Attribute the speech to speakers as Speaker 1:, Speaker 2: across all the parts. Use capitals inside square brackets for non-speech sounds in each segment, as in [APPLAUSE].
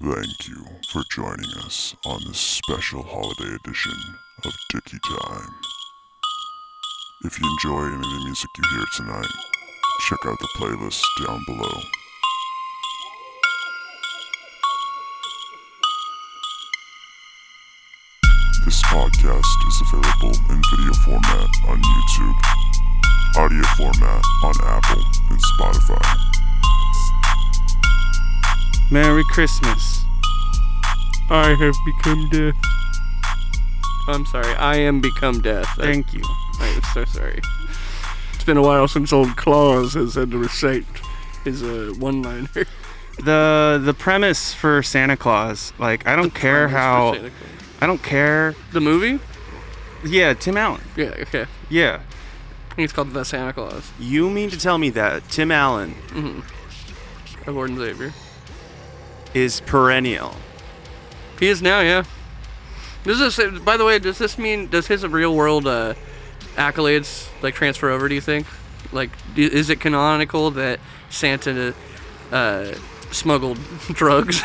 Speaker 1: Thank you for joining us on this special holiday edition of Dicky Time. If you enjoy any of the music you hear tonight, check out the playlist down below. This podcast is available in video format on YouTube, audio format on Apple and Spotify.
Speaker 2: Merry Christmas. I have become death.
Speaker 3: I'm sorry. I am become death. I,
Speaker 2: Thank you.
Speaker 3: I am so sorry.
Speaker 2: It's been a while since old Claus has had to recite
Speaker 3: Is a uh, one-liner.
Speaker 2: the the premise for Santa Claus. Like I don't care how I don't care.
Speaker 3: the movie?
Speaker 2: Yeah, Tim Allen.
Speaker 3: Yeah. Okay. I
Speaker 2: Yeah.
Speaker 3: think it's called The Santa Claus.
Speaker 4: You mean to tell me that Tim Allen
Speaker 3: Our Lord and Savior.
Speaker 4: is perennial?
Speaker 3: He is now. Yeah. Does this? uh, By the way, does this mean? Does his real-world uh, accolades like transfer over? Do you think? Like, do, is it canonical that Santa uh, smuggled [LAUGHS] drugs?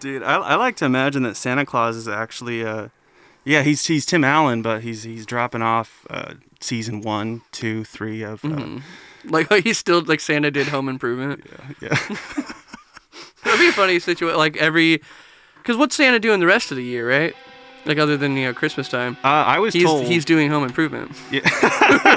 Speaker 2: Dude, I, I like to imagine that Santa Claus is actually uh yeah, he's he's Tim Allen, but he's he's dropping off uh season one, two, three of uh,
Speaker 4: Mm-hmm.
Speaker 3: like, [LAUGHS] he's still like Santa did Home Improvement.
Speaker 2: yeah. [LAUGHS]
Speaker 3: That'd be a funny situation. Like every, because what's Santa doing the rest of the year, right? Like other than you know Christmas time,
Speaker 2: Uh, I was
Speaker 3: he's
Speaker 2: told
Speaker 3: he's doing
Speaker 2: [LAUGHS]
Speaker 3: Home Improvement.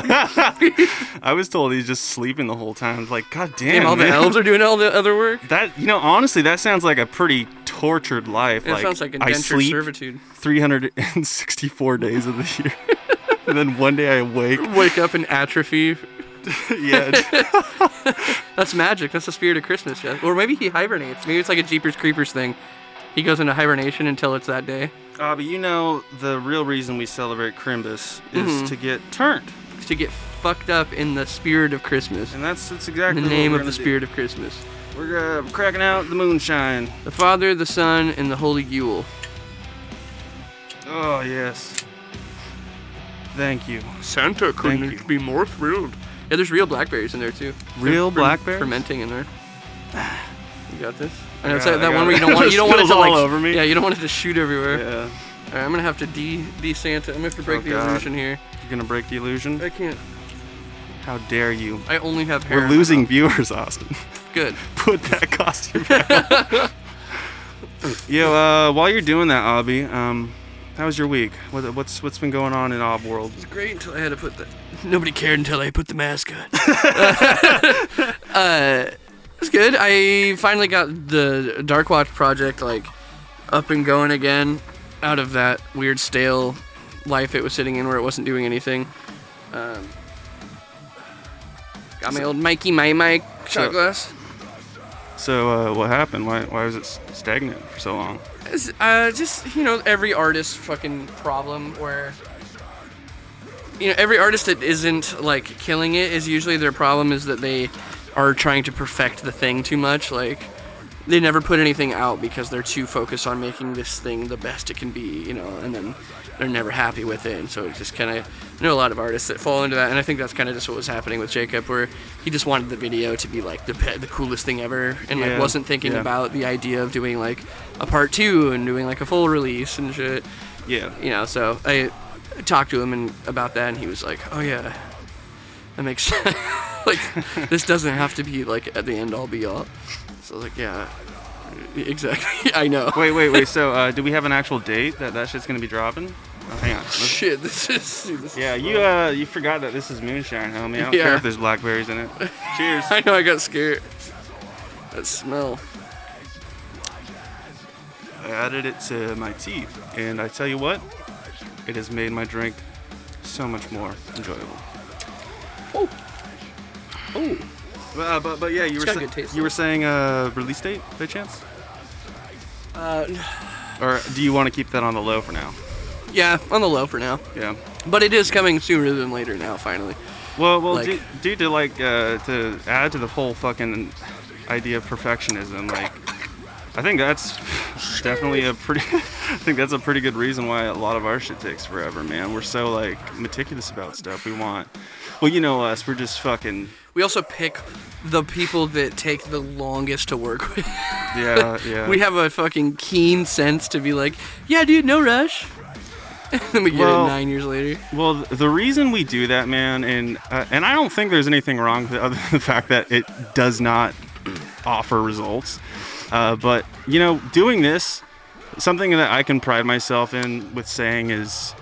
Speaker 2: I was told he's just sleeping the whole time. Like, god damn,
Speaker 3: Damn, all the
Speaker 2: man.
Speaker 3: elves are doing all the other work.
Speaker 2: That you know, honestly, that sounds like a pretty tortured life.
Speaker 3: It
Speaker 2: like,
Speaker 3: sounds like
Speaker 2: I
Speaker 3: indentured
Speaker 2: sleep
Speaker 3: servitude.
Speaker 2: 364 days of the year, [LAUGHS] and then one day I wake. [LAUGHS]
Speaker 3: Wake up in atrophy.
Speaker 2: Yeah, d-
Speaker 3: That's magic. That's the spirit of Christmas, yeah. Or maybe he hibernates. Maybe it's like a Jeepers Creepers thing. He goes into hibernation until it's that day
Speaker 2: uh, but you know, the real reason we celebrate Crimbus is
Speaker 3: Mm-hmm.
Speaker 2: to get turned,
Speaker 3: to get fucked up in the spirit of Christmas.
Speaker 2: and that's that's
Speaker 3: In
Speaker 2: exactly
Speaker 3: the
Speaker 2: what
Speaker 3: name
Speaker 2: we're
Speaker 3: of the
Speaker 2: gonna do.
Speaker 3: spirit of Christmas.
Speaker 2: We're uh, cracking out the moonshine.
Speaker 3: The Father, the Son, and the Holy Yule.
Speaker 2: Oh yes, thank you.
Speaker 3: Santa
Speaker 2: couldn't you.
Speaker 3: be more thrilled. Yeah, there's real blackberries in there too.
Speaker 2: Real
Speaker 3: Ferm-
Speaker 2: blackberries?
Speaker 3: fermenting in there. You got this. I know it's
Speaker 2: got
Speaker 3: that,
Speaker 2: it, I
Speaker 3: that
Speaker 2: got
Speaker 3: one
Speaker 2: it.
Speaker 3: where you don't
Speaker 2: [LAUGHS]
Speaker 3: want you don't want it to
Speaker 2: Spills
Speaker 3: like
Speaker 2: all over me.
Speaker 3: yeah you don't want it to shoot everywhere.
Speaker 2: Yeah,
Speaker 3: All right, I'm gonna have to de de Santa. I'm gonna have to break
Speaker 2: Oh,
Speaker 3: the
Speaker 2: God.
Speaker 3: illusion here.
Speaker 2: you're gonna break the illusion.
Speaker 3: I can't.
Speaker 2: How dare you?
Speaker 3: I only have hair.
Speaker 2: We're
Speaker 3: in my
Speaker 2: losing
Speaker 3: mouth.
Speaker 2: viewers, Austin.
Speaker 3: Good.
Speaker 2: put that [LAUGHS] costume back on. [LAUGHS] Yo, uh, while you're doing that, Obby, um, how was your week? What, what's what's been going on in Ob world?
Speaker 3: It's great until I had to put the. Nobody cared until I put the mask on. [LAUGHS] uh, it's good. I finally got the Dark Watch project like up and going again, out of that weird stale life it was sitting in where it wasn't doing anything. Um, got my old Mikey my Mike shot
Speaker 2: So-
Speaker 3: glass.
Speaker 2: So uh, what happened? Why why was it s- stagnant for so long?
Speaker 3: It's, uh, just you know, every artist fucking problem where you know every artist that isn't like killing it is usually their problem is that they are trying to perfect the thing too much. Like they never put anything out because they're too focused on making this thing the best it can be, you know, and then they're never happy with it. And so it just kind of I know a lot of artists that fall into that, and I think that's kind of just what was happening with Jacob, where he just wanted the video to be like the pe- the coolest thing ever, and like
Speaker 2: Yeah,
Speaker 3: wasn't thinking
Speaker 2: yeah.
Speaker 3: about the idea of doing like a part two and doing like a full release and shit
Speaker 2: Yeah.
Speaker 3: you know so i talked to him and about that and he was like oh yeah that makes [LAUGHS] sense like this doesn't have to be like at the end all be all so i was like yeah e-, exactly [LAUGHS]
Speaker 2: [LAUGHS]
Speaker 3: i know
Speaker 2: Wait, wait, wait. So uh, do we have an actual date that that shit's gonna be dropping? Oh, hang on. Let's-
Speaker 3: shit this is dude, this is-
Speaker 2: yeah, you uh, you forgot that this is moonshine, homie. I don't
Speaker 3: Yeah.
Speaker 2: care if there's blackberries in it. [LAUGHS] Cheers.
Speaker 3: [LAUGHS] i know i got scared that smell
Speaker 2: I added it to my tea, and I tell you what, it has made my drink so much more enjoyable.
Speaker 3: Oh. Oh.
Speaker 2: But, uh, but, but yeah, you
Speaker 3: It's
Speaker 2: were
Speaker 3: got
Speaker 2: sa-
Speaker 3: good taste.
Speaker 2: you were saying uh, release date by chance,
Speaker 3: uh,
Speaker 2: or do you want to keep that on the low for now?
Speaker 3: yeah on the low for now
Speaker 2: Yeah.
Speaker 3: but it is coming sooner than later now finally
Speaker 2: Well, well,
Speaker 3: Like-
Speaker 2: due, due to like uh, to add to the whole fucking idea of perfectionism, like I think that's definitely a pretty. [LAUGHS] I think that's a pretty good reason why a lot of our shit takes forever, man. We're so like meticulous about stuff. We want. Well, you know us. We're just fucking
Speaker 3: we also pick the people that take the longest to work with.
Speaker 2: Yeah, yeah.
Speaker 3: we have a fucking keen sense to be like, yeah, dude, no rush. [LAUGHS] and then we get
Speaker 2: Well-
Speaker 3: it nine years later.
Speaker 2: Well, th- the reason we do that, man, and uh, and I don't think there's anything wrong with it [LAUGHS] other than the fact that it does not [CLEARS THROAT] offer results. Uh, but you know, doing this, something that I can pride myself in with saying is,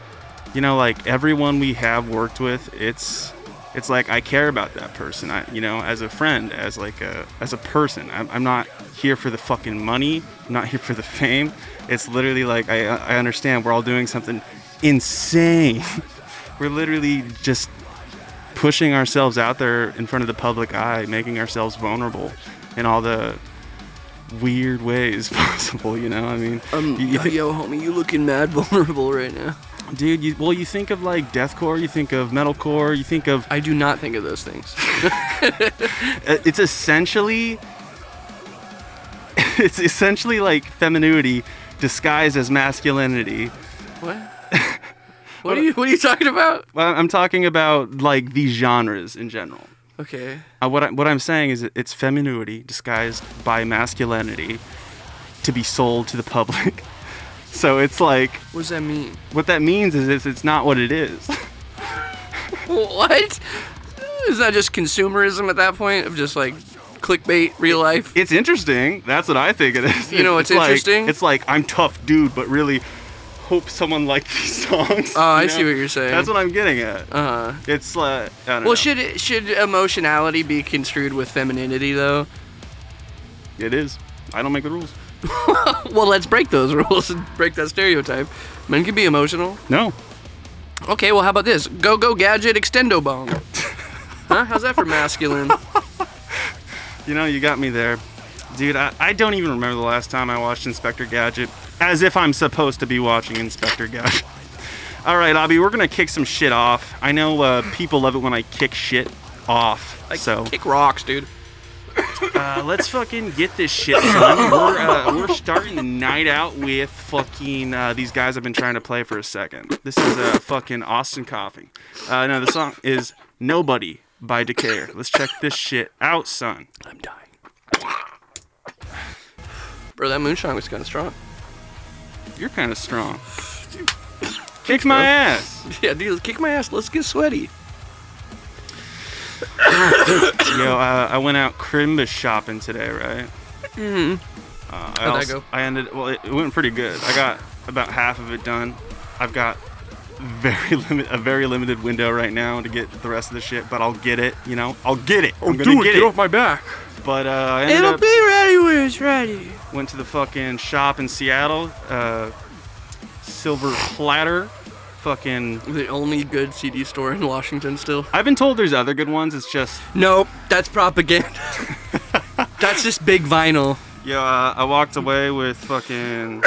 Speaker 2: you know, like everyone we have worked with, it's it's like I care about that person. I, you know, as a friend, as like a as a person. I'm, I'm not here for the fucking money. I'm not [LAUGHS] here for the fame. It's literally like I I understand we're all doing something insane. [LAUGHS] we're literally just pushing ourselves out there in front of the public eye, making ourselves vulnerable in all the weird ways [LAUGHS] possible. You know, I mean,
Speaker 3: Um,
Speaker 2: you- you think-
Speaker 3: yo, homie, you looking mad [LAUGHS] vulnerable right now.
Speaker 2: dude. You, well, you think of like deathcore, you think of metalcore, you think of
Speaker 3: I do not think of those [LAUGHS] things.
Speaker 2: uh, it's essentially [LAUGHS] it's essentially like femininity disguised as masculinity.
Speaker 3: what? What are you? What are you talking about?
Speaker 2: Well, I'm talking about like the genres in general.
Speaker 3: Okay.
Speaker 2: Uh, what I, what I'm saying is it- it's femininity disguised by masculinity to be sold to the public. [LAUGHS] So it's like
Speaker 3: What does that mean?
Speaker 2: what that means is it's, it's not what it is.
Speaker 3: What? Is that just consumerism at that point of just like clickbait, real life?
Speaker 2: It's interesting. That's what I think it is.
Speaker 3: You know what's
Speaker 2: It's like-
Speaker 3: interesting?
Speaker 2: It's like I'm tough dude, but really hope someone likes these [LAUGHS] songs.
Speaker 3: Oh, I
Speaker 2: you
Speaker 3: see what you're saying.
Speaker 2: That's what I'm getting at.
Speaker 3: uh huh.
Speaker 2: It's uh, I don't know.
Speaker 3: Well, should it- should emotionality be construed with femininity though?
Speaker 2: It is. I don't make the rules.
Speaker 3: Well, let's break those [LAUGHS] rules and break that stereotype. Men can be emotional.
Speaker 2: No.
Speaker 3: Okay, well, how about this? Go go gadget extendo [LAUGHS] bomb. huh? How's that for masculine?
Speaker 2: You know, you got me there. Dude, I, I don't even remember the last time I watched Inspector Gadget, as if I'm supposed to be watching Inspector Gadget. [LAUGHS] All right, Abby, we're gonna kick some shit off. I know uh, people love it when I kick shit off. so
Speaker 3: Kick rocks, dude.
Speaker 2: uh, let's fucking get this shit, son. We're, uh, we're starting the night out with fucking uh, these guys I've been trying to play for a second. This is uh, fucking Austin Coughing. Uh, no, the song is Nobody by Decayer. Let's check this shit out, son.
Speaker 3: I'm dying. Bro, that moonshine was kind of strong. [LAUGHS]
Speaker 2: You're kind of strong. Kick my ass.
Speaker 3: Yeah, dude, kick my ass. Let's get sweaty.
Speaker 2: Yo, uh, I went out crimbus shopping today, right? Mm-hmm. Uh, I
Speaker 3: that
Speaker 2: also-
Speaker 3: go?
Speaker 2: I ended. Well, it, it went pretty good. I got about half of it done. I've got very [LAUGHS] limit a very limited window right now to get the rest of the shit, but I'll get it. You know, I'll get it. I'm gonna get it.
Speaker 3: my back.
Speaker 2: But uh, I ended
Speaker 3: It'll
Speaker 2: up
Speaker 3: be ready when it's ready.
Speaker 2: went to the fucking shop in Seattle. Uh, silver platter. Fucking.
Speaker 3: The only good CD store in Washington still.
Speaker 2: I've been told there's other good ones. It's just
Speaker 3: Nope,
Speaker 2: [LAUGHS]
Speaker 3: that's propaganda. that's just big vinyl.
Speaker 2: Yo, uh, I walked away with fucking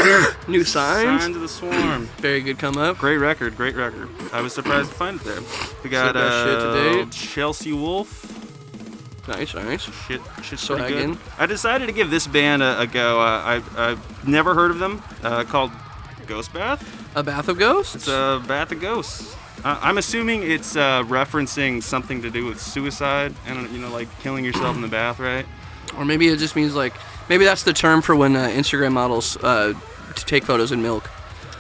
Speaker 3: New signs.
Speaker 2: Signs of the Swarm.
Speaker 3: Very good come up.
Speaker 2: Great record, great record. I was surprised to find it there. We got
Speaker 3: that shit
Speaker 2: uh,
Speaker 3: today.
Speaker 2: Chelsea Wolf.
Speaker 3: Nice, nice.
Speaker 2: Shit, shit's pretty
Speaker 3: Swaggin'.
Speaker 2: good. I decided to give this band a, a go. Uh, I I've never heard of them. Uh, called Ghost Bath.
Speaker 3: A bath of ghosts.
Speaker 2: It's uh, Bath of Ghosts. Uh, I'm assuming it's uh, referencing something to do with suicide and you know like killing yourself in the bath, right?
Speaker 3: or maybe it just means like maybe that's the term for when uh, Instagram models uh, t- take photos in milk.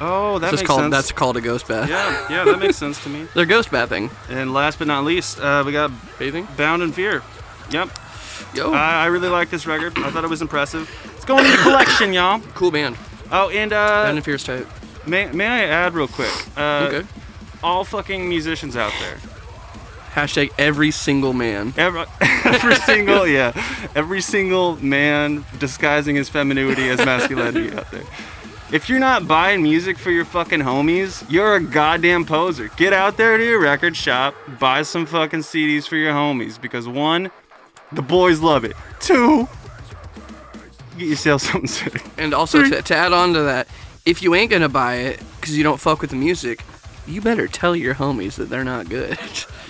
Speaker 2: Oh, that
Speaker 3: That's
Speaker 2: makes
Speaker 3: called
Speaker 2: sense.
Speaker 3: that's called a ghost bath.
Speaker 2: yeah, yeah, that makes sense to me.
Speaker 3: They're ghost bathing.
Speaker 2: And last but not least, uh, we got
Speaker 3: Bathing.
Speaker 2: Bound in Fear. Yep.
Speaker 3: Yo,
Speaker 2: I, I really like this record. I thought it was impressive. It's going in the collection, y'all.
Speaker 3: cool band.
Speaker 2: Oh, and
Speaker 3: Band
Speaker 2: uh,
Speaker 3: of Fierce type.
Speaker 2: may, may I add real quick? Uh,
Speaker 3: Okay.
Speaker 2: All fucking musicians out there.
Speaker 3: Hashtag every single man.
Speaker 2: Every, [LAUGHS] every single, yeah. Every single man disguising his femininity as masculinity out there. If you're not buying music for your fucking homies, you're a goddamn poser. Get out there to your record shop, buy some fucking CDs for your homies because one, the boys love it. Two, get yourself [LAUGHS] something sick.
Speaker 3: And also to, to add on to that, if you ain't gonna buy it because you don't fuck with the music, you better tell your homies that they're
Speaker 2: [LAUGHS]
Speaker 3: not good.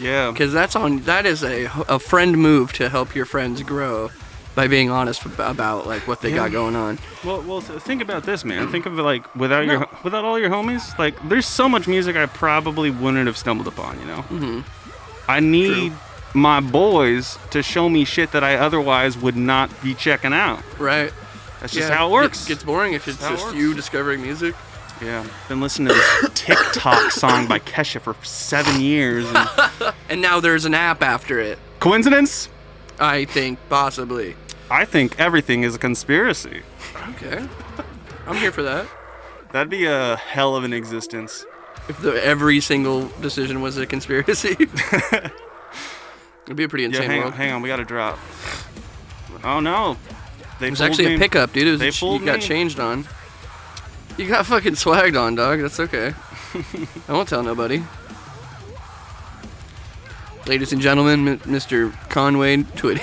Speaker 2: Yeah.
Speaker 3: Because that's on that is a a friend move to help your friends grow by being honest ab- about like what they got going on.
Speaker 2: Well, well, th- think about this, man. Think of it like without your without all your homies, like there's so much music I probably wouldn't have stumbled upon. You know, mm-hmm. I need my boys to show me shit that I otherwise would not be checking out.
Speaker 3: Right.
Speaker 2: That's just how it works.
Speaker 3: Gets, gets boring if it's
Speaker 2: how it
Speaker 3: just
Speaker 2: works.
Speaker 3: you discovering music.
Speaker 2: yeah, been listening to
Speaker 3: [COUGHS]
Speaker 2: this TikTok song by Kesha for seven years.
Speaker 3: [LAUGHS]
Speaker 2: And
Speaker 3: And now there's an app after it.
Speaker 2: coincidence?
Speaker 3: I think possibly.
Speaker 2: I think everything is a conspiracy.
Speaker 3: Okay. [LAUGHS] I'm here for that.
Speaker 2: That'd be a hell of an existence.
Speaker 3: If the, every single decision was a conspiracy, [LAUGHS] it'd be a pretty
Speaker 2: Yeah,
Speaker 3: insane
Speaker 2: hang on,
Speaker 3: world.
Speaker 2: hang on, we got to drop. Oh no, they
Speaker 3: It was
Speaker 2: fooled
Speaker 3: actually
Speaker 2: me.
Speaker 3: a pickup, dude. It was
Speaker 2: They
Speaker 3: a ch-
Speaker 2: fooled
Speaker 3: you got
Speaker 2: me.
Speaker 3: changed on. You got fucking swagged on, dog. That's okay.
Speaker 2: [LAUGHS]
Speaker 3: I won't tell nobody. Ladies and gentlemen, M- Mr. Conway Twitty.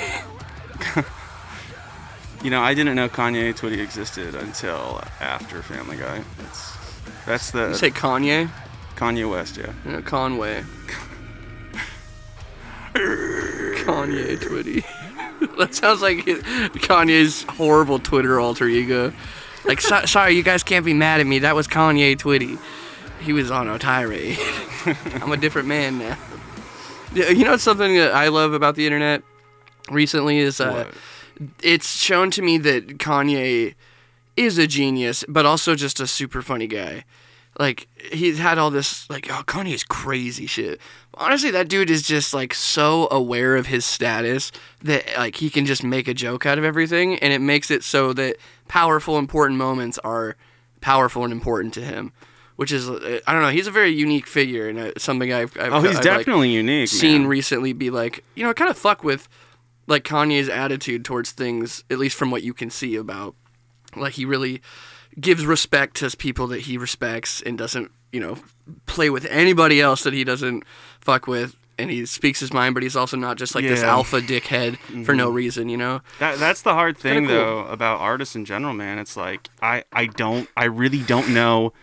Speaker 2: You know, I didn't know Kanye Twitty existed until after Family Guy. It's, that's the
Speaker 3: You [LAUGHS] say Kanye?
Speaker 2: Kanye West, yeah.
Speaker 3: You know, Conway. Kanye Twitty. [LAUGHS] that sounds like it- Kanye's horrible Twitter alter ego. Like, so- sorry, you guys can't be mad at me. That was Kanye Twitty. He was on a tirade. [LAUGHS] I'm a different man now. Yeah, You know, something that I love about the internet recently is uh,
Speaker 2: What?
Speaker 3: it's shown to me that Kanye is a genius, but also just a super funny guy. Like he's had all this like oh Kanye is crazy shit. Honestly, that dude is just like so aware of his status that like he can just make a joke out of everything, and it makes it so that powerful, important moments are powerful and important to him. Which is uh, I don't know. He's a very unique figure, and uh, something I've, I've
Speaker 2: Oh, he's
Speaker 3: I've, like,
Speaker 2: definitely unique.
Speaker 3: seen
Speaker 2: man.
Speaker 3: recently be like, you know, kind of fuck with like Kanye's attitude towards things, at least from what you can see about like he really gives respect to people that he respects and doesn't, you know, play with anybody else that he doesn't fuck with. And he speaks his mind, but he's also not just like this
Speaker 2: Yeah.
Speaker 3: alpha dickhead for no reason, you know?
Speaker 2: That, that's the hard thing
Speaker 3: cool.
Speaker 2: though about artists in general, man. It's like I I don't I really don't know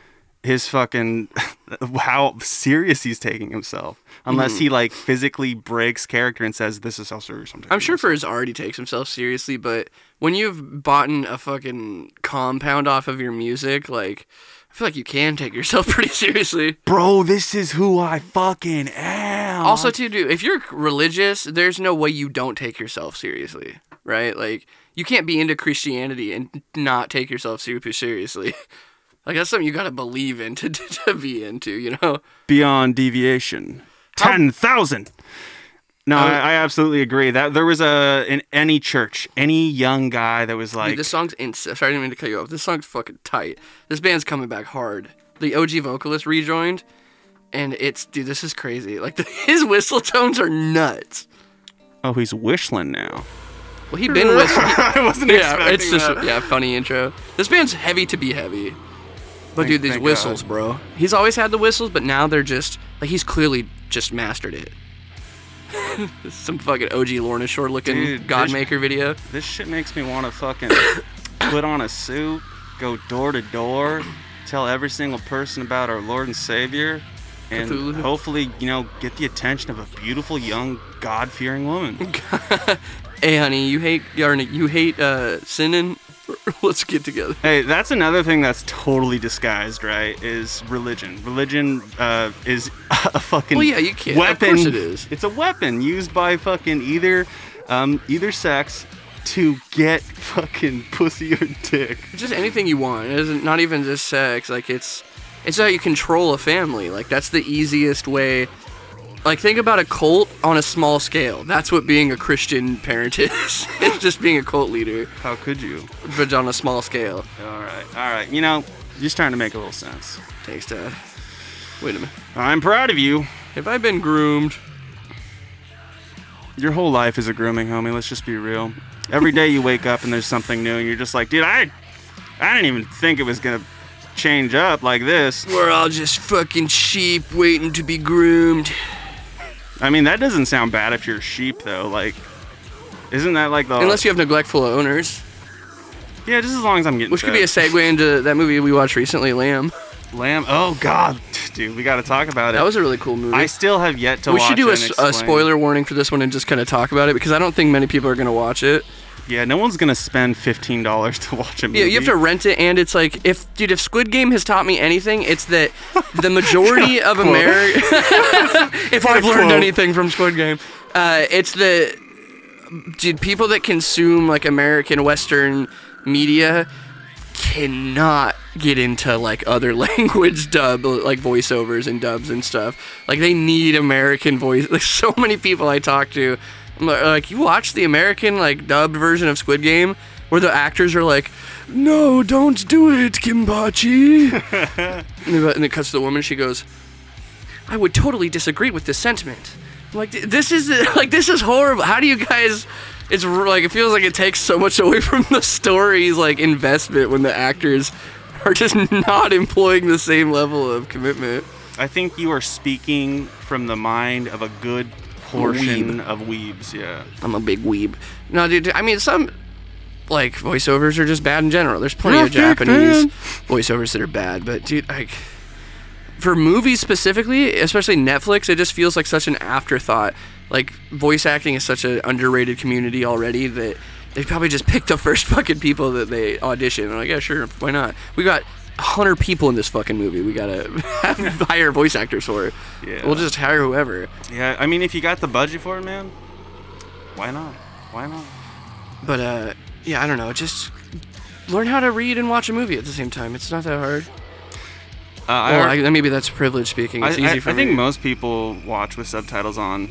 Speaker 2: his fucking [LAUGHS] how serious he's taking himself unless he like physically breaks character and says this is how serious I'm taking
Speaker 3: I'm sure
Speaker 2: myself."
Speaker 3: Frizz already takes himself seriously, but when you've bought a fucking compound off of your music, like, I feel like you can take yourself [LAUGHS] pretty seriously.
Speaker 2: bro this is who I fucking am
Speaker 3: also too dude if you're religious there's no way you don't take yourself seriously right like you can't be into christianity and not take yourself super seriously [LAUGHS] like that's something you gotta believe in to, [LAUGHS] to, to be into you know
Speaker 2: beyond deviation. Ten thousand. No, I, I absolutely agree. That there was a in any church, any young guy that was like,
Speaker 3: dude, this song's insane sorry i didn't mean to cut you off this song's fucking tight this band's coming back hard the og vocalist rejoined and it's dude this is crazy like [LAUGHS] the, his whistle tones are nuts
Speaker 2: "Oh, he's whistling now."
Speaker 3: well he been whistling
Speaker 2: [LAUGHS] I wasn't
Speaker 3: yeah
Speaker 2: expecting
Speaker 3: it's just
Speaker 2: that.
Speaker 3: yeah funny intro this band's heavy to be heavy But
Speaker 2: Thank-
Speaker 3: dude, these
Speaker 2: thank
Speaker 3: whistles,
Speaker 2: God.
Speaker 3: bro. He's always had the whistles, but now they're just like he's clearly just mastered it. [LAUGHS] Some fucking OG Lorna Shore looking
Speaker 2: Dude, this-
Speaker 3: Godmaker video.
Speaker 2: This shit makes me want to fucking put on a suit, go door to door, tell every single person about our Lord and Savior, and
Speaker 3: Cthulhu.
Speaker 2: hopefully, you know, get the attention of a beautiful young God-fearing woman.
Speaker 3: Hey, honey, you hate or you hate uh, sinning. [LAUGHS] Let's get together.
Speaker 2: Hey, that's another thing that's totally disguised, right? Is religion. Religion uh, is [LAUGHS] a fucking
Speaker 3: Well, yeah, you can't- of
Speaker 2: weapon.
Speaker 3: course it is.
Speaker 2: It's a weapon used by fucking either um, either sex to get [LAUGHS] fucking pussy or dick.
Speaker 3: Just anything you want. It isn't not even just sex. Like it's it's how you control a family. Like that's the easiest way. Like think about a cult on a small scale. That's what being a Christian parent [LAUGHS] is. it's just being a cult leader,
Speaker 2: How could you?
Speaker 3: but on a small scale.
Speaker 2: All right, all right. You know, just trying to make a little sense.
Speaker 3: Thanks, Dad. Wait a minute.
Speaker 2: I'm proud of you.
Speaker 3: Have I been groomed?
Speaker 2: Your whole life is a grooming, homie. Let's just be real. Every day you wake up and there's something new, and you're just like, dude, I, I didn't even think it was gonna change up like this.
Speaker 3: We're all just fucking sheep waiting to be groomed.
Speaker 2: I mean, that doesn't sound bad if you're a sheep, though. Like, isn't that like the
Speaker 3: Unless you have neglectful owners,
Speaker 2: yeah? Just as long as I'm getting
Speaker 3: which could be a
Speaker 2: fed.
Speaker 3: segue into that movie we watched recently, Lamb.
Speaker 2: lamb. Oh God, [LAUGHS] dude, we got to talk about it.
Speaker 3: That was a really cool movie.
Speaker 2: I still have yet to.
Speaker 3: we
Speaker 2: watch
Speaker 3: should do a,
Speaker 2: and
Speaker 3: s- a
Speaker 2: explain.
Speaker 3: spoiler warning for this one and just kind of talk about it because I don't think many people are gonna watch it.
Speaker 2: Yeah, no one's gonna spend fifteen dollars to watch a movie.
Speaker 3: Yeah, you have to rent it, and it's like if dude, if Squid Game has taught me anything, it's that
Speaker 2: [LAUGHS]
Speaker 3: the majority of America. if I've learned
Speaker 2: quote.
Speaker 3: anything from Squid Game, Uh, it's the dude, people that consume like American Western media cannot get into like other [LAUGHS] language dub like voiceovers and dubs and stuff. Like they need American voice. [LAUGHS] Like so many people I talk to, I'm li- like you watch the American like dubbed version of Squid Game. Where the actors are like, "No, don't do it, Kimbachi," and then it cuts to the woman. She goes, I would totally disagree with this sentiment. Like th- this is [LAUGHS] like this is horrible. How do you guys? It's r- like it feels like it takes so much [LAUGHS] away from the story's like investment when the actors are just [LAUGHS] not employing the same level of commitment.
Speaker 2: I think you are speaking from the mind of a good portion of weebs. Yeah.
Speaker 3: I'm a big weeb. No, dude. I mean, some like voiceovers are just bad in general. There's plenty
Speaker 2: Yeah,
Speaker 3: of
Speaker 2: big
Speaker 3: Japanese
Speaker 2: fan.
Speaker 3: voiceovers that are bad, but dude, like for movies specifically, especially Netflix, it just feels like such an afterthought. Like voice acting is such an underrated community already that they probably just pick the first [LAUGHS] fucking people that they audition. They're like, yeah, sure, why not? We got. 100 people in this fucking movie. We gotta [LAUGHS] hire voice actors for it.
Speaker 2: Yeah.
Speaker 3: We'll just hire whoever.
Speaker 2: Yeah. I mean, if you got the budget for it, man, why not? Why not?
Speaker 3: But uh, yeah, I don't know. Just learn how to read and watch a movie at the same time. It's not that hard.
Speaker 2: Uh, I,
Speaker 3: Or
Speaker 2: alre-
Speaker 3: I, maybe that's privilege speaking.
Speaker 2: I,
Speaker 3: It's easy
Speaker 2: I-
Speaker 3: for
Speaker 2: I think
Speaker 3: me.
Speaker 2: most people watch with subtitles on,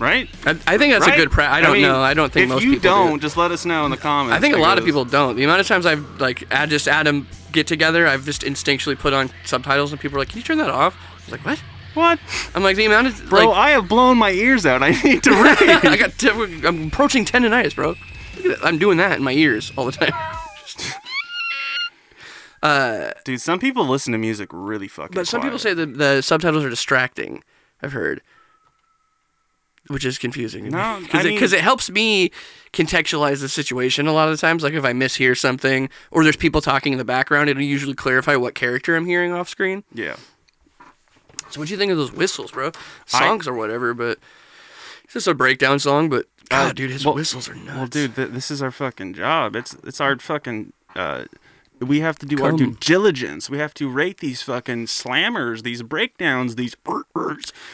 Speaker 2: right?
Speaker 3: I, I think that's
Speaker 2: Right?
Speaker 3: a good. Pra- I don't
Speaker 2: mean,
Speaker 3: know. I don't think
Speaker 2: if
Speaker 3: most
Speaker 2: you
Speaker 3: people. do
Speaker 2: don't,
Speaker 3: it.
Speaker 2: just let us know in the comments.
Speaker 3: I think a lot of
Speaker 2: because-
Speaker 3: people don't. The amount of times I've like I just Adam get together, I've just instinctually put on subtitles, and people are like, "Can you turn that off?" I was like, "What?"
Speaker 2: What,
Speaker 3: I'm [LAUGHS] like, the amount of
Speaker 2: bro?
Speaker 3: like,
Speaker 2: I have blown my ears out. I need to read.
Speaker 3: [LAUGHS] I got. i I'm approaching tendonitis, bro. Look at that. I'm doing that in my ears all the time.
Speaker 2: [LAUGHS] Dude, some people listen to music really fucking.
Speaker 3: But some people
Speaker 2: quiet.
Speaker 3: say that the subtitles are distracting. I've heard, which is confusing.
Speaker 2: No, I
Speaker 3: because
Speaker 2: mean-
Speaker 3: it, helps me contextualize the situation a lot of the times. Like if I mishear something or there's people talking in the background, it'll usually clarify what character I'm hearing off screen.
Speaker 2: Yeah.
Speaker 3: So what do you think of those whistles, bro?
Speaker 2: I-
Speaker 3: Songs or whatever, but it's just a breakdown song. But uh, God, dude, his
Speaker 2: well-
Speaker 3: whistles are nuts.
Speaker 2: Well, dude, th- this is our fucking job. It's it's our fucking. Uh, we have to do our due
Speaker 3: Come.
Speaker 2: diligence. We have to rate these fucking slammers, these breakdowns, these. [LAUGHS]
Speaker 3: you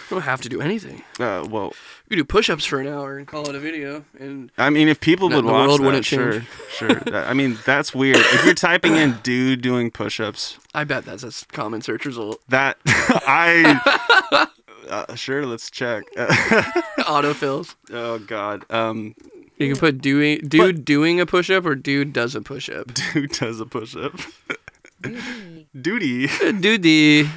Speaker 3: don't have to do anything.
Speaker 2: Uh, well,
Speaker 3: You do push-ups for an hour and call it a video, and
Speaker 2: I mean, if people
Speaker 3: No,
Speaker 2: would
Speaker 3: the
Speaker 2: watch
Speaker 3: world
Speaker 2: that,
Speaker 3: wouldn't
Speaker 2: sure,
Speaker 3: change.
Speaker 2: sure. That- I mean, that's weird. If you're typing
Speaker 3: [LAUGHS]
Speaker 2: in "dude doing push-ups,"
Speaker 3: I bet that's a s- common search result. [LAUGHS]
Speaker 2: that [LAUGHS] I uh, sure. Let's check. [LAUGHS] Uh,
Speaker 3: Autofills.
Speaker 2: oh God, um, [LAUGHS]
Speaker 3: You can put doing dude doing a push up or dude does a push up.
Speaker 2: dude does a push-up. Duty.
Speaker 3: Uh, Dude,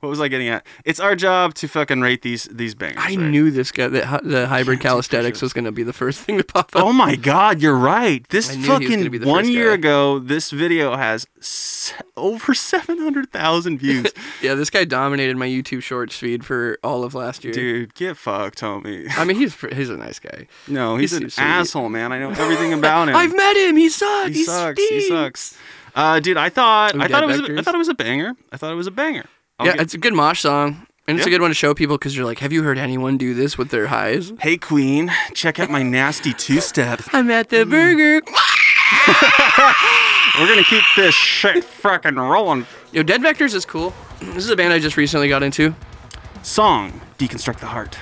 Speaker 2: What was I getting at? It's our job to fucking rate these these bangers.
Speaker 3: I
Speaker 2: right?
Speaker 3: knew this guy that hy- the hybrid calisthenics was gonna be the first thing to pop up.
Speaker 2: Oh my God, you're right. This
Speaker 3: I knew he was gonna
Speaker 2: fucking
Speaker 3: be the
Speaker 2: one
Speaker 3: first
Speaker 2: year
Speaker 3: guy.
Speaker 2: ago, this video has s- over seven hundred thousand
Speaker 3: [LAUGHS]
Speaker 2: views.
Speaker 3: Yeah, this guy dominated my YouTube Shorts feed for all of last year.
Speaker 2: Dude, get fucked,
Speaker 3: [LAUGHS]
Speaker 2: homie.
Speaker 3: I mean, he's pr- he's a nice guy.
Speaker 2: No, he's,
Speaker 3: He's
Speaker 2: an
Speaker 3: so sweet.
Speaker 2: asshole, man. I know everything
Speaker 3: [LAUGHS]
Speaker 2: about him.
Speaker 3: I've met him. He sucks.
Speaker 2: he,
Speaker 3: He,
Speaker 2: sucks.
Speaker 3: stinks.
Speaker 2: He sucks. Uh, dude, I thought
Speaker 3: Ooh,
Speaker 2: I thought
Speaker 3: Dead
Speaker 2: it was a, I
Speaker 3: Vectors.
Speaker 2: thought it was a banger. I thought it was a banger. I'll
Speaker 3: Yeah,
Speaker 2: give-
Speaker 3: it's a good mosh song, and it's a
Speaker 2: Yeah.
Speaker 3: good one to show people because you're like, have you heard anyone do this with their highs?
Speaker 2: hey Queen, check out my nasty two-step.
Speaker 3: I'm
Speaker 2: Mm.
Speaker 3: at the burger.
Speaker 2: We're gonna keep this shit fucking rolling.
Speaker 3: Yo, Dead Vectors is cool. This is a band I just recently got into.
Speaker 2: Song: Deconstruct the Heart.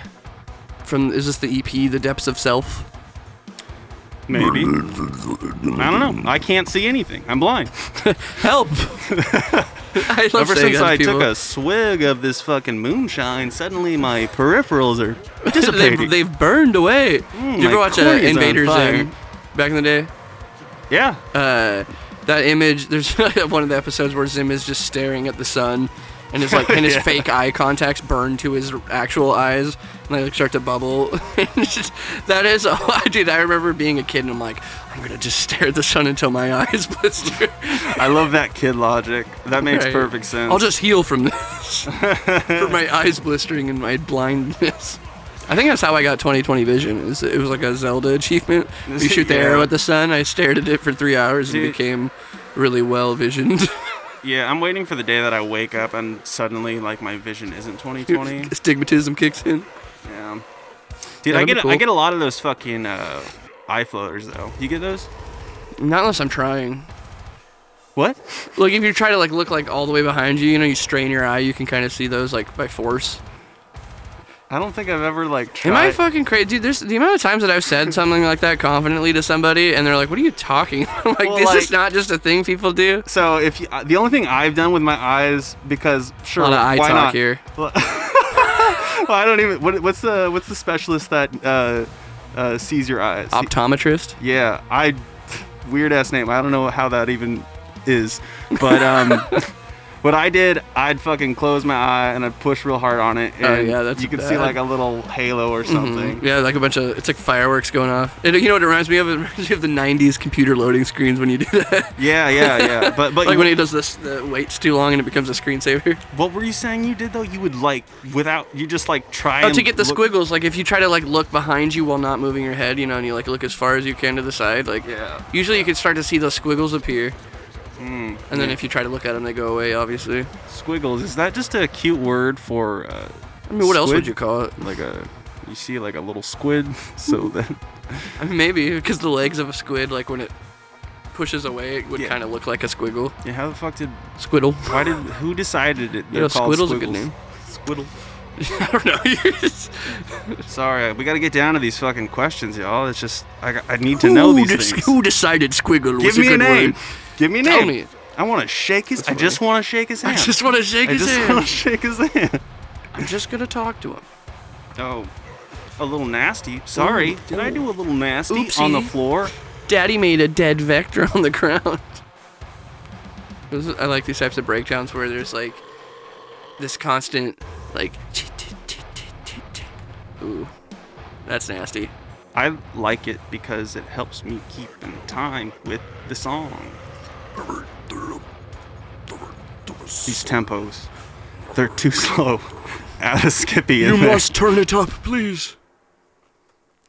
Speaker 3: From is this the EP, The Depths of Self?
Speaker 2: Maybe. I don't know. I can't see anything. I'm
Speaker 3: [LAUGHS]
Speaker 2: blind. [LAUGHS]
Speaker 3: Help! I love
Speaker 2: Ever
Speaker 3: saying
Speaker 2: since
Speaker 3: that to
Speaker 2: I
Speaker 3: people.
Speaker 2: took a swig of this fucking moonshine, suddenly my peripherals
Speaker 3: [LAUGHS]
Speaker 2: are dissipating.
Speaker 3: they've, they've burned away. Did you
Speaker 2: my
Speaker 3: ever watch uh,
Speaker 2: cornea's on
Speaker 3: Invader
Speaker 2: fire.
Speaker 3: Zim back in the day?
Speaker 2: yeah.
Speaker 3: Uh, that image, there's [LAUGHS] one of the episodes where Zim is just staring at the sun, and
Speaker 2: [LAUGHS]
Speaker 3: his like and his fake eye contacts burn to his actual eyes, and they like start to bubble. [LAUGHS] It's just- that is, [LAUGHS] oh, dude, I remember being a kid, and I'm like, I'm gonna just stare at the sun until my [LAUGHS] eyes blister.
Speaker 2: I love that kid logic. That makes
Speaker 3: Right.
Speaker 2: perfect sense.
Speaker 3: I'll just heal from this. [LAUGHS] from my eyes blistering and my blindness. I think that's how I got 2020 vision. Is it was like a Zelda
Speaker 2: [LAUGHS]
Speaker 3: achievement. You shoot the
Speaker 2: Yeah.
Speaker 3: arrow at the sun. I stared at it for three hours and
Speaker 2: Dude.
Speaker 3: became really
Speaker 2: [LAUGHS]
Speaker 3: well visioned.
Speaker 2: yeah, I'm waiting for the day that I wake up and suddenly like my vision isn't
Speaker 3: [LAUGHS]
Speaker 2: 2020.
Speaker 3: Stigmatism kicks in.
Speaker 2: yeah. Dude, I
Speaker 3: That'd be
Speaker 2: get
Speaker 3: cool.
Speaker 2: I get a lot of those fucking uh, eye floaters though. You get those?
Speaker 3: Not unless I'm trying.
Speaker 2: What?
Speaker 3: Like if you try to like look like all the way behind you, you know, you strain your eye, you can kind of see those like by force.
Speaker 2: I don't think I've ever like tried.
Speaker 3: Am I fucking crazy, dude? There's the amount of times that I've said something like that confidently to somebody, and they're like, "What are you talking? [LAUGHS] I'm like,
Speaker 2: Well,
Speaker 3: this
Speaker 2: like-
Speaker 3: is not just a thing people do."
Speaker 2: so if you, uh, the only thing I've done with my eyes because sure
Speaker 3: lot of eye
Speaker 2: why
Speaker 3: talk
Speaker 2: not
Speaker 3: here.
Speaker 2: [LAUGHS] Well, well, I don't even what, what's the what's the specialist that uh, uh, sees your eyes? He-
Speaker 3: Optometrist.
Speaker 2: Yeah, I weird ass name. I don't know how that even is, but um, [LAUGHS] what I did, I'd fucking close my eye and I'd push real hard on it, and
Speaker 3: Oh, yeah, that's
Speaker 2: you could see
Speaker 3: bad. Mm-hmm.
Speaker 2: like a little halo or something.
Speaker 3: Yeah, like a bunch of it's like fireworks going off. It, you know what it reminds me of? It reminds me of the '90s computer loading screens when you do that. [LAUGHS]
Speaker 2: Yeah, yeah, yeah. But but
Speaker 3: like
Speaker 2: you-
Speaker 3: when it does this, the waits too long and it becomes
Speaker 2: [LAUGHS]
Speaker 3: a screensaver.
Speaker 2: what were you saying you did though? You would like without you just like try
Speaker 3: Oh,
Speaker 2: and
Speaker 3: to get the
Speaker 2: look-
Speaker 3: squiggles, like if you try to like look behind you while not moving your head, you know, and you like look as far as you can to the side, like
Speaker 2: Yeah. Hmm.
Speaker 3: usually you can start to see those squiggles appear. and then if you try to look at them, they go away. Obviously,
Speaker 2: squiggles. Is that just a cute word for uh,
Speaker 3: I mean, what else
Speaker 2: Squid?
Speaker 3: would you call it?
Speaker 2: like a you see like a little squid? [LAUGHS] So then
Speaker 3: I mean, maybe because the legs of a squid, like when it pushes away, it would
Speaker 2: Yeah.
Speaker 3: kind of look like a squiggle.
Speaker 2: yeah, how the fuck did
Speaker 3: Squiddle.
Speaker 2: why did who decided it?
Speaker 3: You
Speaker 2: They're
Speaker 3: know,
Speaker 2: called
Speaker 3: squiddle's a good
Speaker 2: squiggles? Squiddle.
Speaker 3: name. [LAUGHS] I don't know. You're just-
Speaker 2: Sorry, we got to get down to these fucking questions, y'all. It's just I, got- I need to know
Speaker 3: who
Speaker 2: these
Speaker 3: de-
Speaker 2: things.
Speaker 3: Who decided squiggle
Speaker 2: Give
Speaker 3: was
Speaker 2: me a
Speaker 3: a good
Speaker 2: name.
Speaker 3: word?
Speaker 2: Give me a
Speaker 3: Tell
Speaker 2: name.
Speaker 3: me.
Speaker 2: I want to shake his. I
Speaker 3: funny.
Speaker 2: just want to shake his
Speaker 3: I
Speaker 2: hand.
Speaker 3: just want to shake
Speaker 2: I
Speaker 3: his
Speaker 2: just
Speaker 3: hand.
Speaker 2: want to shake his hand.
Speaker 3: I'm just gonna talk to him.
Speaker 2: Oh, a little nasty. Sorry,
Speaker 3: Ooh,
Speaker 2: did I
Speaker 3: ooh.
Speaker 2: do a little nasty on the
Speaker 3: Oopsie.
Speaker 2: floor?
Speaker 3: Daddy made a dead vector on the ground. [LAUGHS] Those- I like these types of breakdowns where there's like this constant like. ch- ch- ch- ch- ch- ch- Ooh,
Speaker 2: [LAUGHS]
Speaker 3: that's nasty.
Speaker 2: I like it because it helps me keep in time with the song. These tempos, they're too [LAUGHS] slow. Out of Skippy. in there.
Speaker 3: turn it up, please.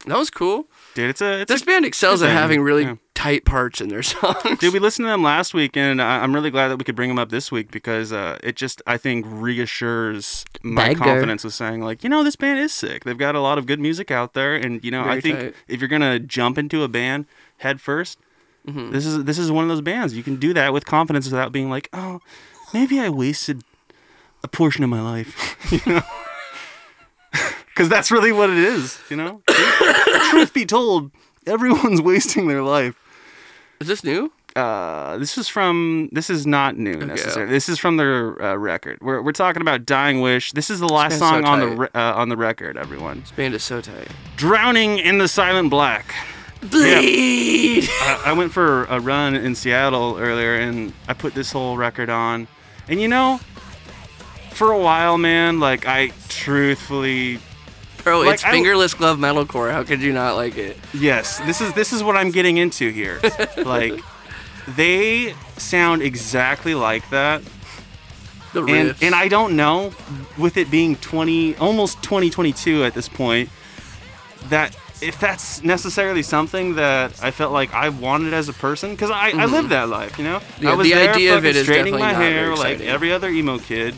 Speaker 3: That was cool.
Speaker 2: dude. It's a. It's
Speaker 3: This
Speaker 2: a,
Speaker 3: band excels
Speaker 2: good
Speaker 3: at
Speaker 2: band,
Speaker 3: having really
Speaker 2: yeah.
Speaker 3: tight parts in their [LAUGHS] songs.
Speaker 2: Dude, we listened to them last week, and I- I'm really glad that we could bring them up this week because uh, it just, I think, reassures my
Speaker 3: Bagger.
Speaker 2: confidence with saying, like, you know, this band is sick. They've got a lot of good music out there, and you know, I
Speaker 3: Very
Speaker 2: think
Speaker 3: tight.
Speaker 2: if you're gonna jump into a band head 1st
Speaker 3: Mm-hmm.
Speaker 2: this is this is one of those bands you can do that with confidence without being like, oh, maybe I wasted a portion of my life, [LAUGHS] you know. Because that's really what it is, you know. Truth be told, everyone's [LAUGHS] wasting their life
Speaker 3: Is this new?
Speaker 2: uh, this is from this is not new necessarily. This is from their uh, record. We're, we're talking about "Dying Wish." This is the last
Speaker 3: band's so
Speaker 2: song on the
Speaker 3: tight.
Speaker 2: re- uh, on the record. Everyone,
Speaker 3: This band is so tight.
Speaker 2: "Drowning in the Silent Black."
Speaker 3: Bleed.
Speaker 2: I, I went for a run in Seattle earlier, and I put this whole record on. And you know, for a while, man, like I truthfully,
Speaker 3: Bro,
Speaker 2: Like,
Speaker 3: it's
Speaker 2: I don't-
Speaker 3: fingerless glove metalcore. How could you not like it?
Speaker 2: yes, this is this is what I'm getting into
Speaker 3: [LAUGHS]
Speaker 2: here. like, they sound exactly like that.
Speaker 3: The riffs.
Speaker 2: and and I don't know with it being 20 almost 2022 at this point that if that's necessarily something that I felt like I wanted as a person because I, I lived that life you know
Speaker 3: Mm-hmm. Yeah,
Speaker 2: I was
Speaker 3: the
Speaker 2: there
Speaker 3: idea of
Speaker 2: fucking
Speaker 3: it is
Speaker 2: straightening my
Speaker 3: definitely not very
Speaker 2: hair like
Speaker 3: exciting.
Speaker 2: every other emo kid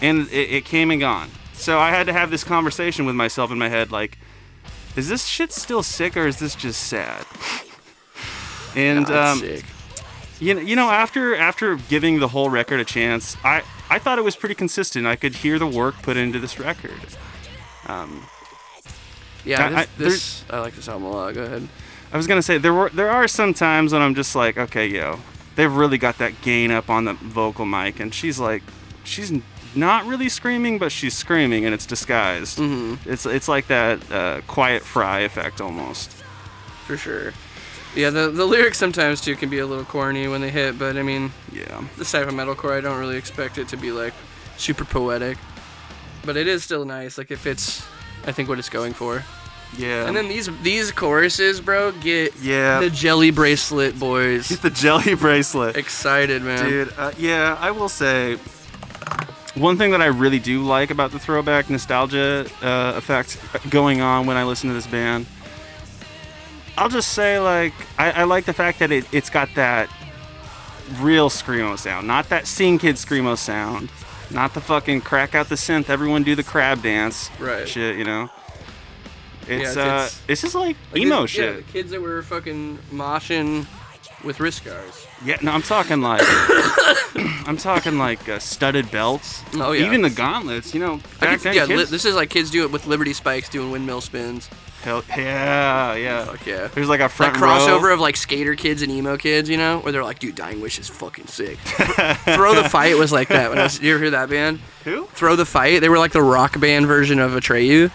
Speaker 2: and it, it came and gone so I had to have this conversation with myself in my head like is this shit still sick or is this just sad [LAUGHS] and
Speaker 3: Oh, that's
Speaker 2: um,
Speaker 3: sick.
Speaker 2: you know, you know, after after giving the whole record a chance, I I thought it was pretty consistent. I could hear the work put into this record. I-
Speaker 3: Yeah,
Speaker 2: I-
Speaker 3: this, this I like this album a lot. Go ahead.
Speaker 2: I was gonna say there were there are some times when I'm just like, okay, yo, they've really got that gain up on the vocal mic, and she's like, she's not really screaming, but she's screaming, and it's disguised. Mm-hmm. It's it's like that uh, quiet fry effect almost.
Speaker 3: For sure. Yeah, the, the lyrics sometimes too can be a little corny when they hit, but I mean,
Speaker 2: Yeah.
Speaker 3: this type of metalcore, I don't really expect it to be like super poetic. But it is still nice. Like it fits, I think, what it's going for.
Speaker 2: Yeah.
Speaker 3: And then these these choruses, bro, get
Speaker 2: Yeah.
Speaker 3: the jelly bracelet boys
Speaker 2: the jelly bracelet.
Speaker 3: excited, man.
Speaker 2: Dude, uh, yeah, I will say one thing that I really do like about the throwback nostalgia uh, effect going on when I listen to this band. I'll just say, like, I, I like the fact that it, it's got that real screamo sound, not that scene kid screamo sound, not the fucking crack out the synth, everyone do the crab dance,
Speaker 3: Right.
Speaker 2: Shit, you know. It's
Speaker 3: it's-
Speaker 2: uh,
Speaker 3: it's-
Speaker 2: it's, just like,
Speaker 3: Like,
Speaker 2: emo
Speaker 3: these- yeah,
Speaker 2: shit.
Speaker 3: the kids that were fucking moshing with wrist guards.
Speaker 2: Yeah, no, I'm talking like [COUGHS] I'm talking like uh, studded belts.
Speaker 3: Oh, yeah.
Speaker 2: Even the gauntlets, you know.
Speaker 3: I
Speaker 2: Back
Speaker 3: could-
Speaker 2: then,
Speaker 3: yeah,
Speaker 2: kids,
Speaker 3: li- this is like kids do it with Liberty Spikes doing windmill spins.
Speaker 2: hell, yeah, yeah.
Speaker 3: Fuck yeah.
Speaker 2: There's like a
Speaker 3: That
Speaker 2: front
Speaker 3: crossover
Speaker 2: row.
Speaker 3: of like skater kids and emo kids, you know, where they're like, dude, Dying Wish is
Speaker 2: [LAUGHS]
Speaker 3: fucking sick. Throw the Fight was like that. When I was, you ever hear that band?
Speaker 2: Who?
Speaker 3: Throw the Fight? They were like the rock band version of Atreyu.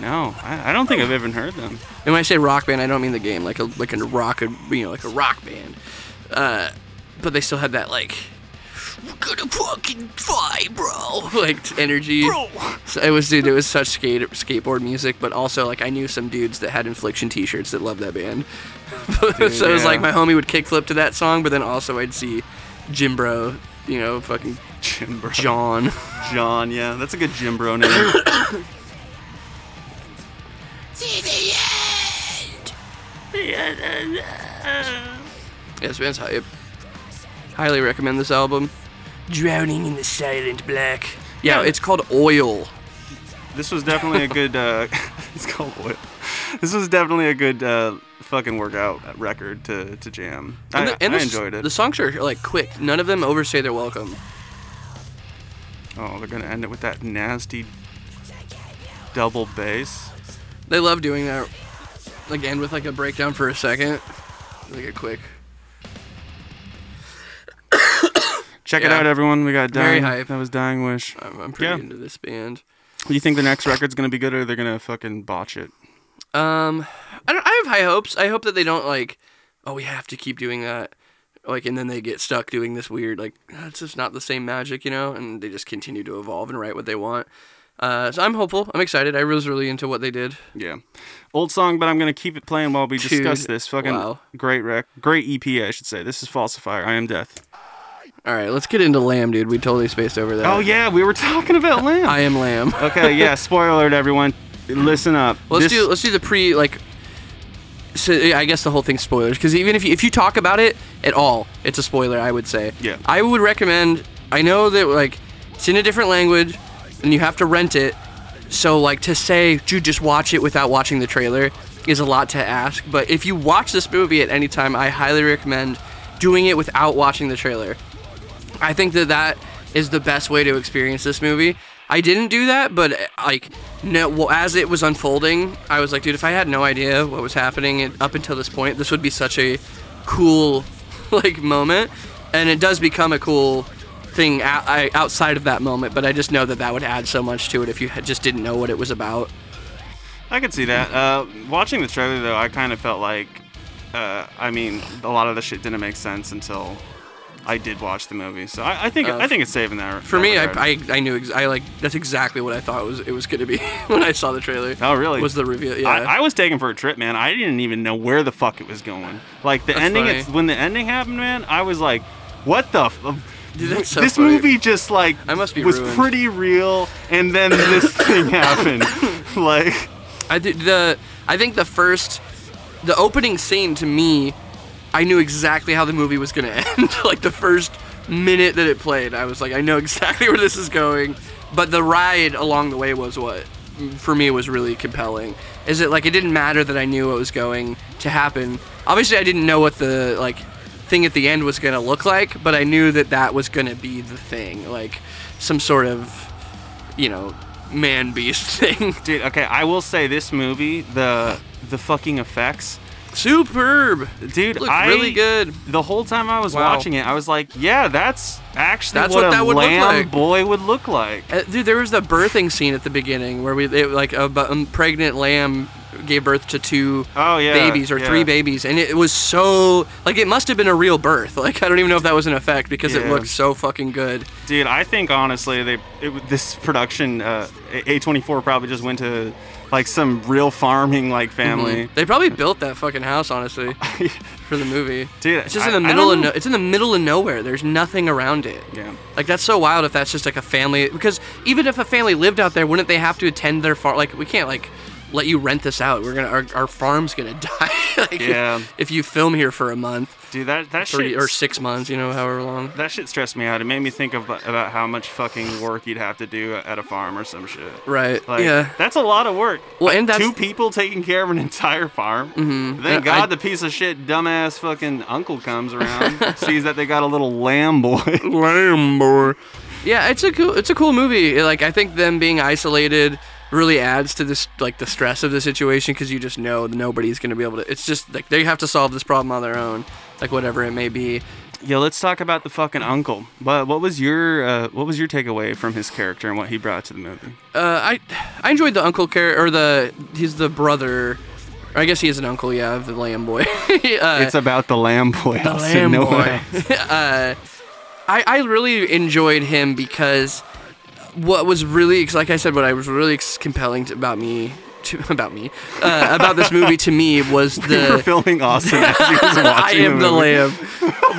Speaker 2: No, I, I don't think I've even heard them. [LAUGHS]
Speaker 3: And when I say rock band, I don't mean the game, like a like a rock, you know, like a rock band. Uh, but they still had that like, we're gonna fucking fight, bro, [LAUGHS] like t- energy. Bro. So it was, dude, it was such skate skateboard music, but also like I knew some dudes that had Infliction T-shirts that loved that band. [LAUGHS] so it was
Speaker 2: yeah.
Speaker 3: like my homie would kickflip to that song, but then also I'd see Jim Bro, you know, fucking
Speaker 2: Jim Bro.
Speaker 3: John.
Speaker 2: John, yeah, that's a good Jim Bro name. [COUGHS]
Speaker 3: Yeah, this band's hype. Highly recommend this album. Drowning in the silent black. Yeah,
Speaker 2: Yeah.
Speaker 3: it's called Oil.
Speaker 2: this was definitely a good. Uh, [LAUGHS] it's called what? This was definitely a good uh, fucking workout record to, to jam. I,
Speaker 3: the-
Speaker 2: I
Speaker 3: the s-
Speaker 2: enjoyed it.
Speaker 3: The songs are like quick. None of them overstay their welcome.
Speaker 2: oh, they're gonna end it with that nasty double bass.
Speaker 3: They love doing that. Like end with like a breakdown for a second. Like a quick.
Speaker 2: Check it
Speaker 3: Yeah.
Speaker 2: out, everyone. We got
Speaker 3: Very
Speaker 2: dying.
Speaker 3: hype.
Speaker 2: That was dying wish.
Speaker 3: I'm, I'm pretty
Speaker 2: Yeah.
Speaker 3: into this band.
Speaker 2: Do you think the next record's gonna be good, or they're gonna fucking botch it?
Speaker 3: Um, I don't. I have high hopes. I hope that they don't like. Oh, we have to keep doing that. Like, and then they get stuck doing this weird. Like, "Ah, it's just not the same magic, you know. And they just continue to evolve and write what they want. Uh, so I'm hopeful. I'm excited. I was really into what they did.
Speaker 2: Yeah, old song, but I'm gonna keep it playing while we
Speaker 3: Dude,
Speaker 2: discuss this fucking
Speaker 3: wow.
Speaker 2: great rec, great EP, I should say. This is Falsifier. I am Death.
Speaker 3: All right, let's get into Lamb, dude. We totally spaced over that.
Speaker 2: Oh yeah, we were talking about Lamb.
Speaker 3: I am Lamb.
Speaker 2: okay, yeah. Spoiler alert, everyone. Listen up.
Speaker 3: Let's
Speaker 2: This-
Speaker 3: do let's do the pre like. So yeah, I guess the whole thing's spoilers because even if you, if you talk about it at all, it's a spoiler. I would say.
Speaker 2: Yeah.
Speaker 3: I would recommend. I know that like it's in a different language, and you have to rent it. So like to say, dude, just watch it without watching the trailer is a lot to ask. But if you watch this movie at any time, I highly recommend doing it without watching the trailer. I think that that is the best way to experience this movie. I didn't do that, but like, no. Well, as it was unfolding, I was like, dude, if I had no idea what was happening and up until this point, this would be such a cool [LAUGHS] like moment, and it does become a cool thing o- I- outside of that moment. But I just know that that would add so much to it if you had just didn't know what it was about.
Speaker 2: I could see that. Uh, watching the trailer though, I kind of felt like, uh, I mean, a lot of the shit didn't make sense until I did watch the movie. So I, I think I think it's saving that.
Speaker 3: Uh, For
Speaker 2: that
Speaker 3: me, I,
Speaker 2: regard.
Speaker 3: I, I knew ex- I like that's exactly what I thought it was it was gonna be [LAUGHS] when I saw the trailer.
Speaker 2: Oh, really?
Speaker 3: Was the reveal? Yeah.
Speaker 2: I, I was taken for a trip, man. I didn't even know where the fuck it was going. Like the
Speaker 3: That's
Speaker 2: ending,
Speaker 3: funny.
Speaker 2: it's, when the ending happened, man, I was like, "What the?" F- um,
Speaker 3: Dude, that's so
Speaker 2: this
Speaker 3: funny.
Speaker 2: movie just like
Speaker 3: I must be
Speaker 2: was
Speaker 3: ruined.
Speaker 2: pretty real, and then
Speaker 3: [LAUGHS]
Speaker 2: this thing happened. like,
Speaker 3: I th- the I think the first the opening scene to me, I knew exactly how the movie was gonna [LAUGHS] end. like the first minute that it played, I was like, I know exactly [LAUGHS] where this is going. But the ride along the way was what for me was really compelling. Is it like it didn't matter that I knew what was going to happen. Obviously, I didn't know what the like thing at the end was gonna look like, but I knew that that was gonna be the thing, like some sort of you know man beast [LAUGHS] thing.
Speaker 2: dude, okay, I will say this movie, the the fucking effects,
Speaker 3: Superb.
Speaker 2: dude,
Speaker 3: Looked
Speaker 2: I
Speaker 3: really good.
Speaker 2: The whole time I was
Speaker 3: Wow.
Speaker 2: watching it, I was like, "Yeah, that's actually
Speaker 3: That's
Speaker 2: what,
Speaker 3: what
Speaker 2: a
Speaker 3: that would look
Speaker 2: lamb
Speaker 3: like.
Speaker 2: boy would look like."
Speaker 3: Uh, dude, there was the birthing scene at the beginning where we it, like a, bu- um pregnant lamb gave birth to two
Speaker 2: Oh, yeah,
Speaker 3: babies or three
Speaker 2: yeah.
Speaker 3: babies, and it was so like it must have been a real birth. [LAUGHS] Like I don't even know if that was an effect because it
Speaker 2: Yeah.
Speaker 3: looked so fucking good.
Speaker 2: Dude, I think honestly, they it, w- this production, uh, A twenty four probably just went to like some real farming
Speaker 3: Mm-hmm.
Speaker 2: like family.
Speaker 3: They probably built that fucking
Speaker 2: [LAUGHS]
Speaker 3: house honestly for the movie.
Speaker 2: Dude,
Speaker 3: it's just in
Speaker 2: I-
Speaker 3: the
Speaker 2: I
Speaker 3: middle
Speaker 2: don't
Speaker 3: of no,
Speaker 2: know.
Speaker 3: it's in the middle of nowhere. There's nothing around it.
Speaker 2: Yeah.
Speaker 3: Like that's so wild if that's just like a family because even if a family lived out there, wouldn't they have to attend their farm? Like we can't like let you rent this out. We're gonna our, our farm's gonna [LAUGHS] die. like,
Speaker 2: Yeah.
Speaker 3: If, if you film here for a month,
Speaker 2: Dude, that that
Speaker 3: three
Speaker 2: shit
Speaker 3: or six months, you know, however long.
Speaker 2: That shit stressed me out. It made me think of, about how much fucking work you'd have to do at a farm or some shit.
Speaker 3: Right.
Speaker 2: Like,
Speaker 3: yeah.
Speaker 2: That's a lot of work.
Speaker 3: Well, and that's
Speaker 2: Two people taking care of an entire farm. Mm-hmm. Thank
Speaker 3: And
Speaker 2: God
Speaker 3: I-
Speaker 2: the piece of shit dumbass fucking uncle comes
Speaker 3: [LAUGHS]
Speaker 2: around, sees that they got a little lamb boy.
Speaker 3: Lambo. Yeah, it's a cool it's a cool movie. Like I think them being isolated really adds to this like the stress of the situation because you just know that nobody's gonna be able to. It's just like they have to solve this problem on their own, like whatever it may be.
Speaker 2: Yo, let's talk about the fucking uncle. But what was your uh, what was your takeaway from his character and what he brought to the movie?
Speaker 3: Uh, I I enjoyed the uncle care or the he's the brother. I guess he is an uncle, yeah, of the lamb boy. [LAUGHS] uh,
Speaker 2: it's about the lamb boy.
Speaker 3: The
Speaker 2: Austin,
Speaker 3: lamb
Speaker 2: no one
Speaker 3: boy.
Speaker 2: [LAUGHS] else.
Speaker 3: [LAUGHS] uh, I, I really enjoyed him because what was really, like I said, what I was really ex- compelling to, about me, to, [LAUGHS] about me, uh, about this movie to me
Speaker 2: [LAUGHS]
Speaker 3: was
Speaker 2: We're
Speaker 3: the.
Speaker 2: filming Austin as [LAUGHS] he was watching
Speaker 3: I am the
Speaker 2: movie.
Speaker 3: lamb.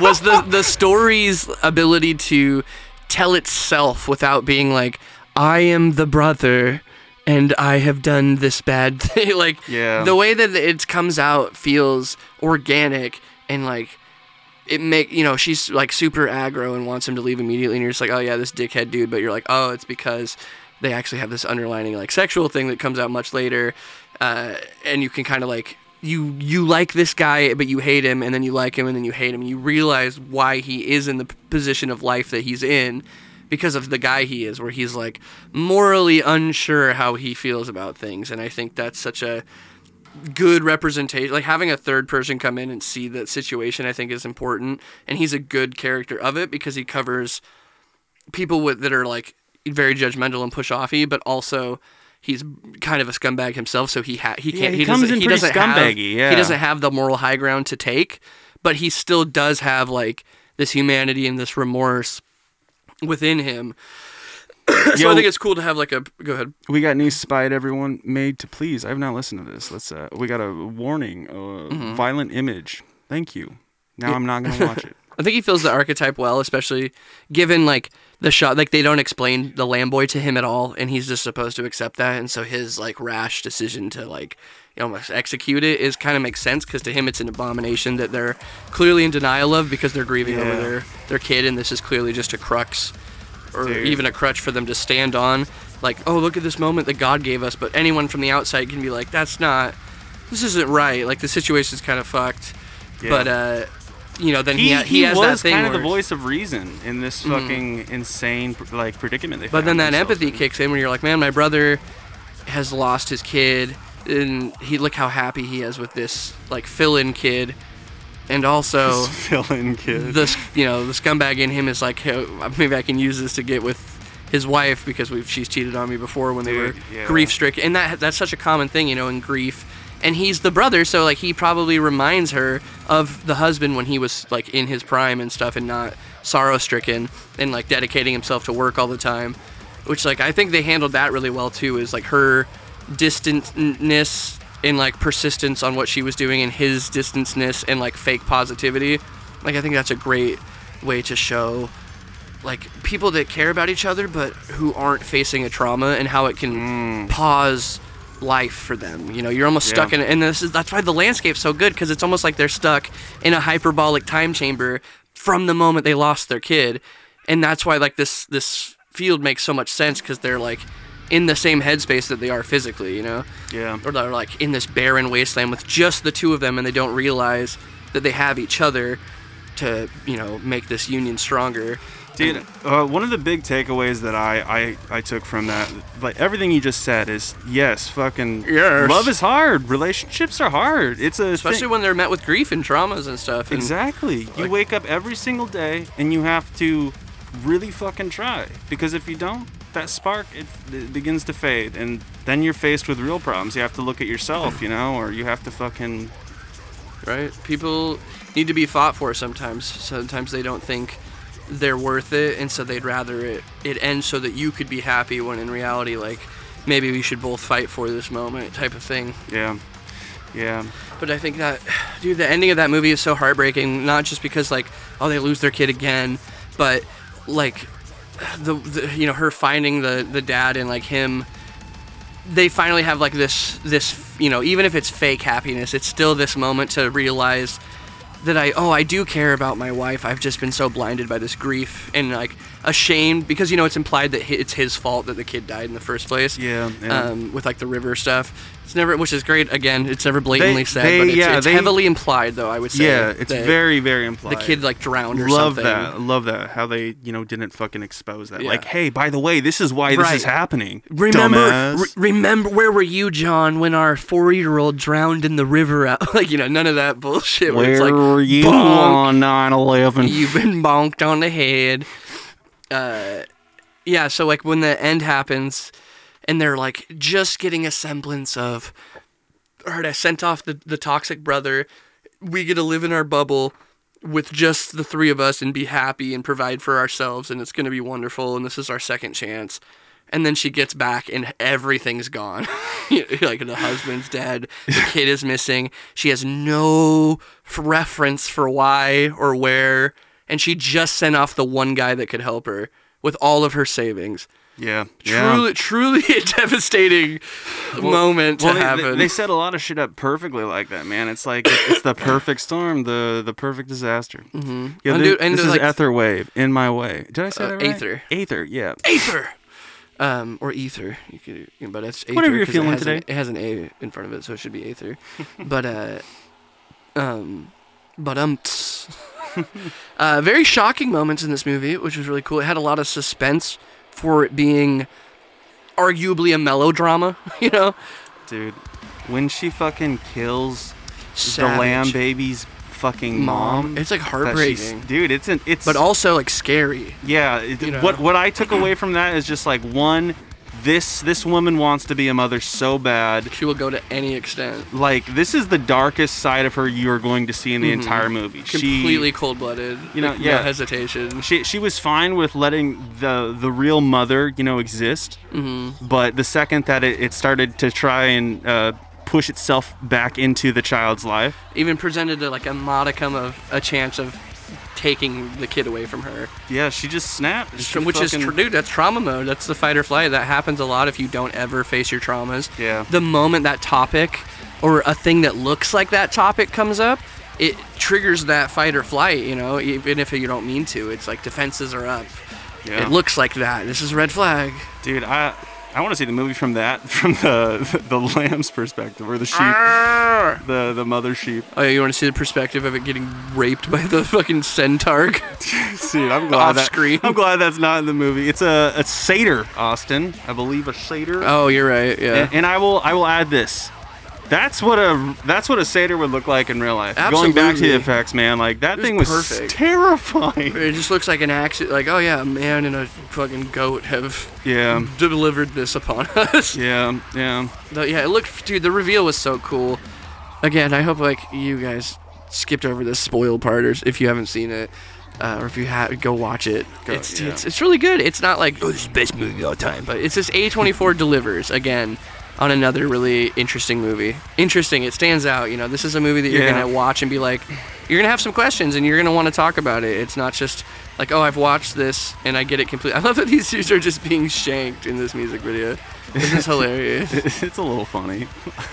Speaker 2: [LAUGHS]
Speaker 3: Was the the story's ability to tell itself without being like, I am the brother, and I have done this bad [LAUGHS] thing. like
Speaker 2: Yeah.
Speaker 3: the way that it comes out feels organic and like it make you know she's like super aggro and wants him to leave immediately and you're just like oh yeah this dickhead dude but you're like oh it's because they actually have this underlining like sexual thing that comes out much later uh, and you can kind of like you you like this guy but you hate him and then you like him and then you hate him and you realize why he is in the p- position of life that he's in because of the guy he is where he's like morally unsure how he feels about things and i think that's such a good representation like having a third person come in and see that situation i think is important and he's a good character of it because he covers people with that are like very judgmental and push offy but also he's kind of a scumbag himself so he ha- he can't
Speaker 2: Yeah, he
Speaker 3: he,
Speaker 2: comes
Speaker 3: doesn't,
Speaker 2: in
Speaker 3: he
Speaker 2: pretty
Speaker 3: doesn't have-
Speaker 2: scumbaggy, yeah.
Speaker 3: he doesn't have the moral high ground to take but he still does have like this humanity and this remorse
Speaker 2: [CLEARS THROAT]
Speaker 3: within him so
Speaker 2: Yo,
Speaker 3: i think it's cool to have like a go ahead
Speaker 2: we got new spy at everyone made to please. I've not listened to this. Let's. Uh, we got a warning. Uh, Violent image. Thank you. Now I'm not gonna watch it.
Speaker 3: I think he feels the archetype well, especially given like the shot like they don't explain the lamb boy to him at all, and he's just supposed to accept that. And so his like rash decision to like almost execute it is kind of makes sense because to him it's an abomination that they're clearly in denial of because they're grieving
Speaker 2: Yeah.
Speaker 3: over their their kid, and this is clearly just a crux or
Speaker 2: Dude.
Speaker 3: even a crutch for them to stand on. Like, oh look at this moment that God gave us, but anyone from the outside can be like, that's not, this isn't right. Like the situation's kind of fucked, but uh. You know, then he,
Speaker 2: [LAUGHS] He,
Speaker 3: ha-
Speaker 2: he,
Speaker 3: he, has that
Speaker 2: was
Speaker 3: thing
Speaker 2: kind of the
Speaker 3: where-
Speaker 2: voice of reason in this fucking insane like predicament. They
Speaker 3: But then
Speaker 2: found
Speaker 3: that
Speaker 2: themselves
Speaker 3: empathy
Speaker 2: in. [LAUGHS]
Speaker 3: kicks in when you're like, man, my brother has lost his kid, and he look how happy he is with this like fill-in kid, and also
Speaker 2: fill-in kid.
Speaker 3: [LAUGHS] the sc- you know the scumbag in him is like, hey, maybe I can use this to get with his wife because we've she's cheated on me before when they
Speaker 2: Dude,
Speaker 3: were
Speaker 2: yeah.
Speaker 3: grief-stricken, and that that's such a common thing, you know, in grief. And he's the brother, so like he probably reminds her of the husband when he was like in his prime and stuff, and not sorrow-stricken, and like dedicating himself to work all the time which like I think they handled that really well too. Is like her distantness and like persistence on what she was doing, and his distanceness and like fake positivity. Like I think that's a great way to show like people that care about each other but who aren't facing a trauma and how it can pause life for them you know you're almost stuck in and this is that's why the landscape's so good because it's almost like they're stuck in a hyperbolic time chamber from the moment they lost their kid and that's why like this this field makes so much sense because they're like in the same headspace that they are physically you know
Speaker 2: yeah.
Speaker 3: or they're like in this barren wasteland with just the two of them and they don't realize that they have each other to you know make this union stronger
Speaker 2: Dude, uh, one of the big takeaways that I, I, I took from that, like everything you just said, is yes, fucking
Speaker 3: Yes.
Speaker 2: love is hard. Relationships are hard. It's a
Speaker 3: especially
Speaker 2: thing.
Speaker 3: when they're met with grief and traumas and stuff. And
Speaker 2: Exactly. you
Speaker 3: like-
Speaker 2: wake up every single day and you have to really fucking try because if you don't, that spark it, it begins to fade and then you're faced with real problems. You have to look at yourself, you know, or you have to fucking
Speaker 3: Right? People need to be fought for sometimes. Sometimes they don't think they're worth it, and so they'd rather it it ends so that you could be happy. When in reality, like maybe we should both fight for this moment, type of thing.
Speaker 2: yeah. Yeah.
Speaker 3: But I think that, dude, the ending of that movie is so heartbreaking. Not just because like, oh, they lose their kid again, but like, the, the you know her finding the the dad and like him they finally have like this this you know even if it's fake happiness it's still this moment to realize that i oh i do care about my wife i've just been so blinded by this grief and like ashamed because you know it's implied that hi- it's his fault that the kid died in the first place
Speaker 2: Yeah, yeah.
Speaker 3: Um, with like the river stuff it's never which is great again it's never blatantly said
Speaker 2: they-
Speaker 3: but it's,
Speaker 2: yeah,
Speaker 3: it's
Speaker 2: they-
Speaker 3: heavily implied though i would say
Speaker 2: yeah, it's
Speaker 3: that
Speaker 2: very very implied.
Speaker 3: the kid like drowned or
Speaker 2: love
Speaker 3: something
Speaker 2: that love that how they you know didn't fucking expose that
Speaker 3: Yeah.
Speaker 2: like hey by the way this is why this
Speaker 3: Right.
Speaker 2: is happening
Speaker 3: Remember,
Speaker 2: dumbass.
Speaker 3: re- remember, where were you, John, when our four-year-old drowned in the river? Out, [LAUGHS] like you know, none of that bullshit. Where,
Speaker 2: where
Speaker 3: it's like,
Speaker 2: were you
Speaker 3: bonk,
Speaker 2: on 9-11
Speaker 3: You've been bonked on the head. Uh, yeah. So like when the end happens, and they're like just getting a semblance of, all right, I sent off the the toxic brother. We get to live in our bubble with just the three of us and be happy and provide for ourselves and it's going to be wonderful and this is our second chance and then she gets back and everything's gone [LAUGHS] You know, like the husband's dead
Speaker 2: [LAUGHS]
Speaker 3: the kid is missing she has no f- reference for why or where and she just sent off the one guy that could help her with all of her savings
Speaker 2: yeah yeah
Speaker 3: truly truly a [LAUGHS] devastating moment to
Speaker 2: well, they- they,
Speaker 3: happen
Speaker 2: they set a lot of shit up perfectly like that, man. It's like it's the perfect storm, the the perfect disaster. Mm-hmm. Yeah,
Speaker 3: And
Speaker 2: thi-
Speaker 3: dude- and
Speaker 2: this is
Speaker 3: like-
Speaker 2: ether wave in my way. Did I say
Speaker 3: Uh,
Speaker 2: that right?
Speaker 3: Aether.
Speaker 2: Aether, yeah.
Speaker 3: Aether. Um, or ether, you could, but it's aether
Speaker 2: Whatever you're
Speaker 3: 'cause
Speaker 2: feeling
Speaker 3: it has
Speaker 2: today.
Speaker 3: An, it has an A in front of it, so it should be
Speaker 2: [LAUGHS]
Speaker 3: aether. but uh, um, but um, [LAUGHS] uh, very shocking moments in this movie, which was really cool. It had a lot of suspense for it being arguably a melodrama. [LAUGHS] You know,
Speaker 2: Dude, when she fucking kills the
Speaker 3: Savage.
Speaker 2: lamb baby's fucking mom,
Speaker 3: Mom. It's, like,
Speaker 2: that she's-
Speaker 3: heartbreaking.
Speaker 2: dude. It's an it's
Speaker 3: but also like scary.
Speaker 2: yeah. It,
Speaker 3: you know.
Speaker 2: What what I took away from that is just like one, this this woman wants to be a mother so bad.
Speaker 3: She will go to any extent.
Speaker 2: Like this is the darkest side of her you are going to see in the entire movie. She-
Speaker 3: Mm-hmm. Completely cold-blooded.
Speaker 2: You know,
Speaker 3: like,
Speaker 2: yeah.
Speaker 3: No hesitation.
Speaker 2: she she was fine with letting the the real mother you know exist
Speaker 3: Mm-hmm.
Speaker 2: but the second that it, it started to try and uh, push itself back into the child's life
Speaker 3: even presented to like a modicum of a chance of taking the kid away from her,
Speaker 2: yeah she just snapped She
Speaker 3: which is
Speaker 2: fucking-
Speaker 3: tr- dude, that's trauma mode. That's the fight or flight. That happens a lot if you don't ever face your traumas.
Speaker 2: Yeah.
Speaker 3: The moment that topic or a thing that looks like that topic comes up, it triggers that fight or flight. You know, even if you don't mean to, it's like defenses are up.
Speaker 2: Yeah.
Speaker 3: It looks like that. This is a red flag.
Speaker 2: dude i i want to see the movie from that [LAUGHS] from the the lamb's perspective or the sheep the the mother sheep
Speaker 3: Oh, you want to see the perspective of it getting raped by the [LAUGHS] fucking
Speaker 2: [LAUGHS]
Speaker 3: centaur?
Speaker 2: dude i'm glad
Speaker 3: Off
Speaker 2: that-
Speaker 3: screen.
Speaker 2: i'm glad that's not in the movie it's a a satyr austin i believe a satyr
Speaker 3: oh, you're right. Yeah.
Speaker 2: and, and I will I will add this. That's what a that's what a satyr would look like in real life. Going back to the
Speaker 3: Absolutely.
Speaker 2: effects, man, like that
Speaker 3: was
Speaker 2: thing was
Speaker 3: perfect.
Speaker 2: terrifying. [LAUGHS]
Speaker 3: It just looks like an accident. Like, oh yeah, a man and a fucking goat have [LAUGHS]
Speaker 2: Yeah,
Speaker 3: delivered this upon us. Yeah.
Speaker 2: yeah, yeah. [LAUGHS]
Speaker 3: yeah, it looked, dude. The reveal was so cool. Again, I hope like you guys skipped over this spoil part, or s- if you haven't seen it, uh, or if you have, go watch it. it's,
Speaker 2: yeah.
Speaker 3: it's it's really good. It's not like oh, this is the best movie of all time, but it's just [LAUGHS] A24 delivers again on another really interesting movie. Interesting. It stands out. You know, this is a movie that you're
Speaker 2: Yeah.
Speaker 3: gonna watch and be like, you're gonna have some questions and you're gonna want to talk about it. It's not just like, oh, I've watched this and I get it completely. [LAUGHS] I love that these dudes are just being shanked in this music video. This [LAUGHS] is hilarious.
Speaker 2: It's a little funny.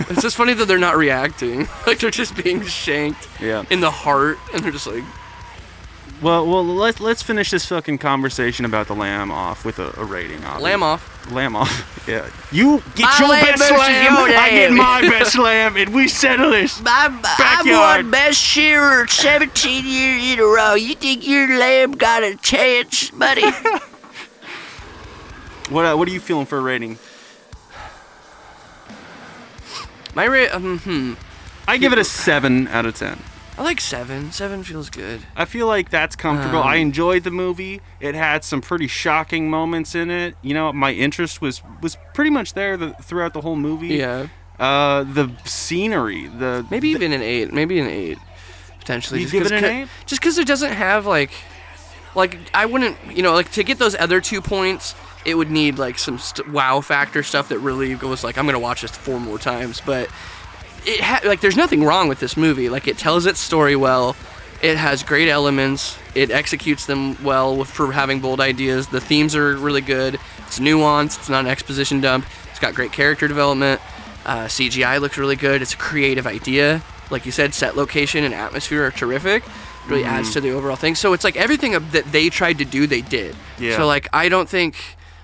Speaker 3: it's just funny that they're not reacting. [LAUGHS] Like they're just being shanked
Speaker 2: Yeah.
Speaker 3: in the heart, and they're just like,
Speaker 2: Well, well, let's let's finish this fucking conversation about the lamb off with a, a rating. Off.
Speaker 3: lamb off.
Speaker 2: Lamb off. [LAUGHS] Yeah. You get
Speaker 3: My
Speaker 2: your
Speaker 3: lamb
Speaker 2: best
Speaker 3: versus
Speaker 2: lamb.
Speaker 3: your
Speaker 2: I get
Speaker 3: lamb.
Speaker 2: my best lamb, and we settle this.
Speaker 5: I'm,
Speaker 2: Backyard.
Speaker 5: I've won Best Shearer 17 years in a row. You think your lamb got a chance,
Speaker 6: [LAUGHS]
Speaker 5: buddy?
Speaker 2: What uh, What are you feeling for a rating?
Speaker 3: My rate, um, hmm.
Speaker 2: I give it a seven out of ten.
Speaker 3: I like seven. Seven feels good.
Speaker 2: I feel like that's comfortable.
Speaker 3: Um,
Speaker 2: I enjoyed the movie. It had some pretty shocking moments in it. You know, my interest was was pretty much there the, throughout the whole movie.
Speaker 3: Yeah.
Speaker 2: Uh, the scenery, the
Speaker 3: Maybe
Speaker 2: the-
Speaker 3: even an eight. Maybe an eight, potentially.
Speaker 2: You
Speaker 3: just
Speaker 2: give it
Speaker 3: 'cause-
Speaker 2: an eight?
Speaker 3: Just because it doesn't have like, like I wouldn't, you know, like to get those other two points, it would need like some st- wow factor stuff that really goes like, I'm gonna watch this four more times. But it ha- like, there's nothing wrong with this movie. Like, it tells its story well. It has great elements. It executes them well with, for having bold ideas. The themes are really good. It's nuanced. It's not an exposition dump. It's It's got great character development. Uh, CGI looks really good. It's a creative idea. Like you said, set location and atmosphere are terrific. Really adds to the overall thing. So it's like everything of- that they tried to do, they did.
Speaker 4: Yeah.
Speaker 3: So like I don't think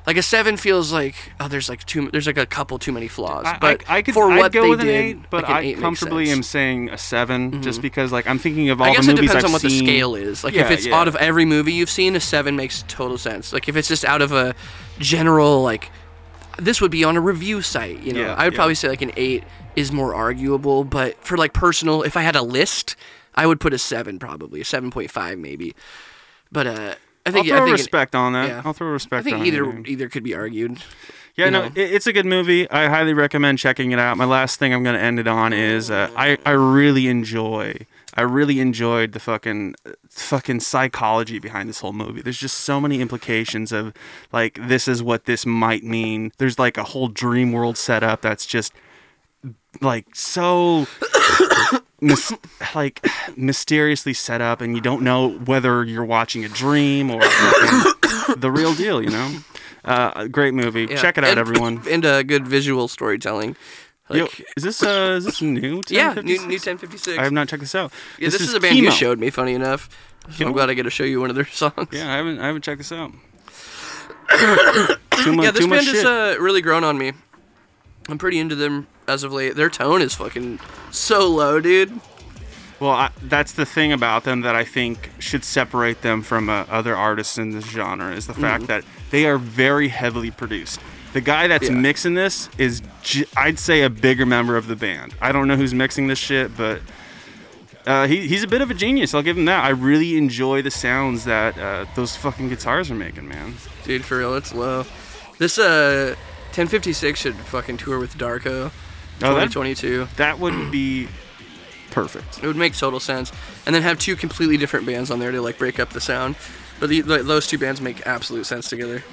Speaker 3: like a seven feels like oh there's like too there's like a couple too many flaws.
Speaker 2: I-
Speaker 3: but
Speaker 2: I, I could
Speaker 3: for
Speaker 2: I'd
Speaker 3: what
Speaker 2: go
Speaker 3: they
Speaker 2: with an
Speaker 3: did,
Speaker 2: eight, but
Speaker 3: like an
Speaker 2: I
Speaker 3: eight makes
Speaker 2: comfortably
Speaker 3: sense. Mm-hmm.
Speaker 2: am saying a 7 just because like I'm thinking of all
Speaker 3: I guess
Speaker 2: the
Speaker 3: it
Speaker 2: movies
Speaker 3: depends
Speaker 2: I've
Speaker 3: on what
Speaker 2: seen.
Speaker 3: the scale is. Like if
Speaker 2: Yeah,
Speaker 3: it's
Speaker 2: yeah.
Speaker 3: out of every movie you've seen, a seven makes total sense. Like if it's just out of a general like this would be on a review site, you know.
Speaker 2: Yeah,
Speaker 3: I would
Speaker 2: yeah.
Speaker 3: probably say like an eight is more arguable, but for like personal, if I had a list, I would put a seven probably, a seven point five maybe. But uh, I
Speaker 2: I'll
Speaker 3: think
Speaker 2: throw
Speaker 3: I think an-
Speaker 2: respect on that.
Speaker 3: yeah.
Speaker 2: I'll throw respect
Speaker 3: I think
Speaker 2: on
Speaker 3: either
Speaker 2: it.
Speaker 3: either could be argued.
Speaker 2: Yeah,
Speaker 3: you
Speaker 2: no,
Speaker 3: know.
Speaker 2: it, it's a good movie. I highly recommend checking it out. My last thing I'm going to end it on is uh, I I really enjoy I really enjoyed the fucking fucking psychology behind this whole movie. There's just so many implications of like this is what this might mean. There's like a whole dream world setup that's just like so mis- like mysteriously set up and you don't know whether you're watching a dream or [COUGHS] fucking the real deal you know uh, great movie
Speaker 3: Yeah.
Speaker 2: check it out
Speaker 3: And- [LAUGHS]
Speaker 2: everyone
Speaker 3: and uh, good visual storytelling. Like,
Speaker 2: Yo, is this uh is this new 10,
Speaker 3: yeah, new, new ten fifty six.
Speaker 2: i have not checked this out
Speaker 3: Yeah, this, is, a band you
Speaker 2: Chemo.
Speaker 3: showed me. Funny enough, so I'm
Speaker 2: Chemo?
Speaker 3: glad I get to show you one of their [LAUGHS] songs.
Speaker 2: yeah i haven't i haven't checked this
Speaker 3: [COUGHS]
Speaker 2: out too much,
Speaker 3: yeah, this
Speaker 2: too much
Speaker 3: band has
Speaker 2: shit.
Speaker 3: uh, really grown on me. I'm pretty into them as of late. Their tone is fucking so low, dude.
Speaker 2: Well, I, that's the thing about them that I think should separate them from uh, other artists in this genre is the fact that they are very heavily produced. The guy that's
Speaker 3: Yeah.
Speaker 2: mixing this is, j- I'd say, a bigger member of the band. I don't know who's mixing this shit, but uh, he, he's a bit of a genius. I'll give him that. I really enjoy the sounds that uh, those fucking guitars are making, man.
Speaker 3: Dude, for real, it's low. This uh, 1056 should fucking tour with Darko.
Speaker 2: Oh, that,
Speaker 3: 2022.
Speaker 2: that would be perfect.
Speaker 3: It would make total sense, and then have two completely different bands on there to like break up the sound. But the, like, those two bands make absolute sense together.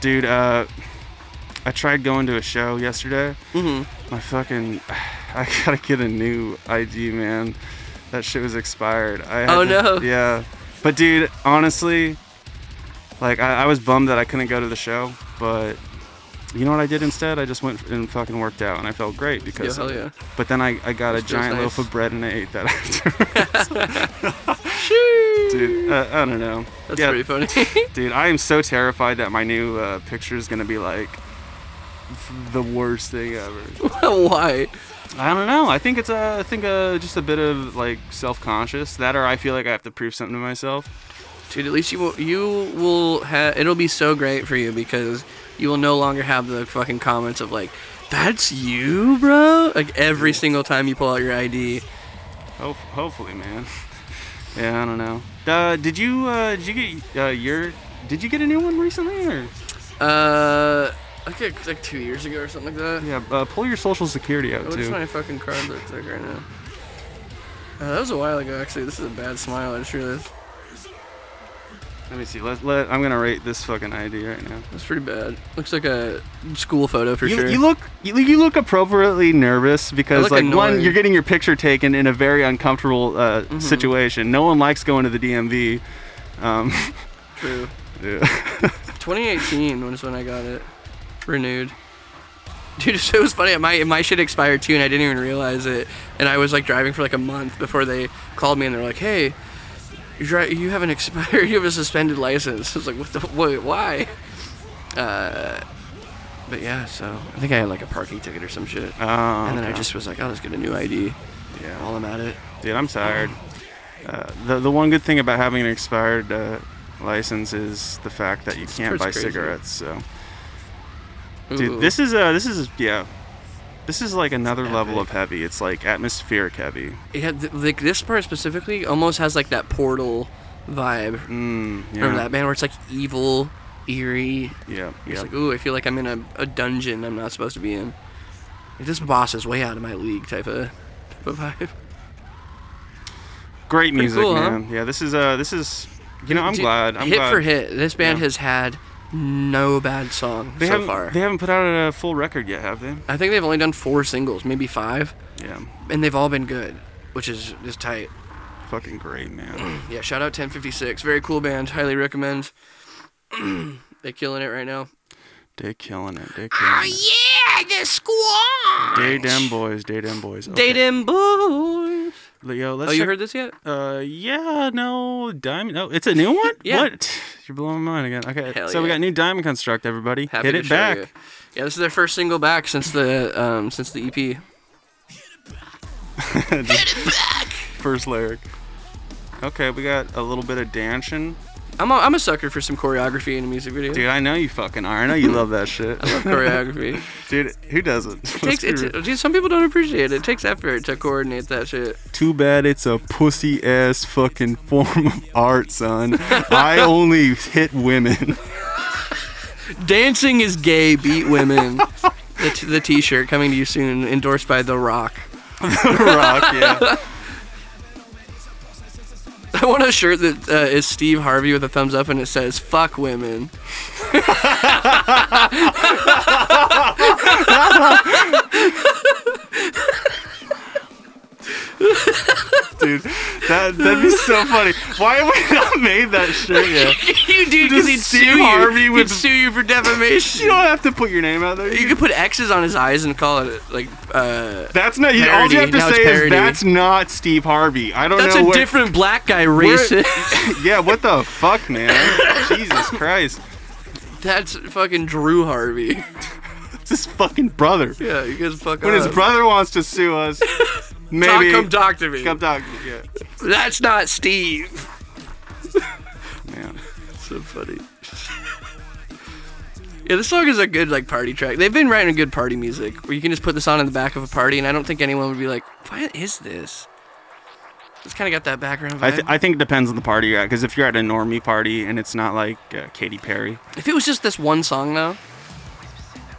Speaker 2: Dude, uh, I tried going to a show yesterday. Mm-hmm. My fucking, [SIGHS] I gotta get a new ID, man. That shit was expired. I had
Speaker 3: Oh,
Speaker 2: to-
Speaker 3: no.
Speaker 2: Yeah, but dude, honestly, like I, I was bummed that I couldn't go to the show, but you know what I did instead? I just went and fucking worked out, and I felt great because.
Speaker 3: Yeah, hell yeah.
Speaker 2: But then I, I got a
Speaker 3: feels
Speaker 2: giant
Speaker 3: nice.
Speaker 2: loaf of bread and I ate that [LAUGHS] after.
Speaker 3: [LAUGHS]
Speaker 2: dude, uh, I don't know.
Speaker 3: That's
Speaker 2: yeah,
Speaker 3: pretty funny. [LAUGHS]
Speaker 2: Dude, I am so terrified that my new uh, picture is gonna be like f- the worst thing ever.
Speaker 3: Why?
Speaker 2: I don't know. I think it's uh, I think uh, just a bit of like self-conscious. That or I feel like I have to prove something to myself.
Speaker 3: Dude, at least you will, you will have. It'll be so great for you because you will no longer have the fucking comments of like, "That's you, bro." Like every single time you pull out your ID.
Speaker 2: Ho- hopefully, man. [LAUGHS] yeah, I don't know. Uh, did you uh, did you get uh, your did you get a new one recently or?
Speaker 3: Uh, like like, like two years ago or something like that.
Speaker 2: Yeah, uh, pull your social security out
Speaker 3: What is
Speaker 2: too.
Speaker 3: Oh, my fucking card looks like right now? Uh, that was a while ago, actually. This is a bad smile. I just realized
Speaker 2: Let me see. Let, let I'm gonna rate this fucking ID right now.
Speaker 3: that's pretty bad. Looks like a school photo for
Speaker 2: you,
Speaker 3: sure.
Speaker 2: you look you, you look appropriately nervous because
Speaker 3: look
Speaker 2: like one
Speaker 3: annoyed. Mm-hmm.
Speaker 2: you're getting your picture taken in a very uncomfortable uh, situation. No one likes going to the DMV. Um,
Speaker 3: True.
Speaker 2: [LAUGHS] yeah.
Speaker 3: 2018 was when I got it renewed. Dude, it was funny. My my shit expired too, and I didn't even realize it. And I was like driving for like a month before they called me, and they're like, "Hey, you dri- you have an expired, [LAUGHS] you have a suspended license." I was like, "What the? Wait, why?" Uh, but yeah, so I think I had like a parking ticket or some shit,
Speaker 2: Oh,
Speaker 3: and then I
Speaker 2: okay.
Speaker 3: just was like, "I'll just get a new ID."
Speaker 2: Yeah.
Speaker 3: while I'm at it.
Speaker 2: dude, I'm tired. Uh, the the one good thing about having an expired uh, license is the fact that you can't
Speaker 3: pretty
Speaker 2: buy
Speaker 3: crazy.
Speaker 2: cigarettes. So, dude,
Speaker 3: Ooh.
Speaker 2: this is uh this is yeah, this is like another level of heavy. It's like atmospheric heavy.
Speaker 3: yeah, th- like this part specifically almost has like that portal vibe.
Speaker 2: Mm, yeah,
Speaker 3: Remember that band where it's like evil, eerie.
Speaker 2: yeah,
Speaker 3: It's
Speaker 2: yeah.
Speaker 3: like, ooh, I feel like I'm in a, a dungeon I'm not supposed to be in. Like, this boss is way out of my league type of, type of vibe.
Speaker 2: Great music,
Speaker 3: cool, huh?
Speaker 2: man. Yeah, this is uh this is. You know, I'm
Speaker 3: Dude,
Speaker 2: glad. I'm
Speaker 3: hit
Speaker 2: glad.
Speaker 3: for hit, this band
Speaker 2: Yeah.
Speaker 3: has had no bad song
Speaker 2: They
Speaker 3: so
Speaker 2: haven't,
Speaker 3: far.
Speaker 2: They haven't put out a full record yet, have they?
Speaker 3: I think they've only done four singles, maybe five,
Speaker 2: Yeah.
Speaker 3: and they've all been good, which is is tight.
Speaker 2: Fucking great,
Speaker 3: [CLEARS THROAT]
Speaker 2: man.
Speaker 3: Yeah, shout out [CLEARS THROAT] 1056, very cool band, highly recommend. they killing it right now.
Speaker 2: They killing it. They killing it.
Speaker 5: Yeah, the squaw.
Speaker 2: Day dem boys. Day dem boys.
Speaker 3: Date
Speaker 2: Okay.
Speaker 3: him, boy.
Speaker 2: Yo, let's
Speaker 3: Oh, you
Speaker 2: check-
Speaker 3: heard this yet?
Speaker 2: Uh, yeah, no, diamond. Oh, it's a new one.
Speaker 3: Yeah.
Speaker 2: What? You're blowing my mind again. Okay,
Speaker 3: Hell
Speaker 2: so we
Speaker 3: yeah.
Speaker 2: got new diamond construct. Everybody,
Speaker 3: Happy
Speaker 2: hit
Speaker 3: to
Speaker 2: it
Speaker 3: show
Speaker 2: back. [LAUGHS]
Speaker 3: you. Yeah, this is their first single back since the um since the EP.
Speaker 2: First lyric. Okay, we got a little bit of dancing.
Speaker 3: I'm a, I'm a sucker for some choreography in a music video.
Speaker 2: Dude, I know you fucking are. I know you love that shit. [LAUGHS]
Speaker 3: [LAUGHS] choreography.
Speaker 2: Dude, who doesn't?
Speaker 3: takes
Speaker 2: Let's be [LAUGHS]
Speaker 3: it's,
Speaker 2: real.
Speaker 3: dude, some people don't appreciate it. It takes effort to coordinate that shit.
Speaker 2: Too bad it's a pussy ass fucking form of art, son. I only hit women. [LAUGHS]
Speaker 3: Dancing is gay.
Speaker 2: [LAUGHS]
Speaker 3: Beat women. the, t- the T-shirt coming to you soon, endorsed by The Rock.
Speaker 2: Rock, yeah.
Speaker 3: I want a shirt that uh, is Steve Harvey with a thumbs up and it says "fuck women." [LAUGHS]
Speaker 2: Dude, that, that'd be so funny. Why have we not made that shit yet?
Speaker 3: you do because
Speaker 2: Just
Speaker 3: he'd
Speaker 2: Steve
Speaker 3: sue
Speaker 2: Harvey
Speaker 3: you.
Speaker 2: with-
Speaker 3: He'd sue you for
Speaker 2: You [LAUGHS]
Speaker 3: defamation.
Speaker 2: don't have to put your name out there.
Speaker 3: you could put X's on his eyes and call it like uh,
Speaker 2: That's not. you- All
Speaker 3: Parody.
Speaker 2: you have to
Speaker 3: Now it's
Speaker 2: say
Speaker 3: parody.
Speaker 2: is that's not Steve Harvey. I don't
Speaker 3: that's
Speaker 2: know
Speaker 3: a
Speaker 2: what.
Speaker 3: different black guy
Speaker 2: we're- [LAUGHS]
Speaker 3: racist.
Speaker 2: yeah, what the fuck, man? Jesus Christ,
Speaker 3: [LAUGHS] That's fucking Drew Harvey. [LAUGHS]
Speaker 2: it's his fucking brother.
Speaker 3: Yeah, you guys fuck
Speaker 2: When
Speaker 3: up.
Speaker 2: his brother wants to sue us,
Speaker 3: Uh. [LAUGHS] Doc,
Speaker 2: maybe
Speaker 3: come talk to me.
Speaker 2: Come talk. Yeah,
Speaker 3: That's not Steve.
Speaker 2: man.
Speaker 3: So funny. [LAUGHS] Yeah, this song is a good like party track. They've been writing good party music where you can just put this on in the back of a party, and I don't think anyone would be like, "What is this?" It's kind of got that background vibe.
Speaker 2: I, th- I think it depends on the party you're at. Because if you're at a normie party and it's not like uh, Katy Perry,
Speaker 3: if it was just this one song though,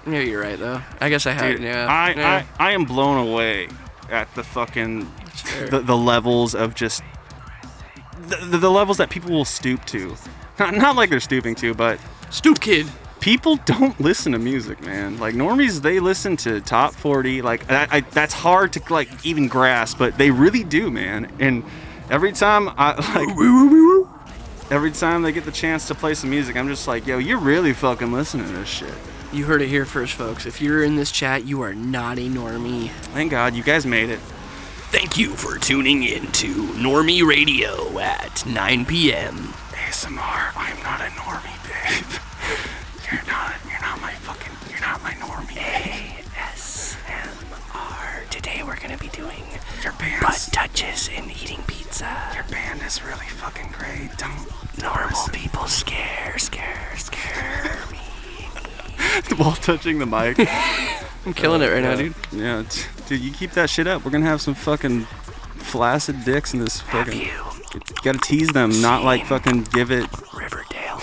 Speaker 3: yeah, you're right though. I guess I have.
Speaker 2: Dude,
Speaker 3: Uh, yeah,
Speaker 2: I,
Speaker 3: yeah.
Speaker 2: I I am blown away at the fucking
Speaker 3: fair.
Speaker 2: the, the levels of just the, the, the levels that people will stoop to. Not not like they're stooping to, but
Speaker 3: Stoop Kid.
Speaker 2: people don't listen to music, man. Like normies, they listen to top forty. Like I, I, that's hard to like even grasp, but they really do, man. And every time I [LAUGHS] like, every time they get the chance to play some music, I'm just like, yo, you're really fucking listening to this shit.
Speaker 3: You heard it here first, folks. If you're in this chat, you are not a normie.
Speaker 2: Thank God you guys made it. [LAUGHS]
Speaker 3: Thank you for tuning in to Normie Radio at 9 p.m.
Speaker 2: ASMR, I'm not a normie, babe. [LAUGHS] You're not. You're not my fucking. You're not my normie.
Speaker 5: ASMR. Today we're gonna be doing
Speaker 2: Your
Speaker 5: butt
Speaker 2: band's
Speaker 5: touches and eating pizza.
Speaker 2: your band is really fucking great. Don't.
Speaker 5: Normal people scare, scare, scare me.
Speaker 2: While touching the mic.
Speaker 3: I'm killing it right now, dude.
Speaker 2: Yeah, t- dude, you keep that shit up. We're gonna have some fucking flaccid dicks in this fucking. You gotta tease them, not like fucking give it.
Speaker 5: Riverdale.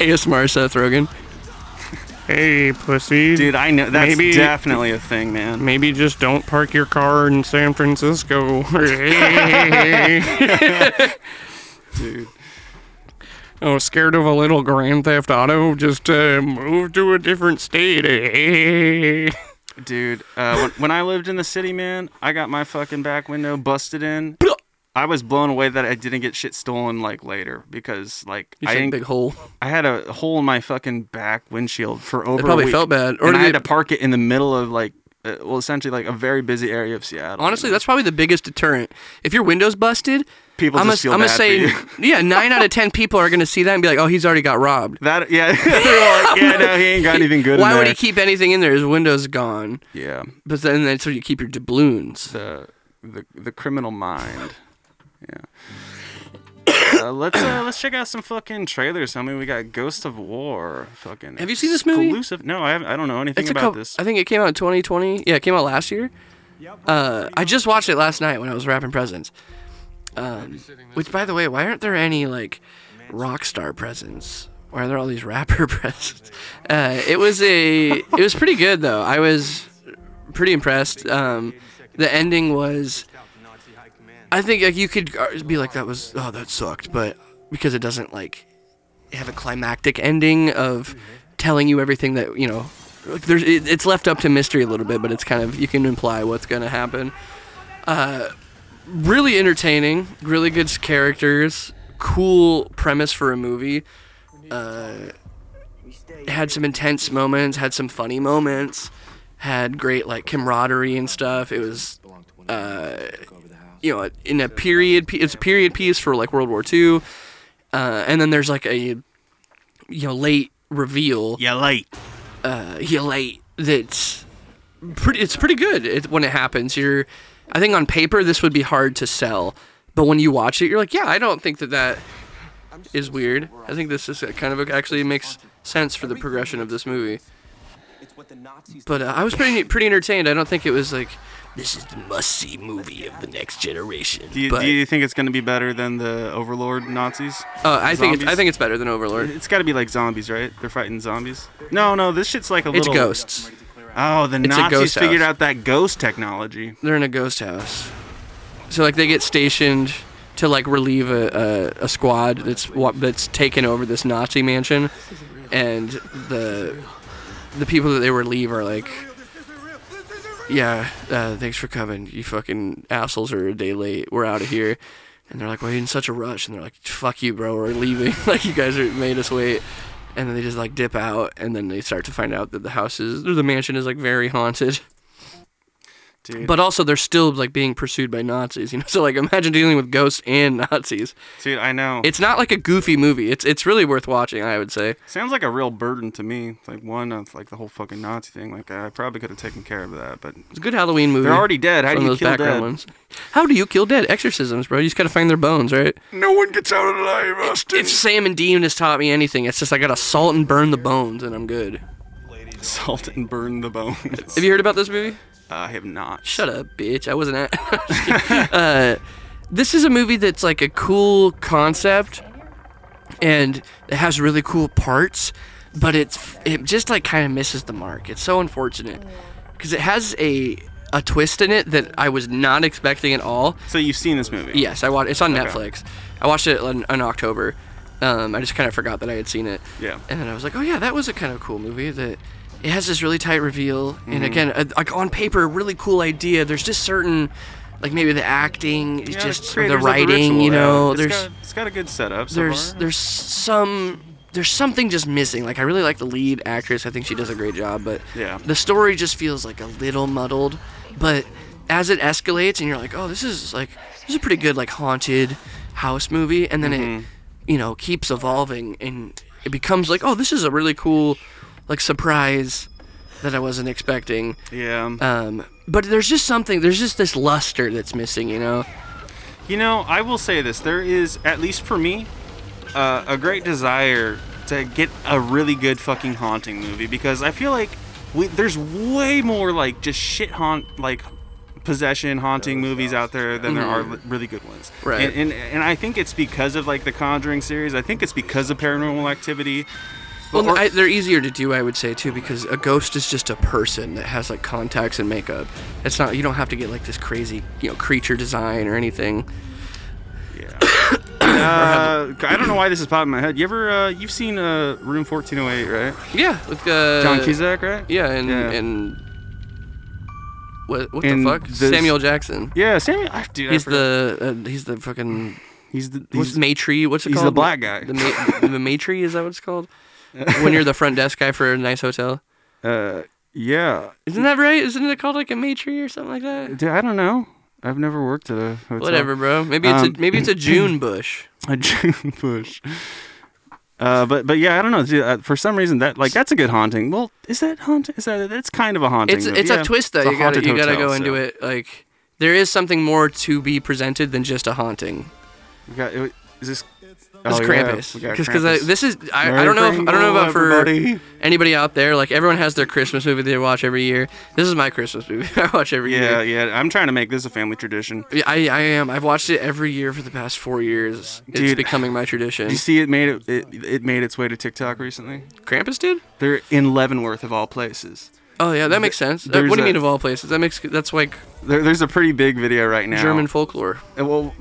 Speaker 3: ASMR Seth Rogen.
Speaker 7: Hey, pussy.
Speaker 2: Dude, I know that's
Speaker 7: Maybe-
Speaker 2: definitely a thing, man.
Speaker 7: Maybe just don't park your car in San Francisco. [LAUGHS]
Speaker 5: [LAUGHS]
Speaker 2: Dude,
Speaker 7: oh, scared of a little Grand Theft Auto? Just uh, move to a different eh? state.
Speaker 2: dude. Uh, when, when I lived in the city, man, I got my fucking back window busted in. I was blown away that I didn't get shit stolen like later because like
Speaker 3: You
Speaker 2: I
Speaker 3: said
Speaker 2: didn't, [LAUGHS]
Speaker 3: big hole.
Speaker 2: I had a hole in my fucking back windshield for over.
Speaker 3: It probably
Speaker 2: a week,
Speaker 3: felt bad. Or
Speaker 2: Or and I
Speaker 3: did
Speaker 2: had
Speaker 3: it-
Speaker 2: to park it in the middle of like, uh, well, essentially like a very busy area of Seattle. you
Speaker 3: Honestly,
Speaker 2: know?
Speaker 3: that's probably the biggest deterrent. If your window's busted,
Speaker 2: People
Speaker 3: I'm
Speaker 2: just feel
Speaker 3: gonna
Speaker 2: bad
Speaker 3: say,
Speaker 2: for
Speaker 3: yeah, nine out of ten people are gonna see that and be like, oh, he's already got robbed.
Speaker 2: That yeah, [LAUGHS] they're like, yeah, no, he ain't got anything good.
Speaker 3: [LAUGHS] Why
Speaker 2: in
Speaker 3: would
Speaker 2: there.
Speaker 3: he keep anything in there? His window's gone.
Speaker 2: Yeah,
Speaker 3: But then that's where you keep your doubloons.
Speaker 2: the the the criminal mind. Yeah. Uh, let's uh, let's check out some fucking trailers. I mean, we got Ghost of War. Fucking.
Speaker 3: Have you seen this movie?
Speaker 2: Exclusive? No, I haven't, I don't know anything about
Speaker 3: couple-
Speaker 2: this.
Speaker 3: I think it came out in 2020. Yeah, it came out last year. Uh, I just watched it last night when I was wrapping presents. Um, which, by the way, why aren't there any like rock star presents? Why are there all these rapper [LAUGHS] presents? Uh, it was a, it was pretty good though. I was pretty impressed. Um, the ending was, I think like you could uh, be like that was oh that sucked, but because it doesn't like have a climactic ending of telling you everything that you know. like, There's, it, it's left up to mystery a little bit, but it's kind of you can imply what's gonna happen. Uh, really entertaining, really good characters, cool premise for a movie. Uh, had some intense moments, had some funny moments, had great like camaraderie and stuff. It was, uh, you know, in a period. pi- It's a period piece for like World War II, uh, and then there's like a, you know, late reveal
Speaker 2: Yeah, late.
Speaker 3: you like that's pretty it's pretty good it, when it happens you're i think on paper this would be hard to sell but when you watch it you're like yeah i don't think that that is weird i think this is a kind of a, actually makes sense for the progression of this movie but uh, i was pretty pretty entertained i don't think it was like
Speaker 5: This is the must-see movie of the next generation.
Speaker 2: Do you,
Speaker 3: But-
Speaker 2: do you think it's going to be better than the Overlord Nazis?
Speaker 3: uh, i think it's, i
Speaker 2: Zombies?
Speaker 3: think it's better than overlord
Speaker 2: It's got to be like zombies, right? They're fighting zombies. No, no, this shit's like a
Speaker 3: it's
Speaker 2: little.
Speaker 3: ghosts
Speaker 2: Oh, the
Speaker 3: It's a
Speaker 2: Nazis
Speaker 3: ghost
Speaker 2: figured
Speaker 3: house.
Speaker 2: out that ghost technology.
Speaker 3: they're in a ghost house so like they get stationed to like relieve a, a, a squad that's wa- that's taken over this Nazi mansion and the the people that they relieve are like yeah uh, thanks for coming you fucking assholes are a day late we're out of here and they're like we're in such a rush and they're like fuck you bro we're leaving [LAUGHS] like you guys are, made us wait and then they just like dip out and then they start to find out that the house is or the mansion is like very haunted
Speaker 2: Dude.
Speaker 3: but also they're still like being pursued by Nazis, you know. [LAUGHS] So like imagine dealing with ghosts and Nazis.
Speaker 2: Dude, I know. It
Speaker 3: It's not like a goofy movie. It's it's really worth watching, I would say.
Speaker 2: sounds like a real burden to me. Like one of like the whole fucking Nazi thing. Like I probably could have taken care of that, but
Speaker 3: It's a good Halloween movie.
Speaker 2: they're already dead. How
Speaker 3: Some
Speaker 2: do
Speaker 3: of
Speaker 2: you
Speaker 3: those
Speaker 2: kill
Speaker 3: background
Speaker 2: dead?
Speaker 3: ones. How do you kill dead? Exorcisms, bro. You just gotta find their bones, right?
Speaker 1: No one gets out alive, Austin.
Speaker 3: If Sam and Dean has taught me anything, it's just I gotta salt and burn the bones and I'm good.
Speaker 2: [LAUGHS] Salt and burn the bones.
Speaker 3: Have you heard about this movie?
Speaker 2: I have not.
Speaker 3: Shut up, bitch. I wasn't at. [LAUGHS] uh, this is a movie that's like a cool concept, and it has really cool parts, but it's it just like kind of misses the mark. It's so unfortunate because it has a a twist in it that I was not expecting at all.
Speaker 2: So you've seen this movie?
Speaker 3: Yes, I watched. It's on Netflix. I watched it in, in October. Um, I just kind of forgot that I had seen it.
Speaker 2: Yeah.
Speaker 3: And then I was like, oh yeah, that was a kind of cool movie. That it has this really tight reveal, and
Speaker 2: Mm-hmm.
Speaker 3: again, uh, like on paper, a really cool idea. There's just certain, like maybe the acting, it's
Speaker 2: Yeah,
Speaker 3: just the,
Speaker 2: creators of
Speaker 3: writing.
Speaker 2: ritual,
Speaker 3: you
Speaker 2: yeah.
Speaker 3: know,
Speaker 2: It's
Speaker 3: there's
Speaker 2: got, it's got a good setup. So
Speaker 3: there's
Speaker 2: far.
Speaker 3: there's some there's something just missing. Like I really like the lead actress. I think she does a great job, but
Speaker 2: Yeah.
Speaker 3: the story just feels like a little muddled. But as it escalates and you're like, "Oh, this is like this is a pretty good like haunted house movie." And then it you know, keeps evolving and it becomes like, "Oh, this is a really cool like surprise that I wasn't expecting."
Speaker 2: yeah.
Speaker 3: Um but there's just something there's just this luster that's missing, you know.
Speaker 2: You know, I will say this: there is, at least for me, uh, a great desire to get a really good fucking haunting movie because I feel like we, there's way more like just shit haunt like possession haunting movies out there than there are li- really good ones.
Speaker 3: Right.
Speaker 2: And, and and I think it's because of like the Conjuring series. I think it's because of Paranormal
Speaker 3: [LAUGHS]
Speaker 2: Activity.
Speaker 3: Well, I, they're easier to do, I would say too, because a ghost is just a person that has like contacts and makeup. It's not you don't have to get like this crazy, you know, creature design or anything.
Speaker 2: Yeah. uh, I don't know why this is popping in my head. You ever uh, you've seen uh, Room 1408, right?
Speaker 3: Yeah, with uh,
Speaker 2: John Cusack, right?
Speaker 3: Yeah, and
Speaker 2: Yeah.
Speaker 3: and what what
Speaker 2: And
Speaker 3: the fuck?
Speaker 2: this-
Speaker 3: Samuel Jackson.
Speaker 2: Yeah, Samuel. I- Dude, I
Speaker 3: He's
Speaker 2: forgot.
Speaker 3: the uh, he's the fucking
Speaker 2: he's the
Speaker 3: what's Maitre? What's it
Speaker 2: he's
Speaker 3: called?
Speaker 2: the black guy.
Speaker 3: The, ma- [LAUGHS] the Maitre is that what it's [LAUGHS] called? when you're the front desk guy for a nice hotel,
Speaker 2: Uh, yeah.
Speaker 3: isn't that right? Isn't it called like a Maitre or something like that?
Speaker 2: Dude, I don't know. I've never worked at a hotel.
Speaker 3: Whatever, bro. Maybe it's
Speaker 2: Um,
Speaker 3: a, maybe it's [CLEARS THROAT] a June bush.
Speaker 2: [LAUGHS] A June bush. Uh, but but yeah, I don't know. Dude, uh, for some reason that like that's a good haunting. Well, is that haunting? Is that that's kind of a haunting?
Speaker 3: It's
Speaker 2: movie.
Speaker 3: it's
Speaker 2: Yeah.
Speaker 3: a twist though.
Speaker 2: It's a
Speaker 3: you gotta
Speaker 2: haunted
Speaker 3: you gotta
Speaker 2: hotel,
Speaker 3: go
Speaker 2: so.
Speaker 3: into it like there is something more to be presented than just a haunting.
Speaker 2: You got- it- Is this? oh,
Speaker 3: It's
Speaker 2: yeah,
Speaker 3: Krampus
Speaker 2: we got
Speaker 3: because because
Speaker 2: Krampus.
Speaker 3: this is I, I
Speaker 2: Merry
Speaker 3: don't know if, I don't know
Speaker 2: Kringle,
Speaker 3: about for
Speaker 2: everybody.
Speaker 3: anybody out there like everyone has their Christmas movie they watch every year. This is my Christmas movie [LAUGHS] I watch every
Speaker 2: Yeah,
Speaker 3: year.
Speaker 2: yeah. I'm trying to make this a family tradition.
Speaker 3: Yeah, I, I am. I've watched it every year for the past four years. it's
Speaker 2: Dude.
Speaker 3: becoming my tradition.
Speaker 2: Did you see it made it, it it made its way to TikTok recently?
Speaker 3: Krampus did?
Speaker 2: They're in Leavenworth of all places.
Speaker 3: Oh yeah, that makes sense. Uh,
Speaker 2: there's
Speaker 3: what do you
Speaker 2: a-
Speaker 3: mean of all places? That makes that's like
Speaker 2: There, there's a pretty big video right now.
Speaker 3: German folklore.
Speaker 2: Uh, well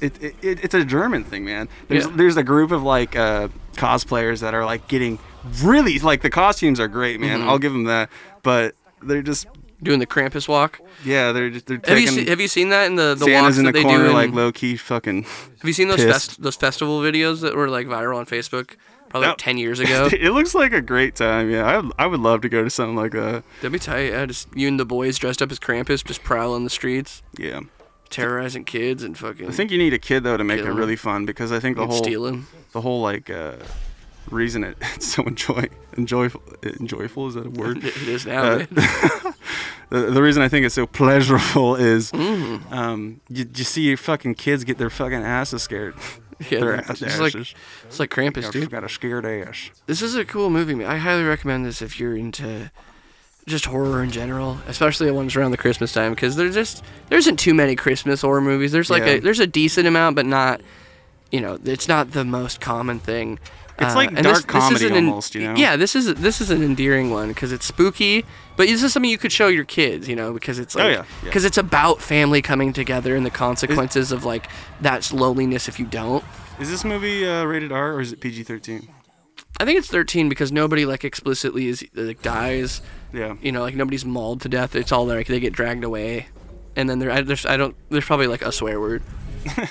Speaker 2: it, it, it, it's a german thing man there's
Speaker 3: Yeah.
Speaker 2: there's a group of like uh, cosplayers that
Speaker 3: Mm-hmm.
Speaker 2: are like getting really like the costumes are great man i'll give them that but they're just
Speaker 3: doing the Krampus walk.
Speaker 2: Yeah, they're just they're
Speaker 3: Have you,
Speaker 2: taking
Speaker 3: se- have you seen that in the the walks
Speaker 2: Santa's in
Speaker 3: that
Speaker 2: the
Speaker 3: they
Speaker 2: corner
Speaker 3: do? in-
Speaker 2: like low key fucking. [LAUGHS]
Speaker 3: have you seen those
Speaker 2: pissed.
Speaker 3: fest- those festival videos that were like viral on Facebook? Probably
Speaker 2: That-
Speaker 3: like ten years
Speaker 2: [LAUGHS]
Speaker 3: ago.
Speaker 2: It looks like a great time. Yeah, I, would- I would love to go to something like that.
Speaker 3: That'd be tight. I just you and the boys dressed up as Krampus, just prowling the streets,
Speaker 2: Yeah,
Speaker 3: terrorizing kids and fucking
Speaker 2: I think you need a kid though to make it
Speaker 3: Kill.
Speaker 2: really fun because I think the whole [LAUGHS]
Speaker 3: stealing.
Speaker 2: the whole like uh, reason it, [LAUGHS] it's so enjoy enjoyful enjoyful is that a word?
Speaker 3: [LAUGHS] It it is now.
Speaker 2: Uh,
Speaker 3: right?
Speaker 2: the, the reason I think it's so pleasurable [LAUGHS] is
Speaker 3: Mm.
Speaker 2: um, you, you see your fucking kids get their fucking asses
Speaker 3: [LAUGHS]
Speaker 2: scared.
Speaker 3: [LAUGHS] Yeah,
Speaker 2: their
Speaker 3: it's
Speaker 2: ass
Speaker 3: just like
Speaker 2: asses.
Speaker 3: it's like Krampus,
Speaker 2: They've
Speaker 3: dude.
Speaker 2: got a scared ass.
Speaker 3: This is a cool movie. man. I highly recommend this if you're into just horror in general, especially the ones around the Christmas time, because there's just there isn't too many Christmas horror movies. There's like
Speaker 2: Yeah.
Speaker 3: a there's a decent amount, but not you know it's not the most common thing. Uh,
Speaker 2: It's like
Speaker 3: and
Speaker 2: dark
Speaker 3: is
Speaker 2: comedy
Speaker 3: an en-
Speaker 2: almost, you know?
Speaker 3: Yeah, this is this is an endearing one because it's spooky, but this is something you could show your kids, you know, because it's like
Speaker 2: Oh, yeah, yeah.
Speaker 3: because it's about family coming together and the consequences of like that's loneliness if you don't.
Speaker 2: Is this movie uh, rated R or is it PG thirteen?
Speaker 3: I think it's 13 because nobody like explicitly is like dies.
Speaker 2: Yeah.
Speaker 3: You know, like nobody's mauled to death. It's all like they get dragged away, and then there, I, there's I don't there's probably like a swear
Speaker 2: [LAUGHS]
Speaker 3: word.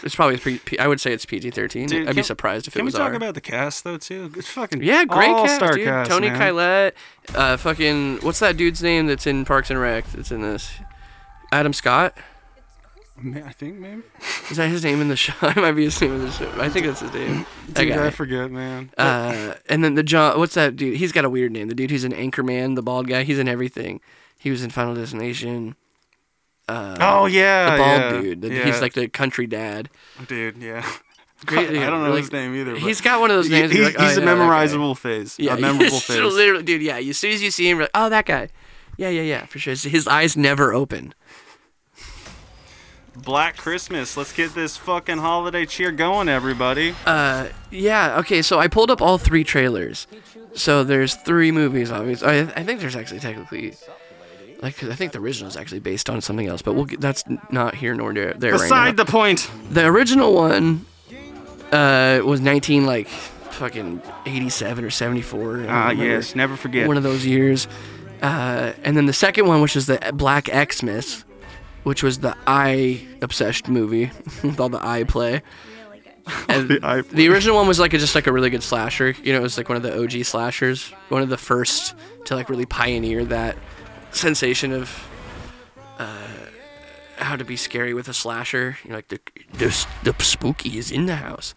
Speaker 3: it's probably pre, P- I would say it's PG-13.
Speaker 2: Dude,
Speaker 3: I'd
Speaker 2: can-
Speaker 3: be surprised if
Speaker 2: Can
Speaker 3: it
Speaker 2: we
Speaker 3: was
Speaker 2: talk
Speaker 3: R.
Speaker 2: about the cast though too? It's fucking
Speaker 3: yeah, great cast,
Speaker 2: all-star
Speaker 3: dude.
Speaker 2: cast,
Speaker 3: Tony
Speaker 2: man.
Speaker 3: Collette, uh, fucking what's that dude's name that's in Parks and Rec? That's in this. Adam Scott
Speaker 2: Man, I think maybe.
Speaker 3: is that his name in the show? [LAUGHS] it might be his name in the show. I think that's his name. That
Speaker 2: Dude,
Speaker 3: guy.
Speaker 2: I forget, man.
Speaker 3: Uh, and then the John, what's that dude? He's got a weird name. The dude who's an anchorman, the bald guy. He's in everything. He was in Final Destination.
Speaker 2: oh
Speaker 3: Uh, The
Speaker 2: yeah,
Speaker 3: bald
Speaker 2: yeah,
Speaker 3: dude. The-
Speaker 2: yeah.
Speaker 3: He's like the country dad.
Speaker 2: dude. Yeah,
Speaker 3: Great-
Speaker 2: I don't know
Speaker 3: really-
Speaker 2: his name either. but-
Speaker 3: He's got one of [LAUGHS] those
Speaker 2: He-
Speaker 3: names.
Speaker 2: he's
Speaker 3: you're like, oh,
Speaker 2: he's
Speaker 3: yeah,
Speaker 2: a
Speaker 3: that guy.
Speaker 2: memorizable phase.
Speaker 3: Yeah, [LAUGHS]
Speaker 2: a memorable
Speaker 3: it's
Speaker 2: phase.
Speaker 3: literally- dude. Yeah, as soon as you see him, you're like, oh, that guy. Yeah, yeah, yeah, for sure. His- His eyes never open.
Speaker 2: Black Christmas. Let's get this fucking holiday cheer going, everybody.
Speaker 3: Uh, yeah. Okay, so I pulled up all three trailers. So there's three movies, obviously. I, I think there's actually technically, like, 'cause I think the original is actually based on something else, but we'll get, that's n- not here nor there. there right now.
Speaker 2: Beside the point.
Speaker 3: the original one uh, was 19 like fucking 87 or 74 I don't
Speaker 2: Ah,
Speaker 3: remember.
Speaker 2: yes. Never forget.
Speaker 3: one of those years uh, and then the second one which is the black xmas which was the eye obsessed movie [LAUGHS] with all the eye play
Speaker 2: [LAUGHS]
Speaker 3: and the,
Speaker 2: eye
Speaker 3: original one was like a, just like a really good slasher you know it was like one of the og slashers one of the first to like really pioneer that sensation of how to be scary with a slasher. You're like the the, the spooky is in the house.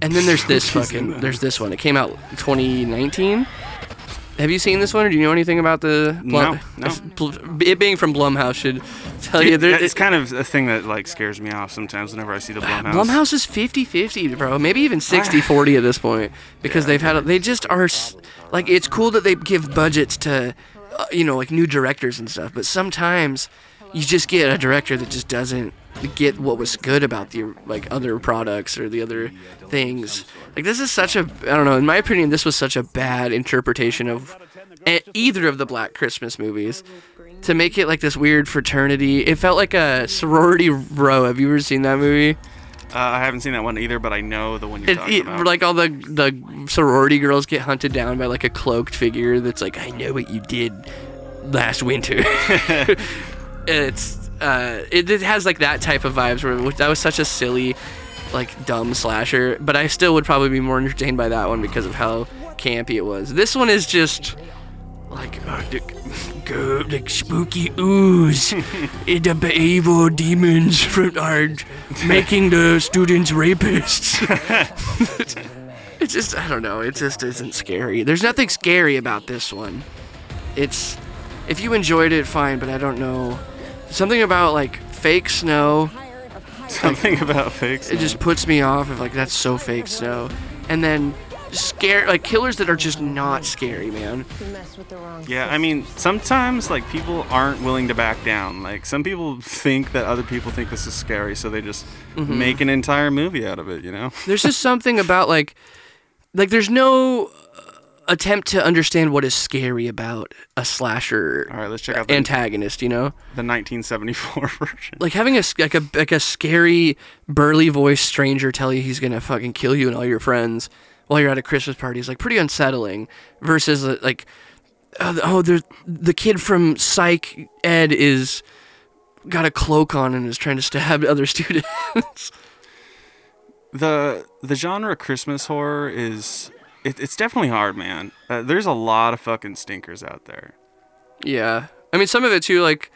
Speaker 3: And then there's
Speaker 2: [LAUGHS]
Speaker 3: this fucking there's this one. It came out 2019. Have you seen this one, or do you know anything about the? Blum-
Speaker 2: No, no.
Speaker 3: Bl- It being from Blumhouse should tell you.
Speaker 2: Dude,
Speaker 3: There,
Speaker 2: that- it's
Speaker 3: it,
Speaker 2: kind of a thing that like scares me off sometimes whenever I see the Blumhouse.
Speaker 3: Blumhouse is 50-50, bro. Maybe even 60-40 at this point because they've had a, they just are s- like it's cool that they give budgets to uh, you know like new directors and stuff, but sometimes you just get a director that just doesn't get what was good about the like other products or the other things. Like this is such a I don't know, in my opinion this was such a bad interpretation of e- either of the Black Christmas movies to make it like this weird fraternity. It felt like a sorority row. Have you ever seen that movie?
Speaker 2: Uh, I haven't seen that one either, but I know the one you're
Speaker 3: It,
Speaker 2: talking
Speaker 3: it,
Speaker 2: about.
Speaker 3: like all the the sorority girls get hunted down by like a cloaked figure that's like, I know what you did
Speaker 2: [LAUGHS]
Speaker 3: last winter. [LAUGHS] it's uh, it, it has like that type of vibes where which- that was such a silly, like dumb slasher. But I still would probably be more entertained by that one because of how campy it was. This one is just like uh, the, [LAUGHS] go, like spooky
Speaker 2: [LAUGHS]
Speaker 3: ooze, Eh, the b- evil demons from are making the students rapists. it's just I don't know. It just isn't scary. There's nothing scary about this one. It's if you enjoyed it, fine. But I don't know something about like fake snow.
Speaker 2: [LAUGHS] something about fakes.
Speaker 3: It just puts me off of like that's so fake snow, and then scare like killers that are just not scary, man.
Speaker 6: You messed with the wrong
Speaker 2: Yeah, I mean, sometimes like people aren't willing to back down. Like some people think that other people think this is scary, so they just
Speaker 3: Mm-hmm.
Speaker 2: make an entire movie out of it. You know? [LAUGHS]
Speaker 3: there's just something about like like there's no uh, attempt to understand what is scary about a slasher
Speaker 2: All right, let's check out the,
Speaker 3: antagonist you know
Speaker 2: the 1974 [LAUGHS] version.
Speaker 3: like having a s- like a like a scary burly voiced stranger tell you he's gonna fucking kill you and all your friends while you're at a christmas party is like pretty unsettling versus uh, like uh, the- oh, there's the kid from Psych Ed is got a cloak on and is trying to stab [LAUGHS] other students.
Speaker 2: the the genre of Christmas horror is it, it's definitely hard, man. Uh, there's a lot of fucking stinkers out there.
Speaker 3: yeah, I mean some of it too. Like,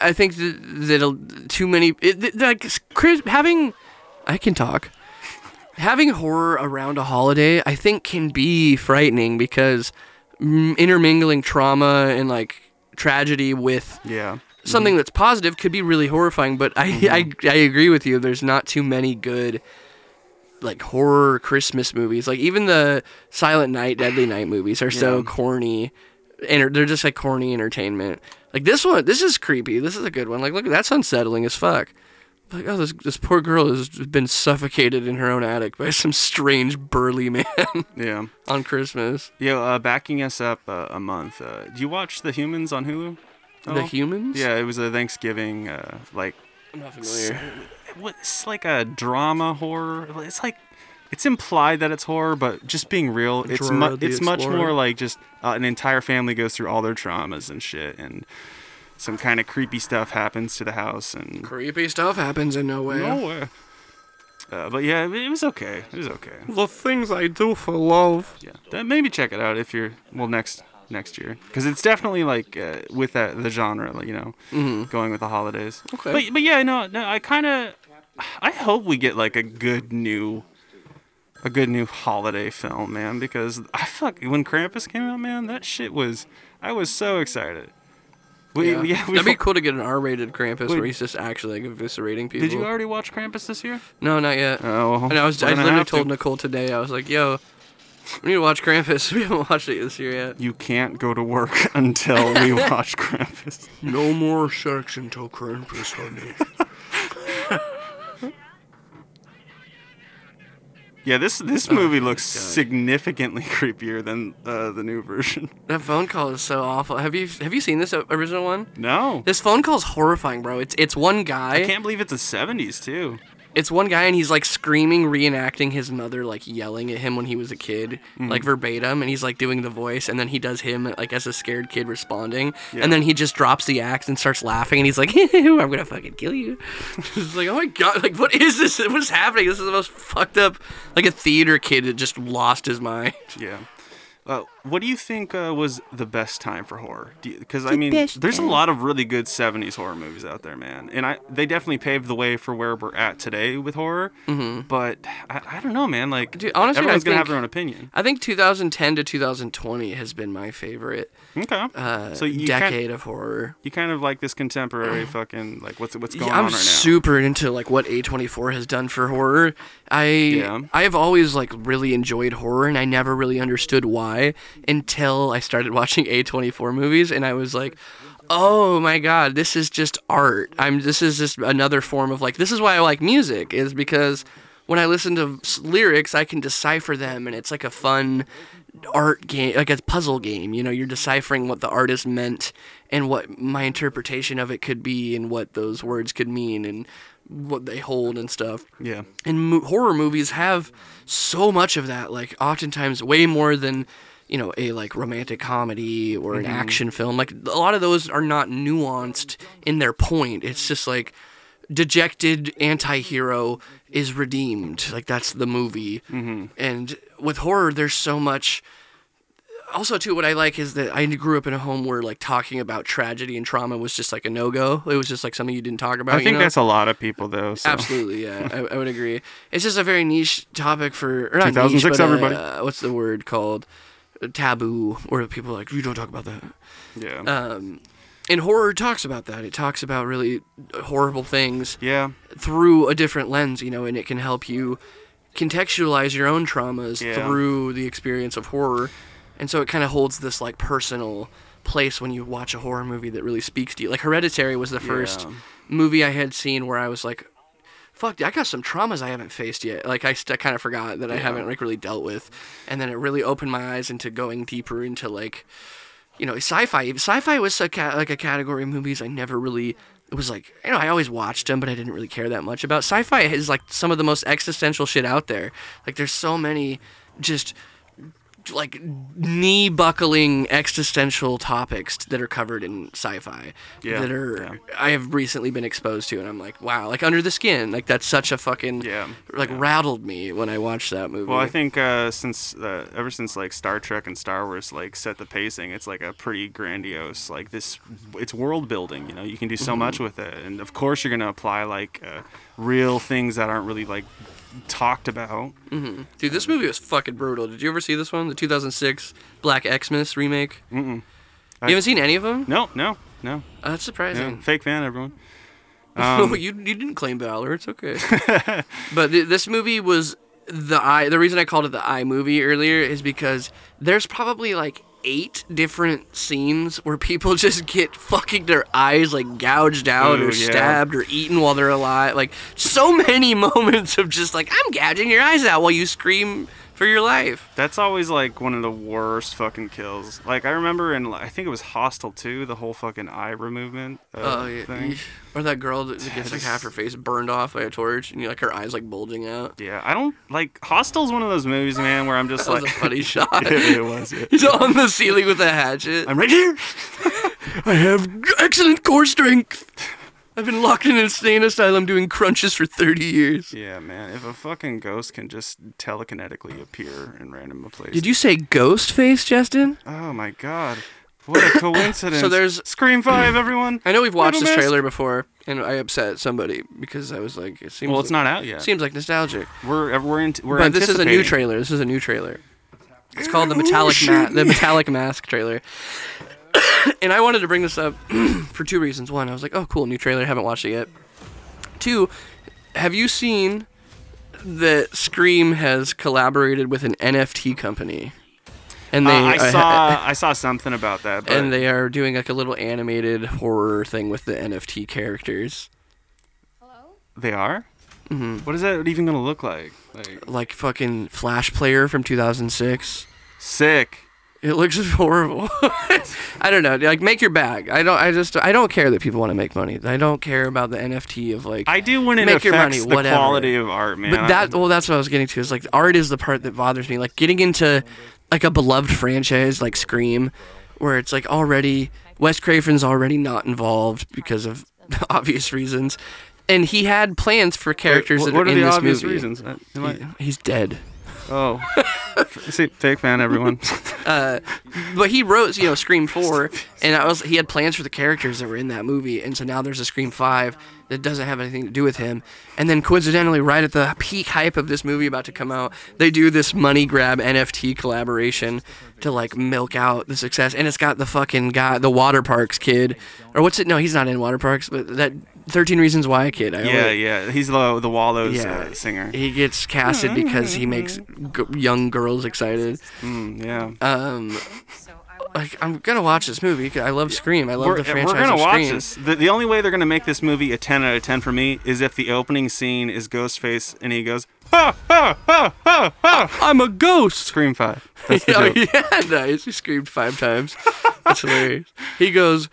Speaker 3: I think that, that too many it, th- like s- Chris, having I can talk. Having horror around a holiday, I think, can be frightening because mm, intermingling trauma and like tragedy with
Speaker 2: Yeah.
Speaker 3: something that's positive could be really horrifying. But I, I I agree with you. There's not too many good like horror Christmas movies. Like even the Silent Night, Deadly Night movies are so corny. Enter- they're just like corny entertainment. Like this one, this is creepy. This is a good one. Like look, that's unsettling as fuck. Like oh, this this poor girl has been suffocated in her own attic by [LAUGHS] some strange burly man [LAUGHS]
Speaker 2: Yeah.
Speaker 3: on Christmas.
Speaker 2: Yo, uh, backing us up uh, a month. Uh, do you watch The Humans on Hulu? at
Speaker 3: The
Speaker 2: all?
Speaker 3: humans.
Speaker 2: Oh, Yeah, it was a Thanksgiving uh, like
Speaker 3: I'm not familiar.
Speaker 2: what it's like a drama horror. It's like it's implied that it's horror, but just being real, it's
Speaker 3: Dora
Speaker 2: mu-
Speaker 3: the
Speaker 2: it's much
Speaker 3: Explorer.
Speaker 2: more like just uh, an entire family goes through all their traumas and shit, and some kind of creepy stuff happens to the house and.
Speaker 3: Creepy stuff happens in no way.
Speaker 5: Oh,
Speaker 2: No, uh, uh, but yeah, it- it was okay. It was okay.
Speaker 7: The things I do for love.
Speaker 2: Yeah, Then maybe check it out if you're well next next year because it's definitely like uh, with that the genre, like you know, going with the holidays.
Speaker 3: Mm-hmm. Okay.
Speaker 2: But but yeah, no, no, I kind of I hope we get like a good new a good new holiday film, man, because I fuck when Krampus came out, man, that shit was I was so excited. We, yeah. we,
Speaker 3: That'd be cool to get an R-rated
Speaker 2: Wait.
Speaker 3: Krampus where he's just actually like eviscerating people.
Speaker 2: Did you already watch Krampus this year?
Speaker 3: No, not yet.
Speaker 2: Oh,
Speaker 3: and I was
Speaker 2: we're
Speaker 3: I
Speaker 2: gonna
Speaker 3: literally
Speaker 2: have to.
Speaker 3: told Nicole today. I was like, "Yo, we need to watch Krampus. [LAUGHS] We haven't watched it this year yet."
Speaker 2: You can't go to work [LAUGHS] until
Speaker 3: [LAUGHS]
Speaker 2: we watch Krampus.
Speaker 7: No more sex until Krampus, honey.
Speaker 2: Yeah, this this movie looks significantly [LAUGHS] creepier than uh, the new version.
Speaker 3: That phone call is so awful. Have you have you seen this o- original one?
Speaker 2: No,
Speaker 3: This phone call is horrifying, bro. It's it's one
Speaker 2: I
Speaker 3: guy.
Speaker 2: can't believe it's the '70s too.
Speaker 3: It's one guy, and he's like screaming, reenacting his mother, like yelling at him when he was a kid,
Speaker 2: Mm-hmm.
Speaker 3: like verbatim. And he's like doing the voice, and then he does him like as a scared kid responding. And then he just drops the axe and starts laughing, and he's like, [LAUGHS] "I'm gonna fucking kill you." [LAUGHS] It's like, oh my god, like what is this? What is happening? This is the most fucked up, like a theater kid that just lost his mind. [LAUGHS]
Speaker 2: Yeah. Uh, what do you think uh, was the best time for horror? Because I mean, there's a lot of really good '70s horror movies out there, man, and I they definitely paved the way for where we're at today with horror. Mm-hmm. But I, I don't know, man. Like,
Speaker 3: Dude, honestly, I
Speaker 2: everyone's gonna have
Speaker 3: think-
Speaker 2: their own opinion.
Speaker 3: I think 2010 to 2020 has been my favorite
Speaker 2: Okay.
Speaker 3: uh,
Speaker 2: so you
Speaker 3: decade
Speaker 2: Kind,
Speaker 3: of horror.
Speaker 2: you kind of like this contemporary fucking like what's what's going
Speaker 3: Yeah, I'm
Speaker 2: on right now?
Speaker 3: super into like what A24 has done for horror. I
Speaker 2: Yeah.
Speaker 3: I have always like really enjoyed horror and I never really understood why until I started [LAUGHS] watching A24 movies and I was like, "Oh my god, this is just art. I'm this is just another form of like this is why I like music is because when I listen to s- lyrics, I can decipher them and it's like a fun art game, like a puzzle game. You know, you're deciphering what the artist meant and what my interpretation of it could be and what those words could mean and what they hold and stuff.
Speaker 2: yeah.
Speaker 3: And mo- horror movies have so much of that, like oftentimes way more than you know a like romantic comedy or
Speaker 2: Mm-hmm.
Speaker 3: an action film. Like a lot of those are not nuanced in their point. It's just like dejected anti-hero is redeemed like that's the movie
Speaker 2: Mm-hmm.
Speaker 3: and with horror there's so much also too what i like is that i grew up in a home where like talking about tragedy and trauma was just like a no-go it was just like something you didn't talk about
Speaker 2: I
Speaker 3: you
Speaker 2: think
Speaker 3: know?
Speaker 2: that's a lot of people though. So.
Speaker 3: Absolutely, yeah, I, I would agree. It's just a very niche topic for or not niche,
Speaker 2: 2006
Speaker 3: but, uh,
Speaker 2: everybody.
Speaker 3: what's the word called? Uh, Taboo, or people are like you don't talk about that.
Speaker 2: Yeah.
Speaker 3: Um, and horror talks about that. It talks about really horrible things
Speaker 2: yeah.
Speaker 3: through a different lens, you know, and it can help you contextualize your own traumas
Speaker 2: Yeah.
Speaker 3: through the experience of horror. And so it kind of holds this like personal place when you watch a horror movie that really speaks to you. Like Hereditary was the first
Speaker 2: Yeah.
Speaker 3: movie I had seen where I was like, fuck, I got some traumas I haven't faced yet. Like I st- kind of forgot that I haven't like really dealt with. And then it really opened my eyes into going deeper into like you know, sci-fi. Sci-fi was a ca- like a category of movies I never really. It was like you know I always watched them, but I didn't really care that much about. Sci-fi is like some of the most existential shit out there. Like there's so many just like knee buckling existential topics that are covered in sci-fi
Speaker 2: Yeah,
Speaker 3: that are I have recently been exposed to, and I'm like, wow, like Under the Skin, like that's such a fucking
Speaker 2: Yeah,
Speaker 3: like rattled me when I watched that movie.
Speaker 2: Well, I think uh, since uh, ever since like Star Trek and Star Wars like set the pacing, it's like a pretty grandiose like this.
Speaker 3: Mm-hmm.
Speaker 2: It's world building, you know. You can do so much with it, and of course you're gonna apply like uh, real things that aren't really like talked about.
Speaker 3: Dude, this movie was fucking brutal. Did you ever see this one? The 2006 Black Xmas remake? Mm-mm. You haven't seen any of them?
Speaker 2: No, no, no.
Speaker 3: Oh, that's
Speaker 2: no.
Speaker 3: surprising.
Speaker 2: Fake fan, everyone. um,
Speaker 3: [LAUGHS] you, you didn't claim Valor.
Speaker 2: [LAUGHS]
Speaker 3: It's okay. but th- this movie was the I. The reason I called it the I movie earlier is because there's probably like eight different scenes where people [LAUGHS] just get fucking their eyes like gouged out
Speaker 2: Ooh,
Speaker 3: or
Speaker 2: yeah.
Speaker 3: stabbed or eaten while they're alive. Like so [LAUGHS] many moments of just like I'm gouging your eyes out while you scream for your life.
Speaker 2: That's always like one of the worst fucking kills. Like I remember in I think it was Hostile 2, the whole fucking eye removement uh,
Speaker 3: Oh yeah,
Speaker 2: thing.
Speaker 3: or that girl that that gets like half her face burned off by a torch, and you like her eyes like bulging out.
Speaker 2: Yeah, I don't like Hostile's one of those movies, man, where I'm just
Speaker 3: That was
Speaker 2: like
Speaker 3: a [LAUGHS] funny shot.
Speaker 2: [LAUGHS] it
Speaker 3: [LAUGHS]
Speaker 2: was. yeah.
Speaker 3: He's on the ceiling with a hatchet.
Speaker 2: I'm right here.
Speaker 3: I have excellent core strength. I've been locked in an insane asylum doing crunches for 30 years.
Speaker 2: Yeah, man. If a fucking ghost can just telekinetically appear in random places.
Speaker 3: Did you say ghost face, Justin?
Speaker 2: Oh my god. What a coincidence.
Speaker 3: [COUGHS] So there's-
Speaker 2: Scream 5, everyone.
Speaker 3: I know we've watched this
Speaker 2: Riddle
Speaker 3: trailer before, and I upset somebody because I was like, it seems
Speaker 2: Well, it's
Speaker 3: like-
Speaker 2: not out yet.
Speaker 3: Seems like nostalgic,
Speaker 2: We're uh, we're in, we're
Speaker 3: but this is a new
Speaker 2: anticipating.
Speaker 3: trailer. This is a new trailer. It's called the metallic Ma- the metallic mask trailer. [COUGHS] and I wanted to bring this up [COUGHS] for two reasons. One, I was like, oh, cool, new trailer. Haven't watched it yet. Two, have you seen that Scream has collaborated with an NFT company? And they
Speaker 2: Uh, I
Speaker 3: uh, [LAUGHS]
Speaker 2: saw I saw something about that, but
Speaker 3: and they are doing like a little animated horror thing with the NFT characters.
Speaker 2: they are. Mm-hmm. is that even gonna look like? Like
Speaker 3: Like fucking Flash Player from 2006.
Speaker 2: sick.
Speaker 3: It looks [LAUGHS] horrible. I don't know. Like, make your bag. I don't. I just. I don't care that people want to make money. I don't care about the NFT of like.
Speaker 2: I do when it
Speaker 3: Make your
Speaker 2: affects
Speaker 3: money,
Speaker 2: the
Speaker 3: whatever.
Speaker 2: quality of art, man.
Speaker 3: But that. Well, that's what I was getting to. Is like art is the part that bothers me. Like getting into like a beloved franchise like Scream, where it's like already Wes Craven's already not involved because of [LAUGHS] obvious reasons, and he had plans for characters
Speaker 2: what,
Speaker 3: that
Speaker 2: what
Speaker 3: are,
Speaker 2: are
Speaker 3: in
Speaker 2: the
Speaker 3: this
Speaker 2: obvious
Speaker 3: movie.
Speaker 2: reasons? I- am I-
Speaker 3: He's dead. [LAUGHS]
Speaker 2: oh, see, fake fan, everyone.
Speaker 3: but he wrote, you know, Scream Four, and I was he had plans for the characters that were in that movie, and so now there's a Scream Five that doesn't have anything to do with him. And then coincidentally, right at the peak hype of this movie about to come out, they do this money grab NFT collaboration to like milk out the success, and it's got the fucking guy, the water parks kid, or what's it? No, he's not in water parks, but that Thirteen Reasons Why kid. I
Speaker 2: yeah,
Speaker 3: always-
Speaker 2: yeah. He's the the Wallows
Speaker 3: Yeah.
Speaker 2: uh, singer.
Speaker 3: He gets casted because he makes g- young girls excited.
Speaker 2: Mm, yeah.
Speaker 3: Um, like I'm gonna watch this movie. 'cause I love Scream. I love
Speaker 2: we're,
Speaker 3: the
Speaker 2: we're
Speaker 3: franchise
Speaker 2: gonna
Speaker 3: of
Speaker 2: watch
Speaker 3: Scream.
Speaker 2: this. The, the only way they're gonna make this movie a ten out of ten for me is if the opening scene is Ghostface and he goes, "Ha ha ha ha ha!"
Speaker 3: I'm a ghost.
Speaker 2: Scream five. That's the
Speaker 3: [LAUGHS] Oh
Speaker 2: joke.
Speaker 3: [LAUGHS] yeah, nice. He screamed five times. That's hilarious. He goes,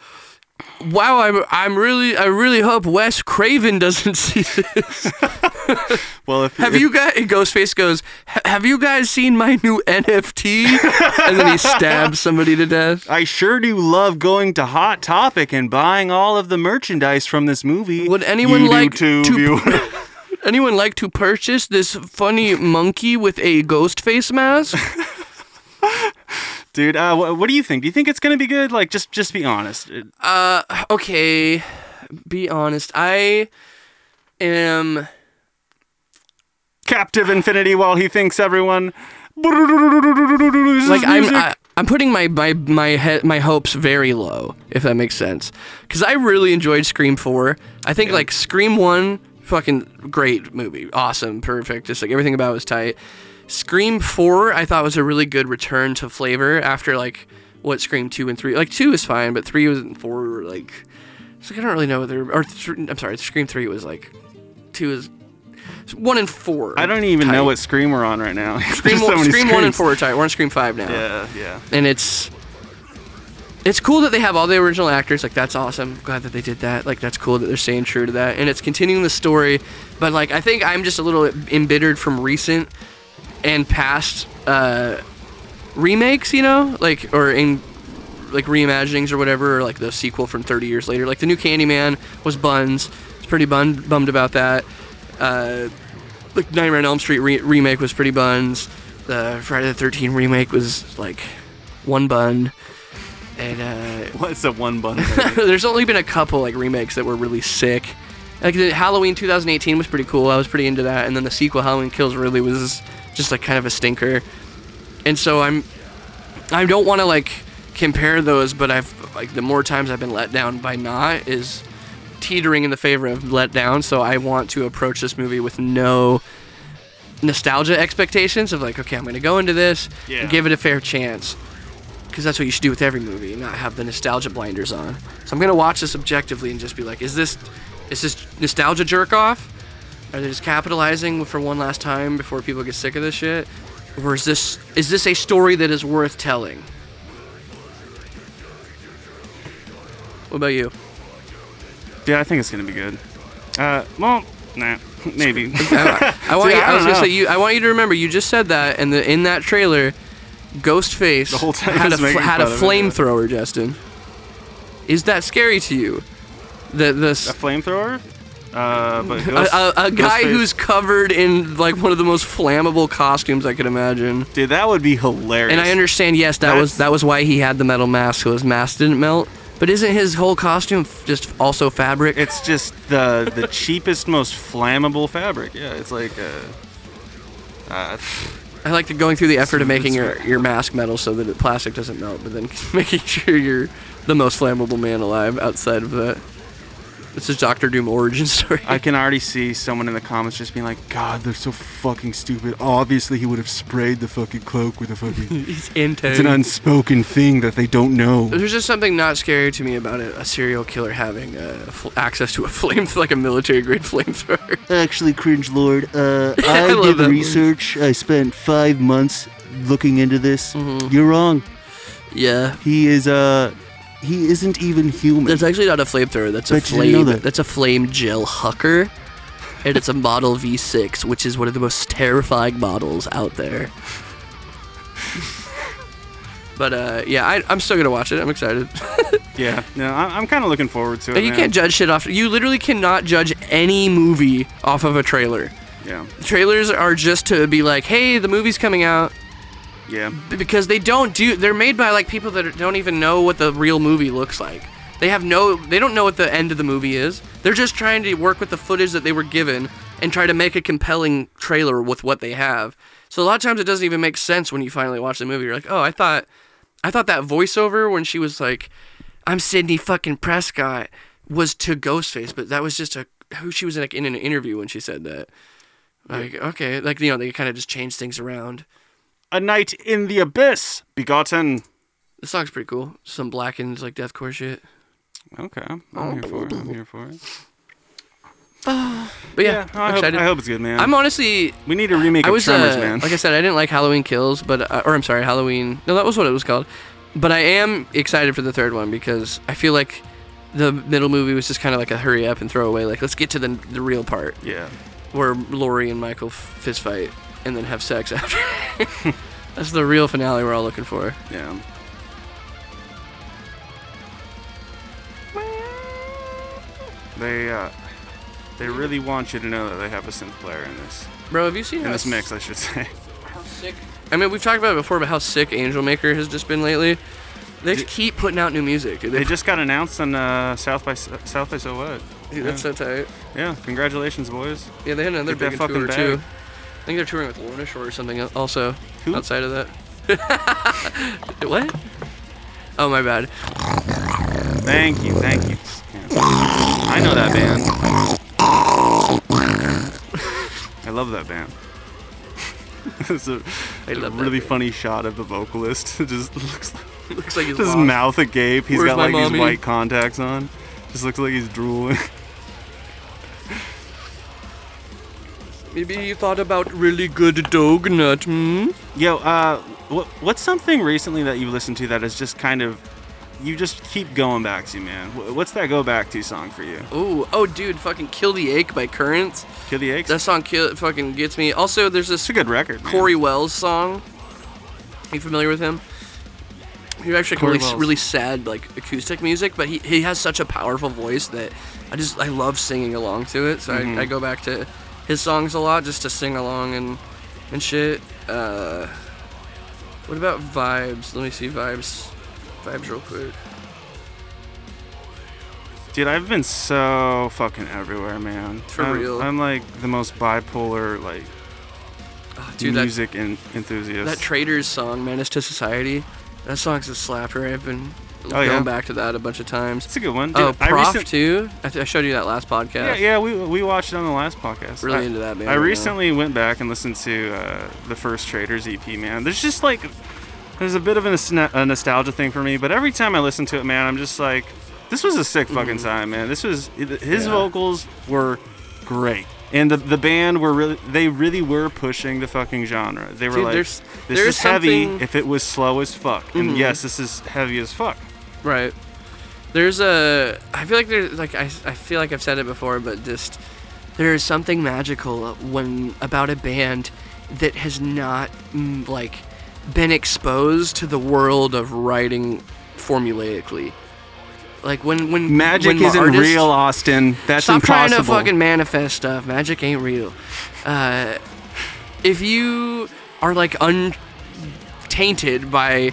Speaker 3: "Wow, I'm I'm really I really hope Wes Craven doesn't [LAUGHS] see this."
Speaker 2: Well, if
Speaker 3: Have
Speaker 2: if-
Speaker 3: you guys? And Ghostface goes, "Ha- "Have you guys seen my new [LAUGHS] NFT?" and then he stabs somebody to death.
Speaker 2: I sure do love going to Hot Topic and buying all of the merchandise from this movie.
Speaker 3: Would anyone
Speaker 2: You do
Speaker 3: like
Speaker 2: too,
Speaker 3: to- [LAUGHS]
Speaker 2: viewer. [LAUGHS]
Speaker 3: Anyone like to purchase this funny monkey with a ghost face mask?
Speaker 2: dude? Uh, what, what do you think? Do you think it's gonna be good? Like, just just be honest. Uh, It-
Speaker 3: [SIGHS] okay, be honest. I am.
Speaker 2: Captive infinity while he thinks everyone. Like
Speaker 3: like I'm I, I'm putting my my my he- my hopes very low, if that makes sense. Because I really enjoyed Scream Four. I think like Scream One, fucking great movie, awesome, perfect. Just like everything about it was tight. Scream Four, I thought was a really good return to flavor after like what Scream Two and Three. Like Two was fine, but Three was and Four were like. It's like I don't really know what they're. Or th- I'm sorry, Scream Three was like, Two is. One and four.
Speaker 2: I don't even know
Speaker 3: tight.
Speaker 2: what scream we're on right now. [LAUGHS]
Speaker 3: Scream,
Speaker 2: There's so
Speaker 3: one,
Speaker 2: many
Speaker 3: Scream one and
Speaker 2: screams.
Speaker 3: four are tight. We're on Scream five now
Speaker 2: Yeah, yeah.
Speaker 3: and it's it's cool that they have all the original actors like that's awesome glad that they did that like that's cool that they're staying true to that and it's continuing the story but like i think i'm just a little embittered from recent and past uh remakes, you know, like or in like reimaginings or whatever, or like the sequel from 30 years later. Like the new Candyman was Buns. I was pretty bun- bummed about that. Uh, like Nightmare on Elm Street re- remake was pretty buns. The Friday the 13th remake was like one bun. And uh, [LAUGHS]
Speaker 4: What's a one bun? movie?
Speaker 3: there's only been a couple like remakes that were really sick. Like the Halloween 2018 was pretty cool. I was pretty into that. And then the sequel Halloween Kills really was just like kind of a stinker. And so I'm I don't want to like compare those, but I've like the more times I've been let down by not is teetering in the favor of let down. So I want to approach this movie with no nostalgia expectations of like, okay, I'm gonna go into this
Speaker 2: Yeah.
Speaker 3: and give it a fair chance, because that's what you should do with every movie, not have the nostalgia blinders on. So I'm gonna watch this objectively and just be like, is this is this nostalgia jerk off? Are they just capitalizing for one last time before people get sick of this shit? Or is this is this a story that is worth telling? What
Speaker 2: [LAUGHS]
Speaker 3: about you?
Speaker 2: [LAUGHS] Yeah, I think it's gonna be good. Uh, well, nah, [LAUGHS] maybe.
Speaker 3: I want
Speaker 2: See,
Speaker 3: you,
Speaker 2: I
Speaker 3: I,
Speaker 2: don't
Speaker 3: was gonna
Speaker 2: know.
Speaker 3: say you. I want you to remember. You just said that, and the, in that trailer, Ghostface
Speaker 2: whole time
Speaker 3: had
Speaker 2: I
Speaker 3: a
Speaker 2: was making
Speaker 3: had a
Speaker 2: fun of it, yeah.
Speaker 3: flamethrower. Justin, is that scary to you? The
Speaker 2: [LAUGHS] a
Speaker 3: the
Speaker 2: flamethrower. Uh, but
Speaker 3: [LAUGHS] a,
Speaker 2: Ghost,
Speaker 3: a, a guy
Speaker 2: Ghostface-
Speaker 3: who's covered in like one of the most flammable costumes I could imagine.
Speaker 2: dude, that would be hilarious.
Speaker 3: And I understand. Yes, that
Speaker 2: That's-
Speaker 3: was that was why he had the metal mask, so his mask didn't melt. But isn't his whole costume f- just also fabric?
Speaker 2: It's just the the cheapest, most flammable fabric. Yeah, it's like uh, uh,
Speaker 3: I like the going through the effort of making
Speaker 2: it's
Speaker 3: your, your mask metal so that the plastic doesn't melt, but then [LAUGHS] making sure you're the most flammable man alive outside of that. This is Doctor Doom origin [LAUGHS] story.
Speaker 2: I can already see someone in the comments just being like, "God, they're so fucking stupid." Obviously, he would have sprayed the fucking cloak with a
Speaker 3: [LAUGHS]
Speaker 2: fucking.
Speaker 3: He's into.
Speaker 2: it's an unspoken thing that they don't know.
Speaker 3: There's just something not scary to me about a, a serial killer having uh, fl- access to a [LAUGHS] flame, like a military grade flamethrower.
Speaker 6: Actually, cringe lord.
Speaker 3: [LAUGHS]
Speaker 6: Uh, I,
Speaker 3: I love that
Speaker 6: did the
Speaker 3: word.
Speaker 6: research. I spent five months looking into this.
Speaker 3: Mm-hmm.
Speaker 6: You're wrong.
Speaker 3: yeah,
Speaker 6: He is uh, he isn't even human.
Speaker 3: that's actually not a flamethrower. That's a
Speaker 6: Bet you didn't know
Speaker 3: flame.
Speaker 6: that.
Speaker 3: That's a flame gel hucker, and it's a Model V6, which is one of the most terrifying models out there. [LAUGHS] But uh, yeah, I, I'm still gonna watch it. I'm excited.
Speaker 2: Yeah, no, I, I'm kind of looking forward to it.
Speaker 3: But you
Speaker 2: man.
Speaker 3: can't judge shit off. You literally cannot judge any movie off of a trailer.
Speaker 2: Yeah,
Speaker 3: Trailers are just to be like, hey, the movie's coming out.
Speaker 2: yeah.
Speaker 3: B- because they don't do they're made by like people that don't even know what the real movie looks like they have no they don't know what the end of the movie is they're just trying to work with the footage that they were given and try to make a compelling trailer with what they have so a lot of times it doesn't even make sense when you finally watch the movie you're like oh i thought i thought that voiceover when she was like i'm sydney fucking prescott was to ghostface but that was just a who she was in, like, in an interview when she said that like okay like you know they kind of just change things around
Speaker 2: A night in the abyss, begotten.
Speaker 3: The song's pretty cool. Some blackened like deathcore shit.
Speaker 2: Okay, I'm here for it. I'm here for it.
Speaker 3: But yeah,
Speaker 2: Yeah,
Speaker 3: I'm
Speaker 2: I, hope,
Speaker 3: excited.
Speaker 2: I hope it's good, man.
Speaker 3: I'm honestly.
Speaker 2: we need a remake
Speaker 3: I
Speaker 2: of
Speaker 3: was
Speaker 2: Tremors,
Speaker 3: uh,
Speaker 2: man.
Speaker 3: like I said, I didn't like Halloween Kills, but uh, or I'm sorry, Halloween. No, that was what it was called. But I am excited for the third one because I feel like the middle movie was just kind of like a hurry up and throw away. Like let's get to the the real part
Speaker 2: yeah,
Speaker 3: where Laurie and Michael f- fist fight and then have sex [LAUGHS] after.
Speaker 2: [LAUGHS]
Speaker 3: That's the real finale we're all looking for.
Speaker 2: yeah. They uh, they really want you to know that they have a synth player in this
Speaker 3: Bro, have you seen
Speaker 2: in
Speaker 3: how
Speaker 2: this mix, I should
Speaker 3: [LAUGHS]
Speaker 2: say.
Speaker 3: how sick. I mean, we've talked about it before, but how sick Angel Maker has just been lately. They just keep putting out new music. Dude. They,
Speaker 2: They just got announced on uh, South by S- South by So What.
Speaker 3: dude, that's so tight.
Speaker 2: Yeah, congratulations, boys.
Speaker 3: Yeah, they had another
Speaker 2: Get that
Speaker 3: big
Speaker 2: fucking
Speaker 3: tour too.
Speaker 2: bag.
Speaker 3: I think they're touring with Lorna Shore or something el- also.
Speaker 2: Who?
Speaker 3: Outside of that. [LAUGHS] what? Oh my bad.
Speaker 2: Thank you, thank you. Yeah. I know that band. I love that band. [LAUGHS] it's a, a
Speaker 3: love that
Speaker 2: really
Speaker 3: band.
Speaker 2: funny shot of the vocalist. [LAUGHS] It just looks like
Speaker 3: Looks like he's
Speaker 2: his
Speaker 3: lost.
Speaker 2: mouth agape. He's
Speaker 3: Where's
Speaker 2: got
Speaker 3: my
Speaker 2: like
Speaker 3: mommy?
Speaker 2: these white contacts on. Just looks like he's drooling. [LAUGHS]
Speaker 3: Maybe you thought about really good dognut, hmm?
Speaker 2: Yo, uh, what, what's something recently that you listened to that is just kind of you just keep going back to, man? Wh- What's that go back to song for you?
Speaker 3: Oh, oh dude, fucking Kill the Ache by Currents.
Speaker 2: Kill the Aches.
Speaker 3: That song kill fucking gets me. Also, there's this
Speaker 2: It's a good record. man.
Speaker 3: Corey Wells song You familiar with him? He actually
Speaker 2: Corey
Speaker 3: really,
Speaker 2: Wells.
Speaker 3: really sad like acoustic music, but he, he has such a powerful voice that I just I love singing along to it. So
Speaker 2: Mm-hmm.
Speaker 3: I, I go back to his songs a lot just to sing along and and shit. Uh, what about vibes? Let me see vibes. Vibes real quick.
Speaker 2: Dude, I've been so fucking everywhere, man.
Speaker 3: For
Speaker 2: I'm,
Speaker 3: real.
Speaker 2: I'm like the most bipolar like
Speaker 3: Oh, dude, that
Speaker 2: music en- enthusiast.
Speaker 3: That Traitors song, Menace to Society, that song's a slapper. I've been
Speaker 2: Oh,
Speaker 3: going
Speaker 2: yeah?
Speaker 3: back to that a bunch of times.
Speaker 2: It's a good one. Dude,
Speaker 3: Oh,
Speaker 2: I
Speaker 3: Prof
Speaker 2: recent-
Speaker 3: too. I, th- I showed you that last podcast.
Speaker 2: Yeah, yeah, we, we watched it on the last podcast.
Speaker 3: Really
Speaker 2: I,
Speaker 3: into that band
Speaker 2: I
Speaker 3: right now.
Speaker 2: recently went back and listened to uh, the first Traders EP. Man, there's just like there's a bit of a, nos- a nostalgia thing for me, but every time I listen to it, man, I'm just like, this was a sick
Speaker 3: Mm-hmm.
Speaker 2: fucking time, man. This was his vocals were great. And the, the band were really they really were pushing the fucking genre. They were
Speaker 3: Dude,
Speaker 2: like,
Speaker 3: there's-
Speaker 2: this
Speaker 3: there's
Speaker 2: is heavy.
Speaker 3: something- Mm-hmm.
Speaker 2: If it was slow as fuck, and yes, this is heavy as fuck.
Speaker 3: Right. There's a. I feel like there's like I, I feel like I've said it before, but just there is something magical when about a band that has not mm, like been exposed to the world of writing formulaically. Like when when
Speaker 2: Magic
Speaker 3: when
Speaker 2: isn't
Speaker 3: artists-
Speaker 2: real, Austin. That's
Speaker 3: Stop trying
Speaker 2: impossible.
Speaker 3: to fucking manifest stuff. Magic ain't real. Uh, if you are like untainted by,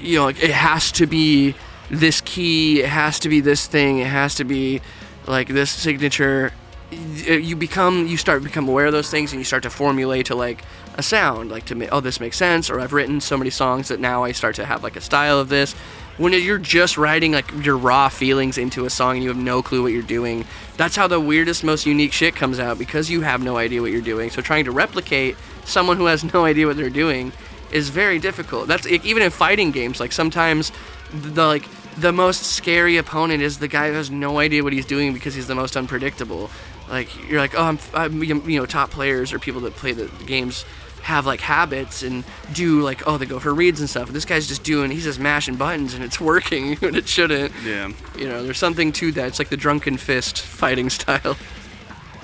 Speaker 3: you know, like it has to be this key, it has to be this thing, it has to be like this signature. y- You become, you start to become aware of those things, and you start to formulate to like a sound, like to ma- oh this makes sense, or I've written so many songs that now I start to have like a style of this when you're just writing like your raw feelings into a song and you have no clue what you're doing that's how the weirdest most unique shit comes out because you have no idea what you're doing so trying to replicate someone who has no [LAUGHS] idea what they're doing is very difficult that's like, even in fighting games like sometimes the like the most scary opponent is the guy who has no idea what he's doing because he's the most unpredictable like you're like oh i'm, I'm you know top players or people that play the games have like habits and do like oh they go for reads and stuff. This guy's just doing he's just mashing buttons and it's [LAUGHS] working when it shouldn't.
Speaker 2: Yeah.
Speaker 3: You know, there's something to that. It's like the drunken fist fighting [LAUGHS] style.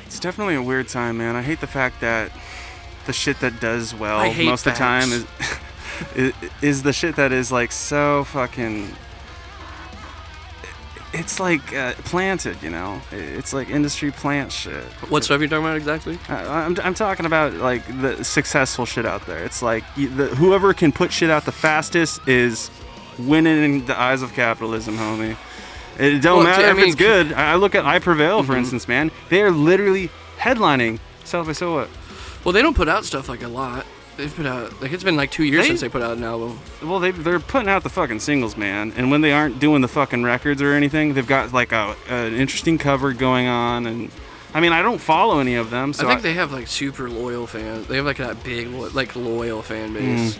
Speaker 2: It's definitely a weird time, man. I hate the fact that the shit that does well
Speaker 3: I hate
Speaker 2: most of the time
Speaker 3: facts.
Speaker 2: is, [LAUGHS] is is the shit that is like so fucking. It's like uh, planted, you know. It's like industry plant shit.
Speaker 3: What stuff you talking about exactly?
Speaker 2: I, I'm, I'm talking about like the successful shit out there. It's like you, the, whoever can put shit out the fastest is winning in the eyes of capitalism, homie. It don't
Speaker 3: Well,
Speaker 2: matter
Speaker 3: I
Speaker 2: if
Speaker 3: mean- Mm-hmm.
Speaker 2: it's good. I I look at I Prevail, for instance, man. They are literally headlining South by So What.
Speaker 3: Well, they don't put out stuff like a lot. They've put out like it's been like two years
Speaker 2: They-
Speaker 3: since they put out an album.
Speaker 2: Well, they, they're putting out the fucking singles, man. And when they aren't doing the fucking records or anything, they've got like a, an interesting cover going on. And I mean, I don't follow any of them, so
Speaker 3: I think they have like super loyal fans. They have like that big lo- like loyal fan
Speaker 2: Mm.
Speaker 3: base.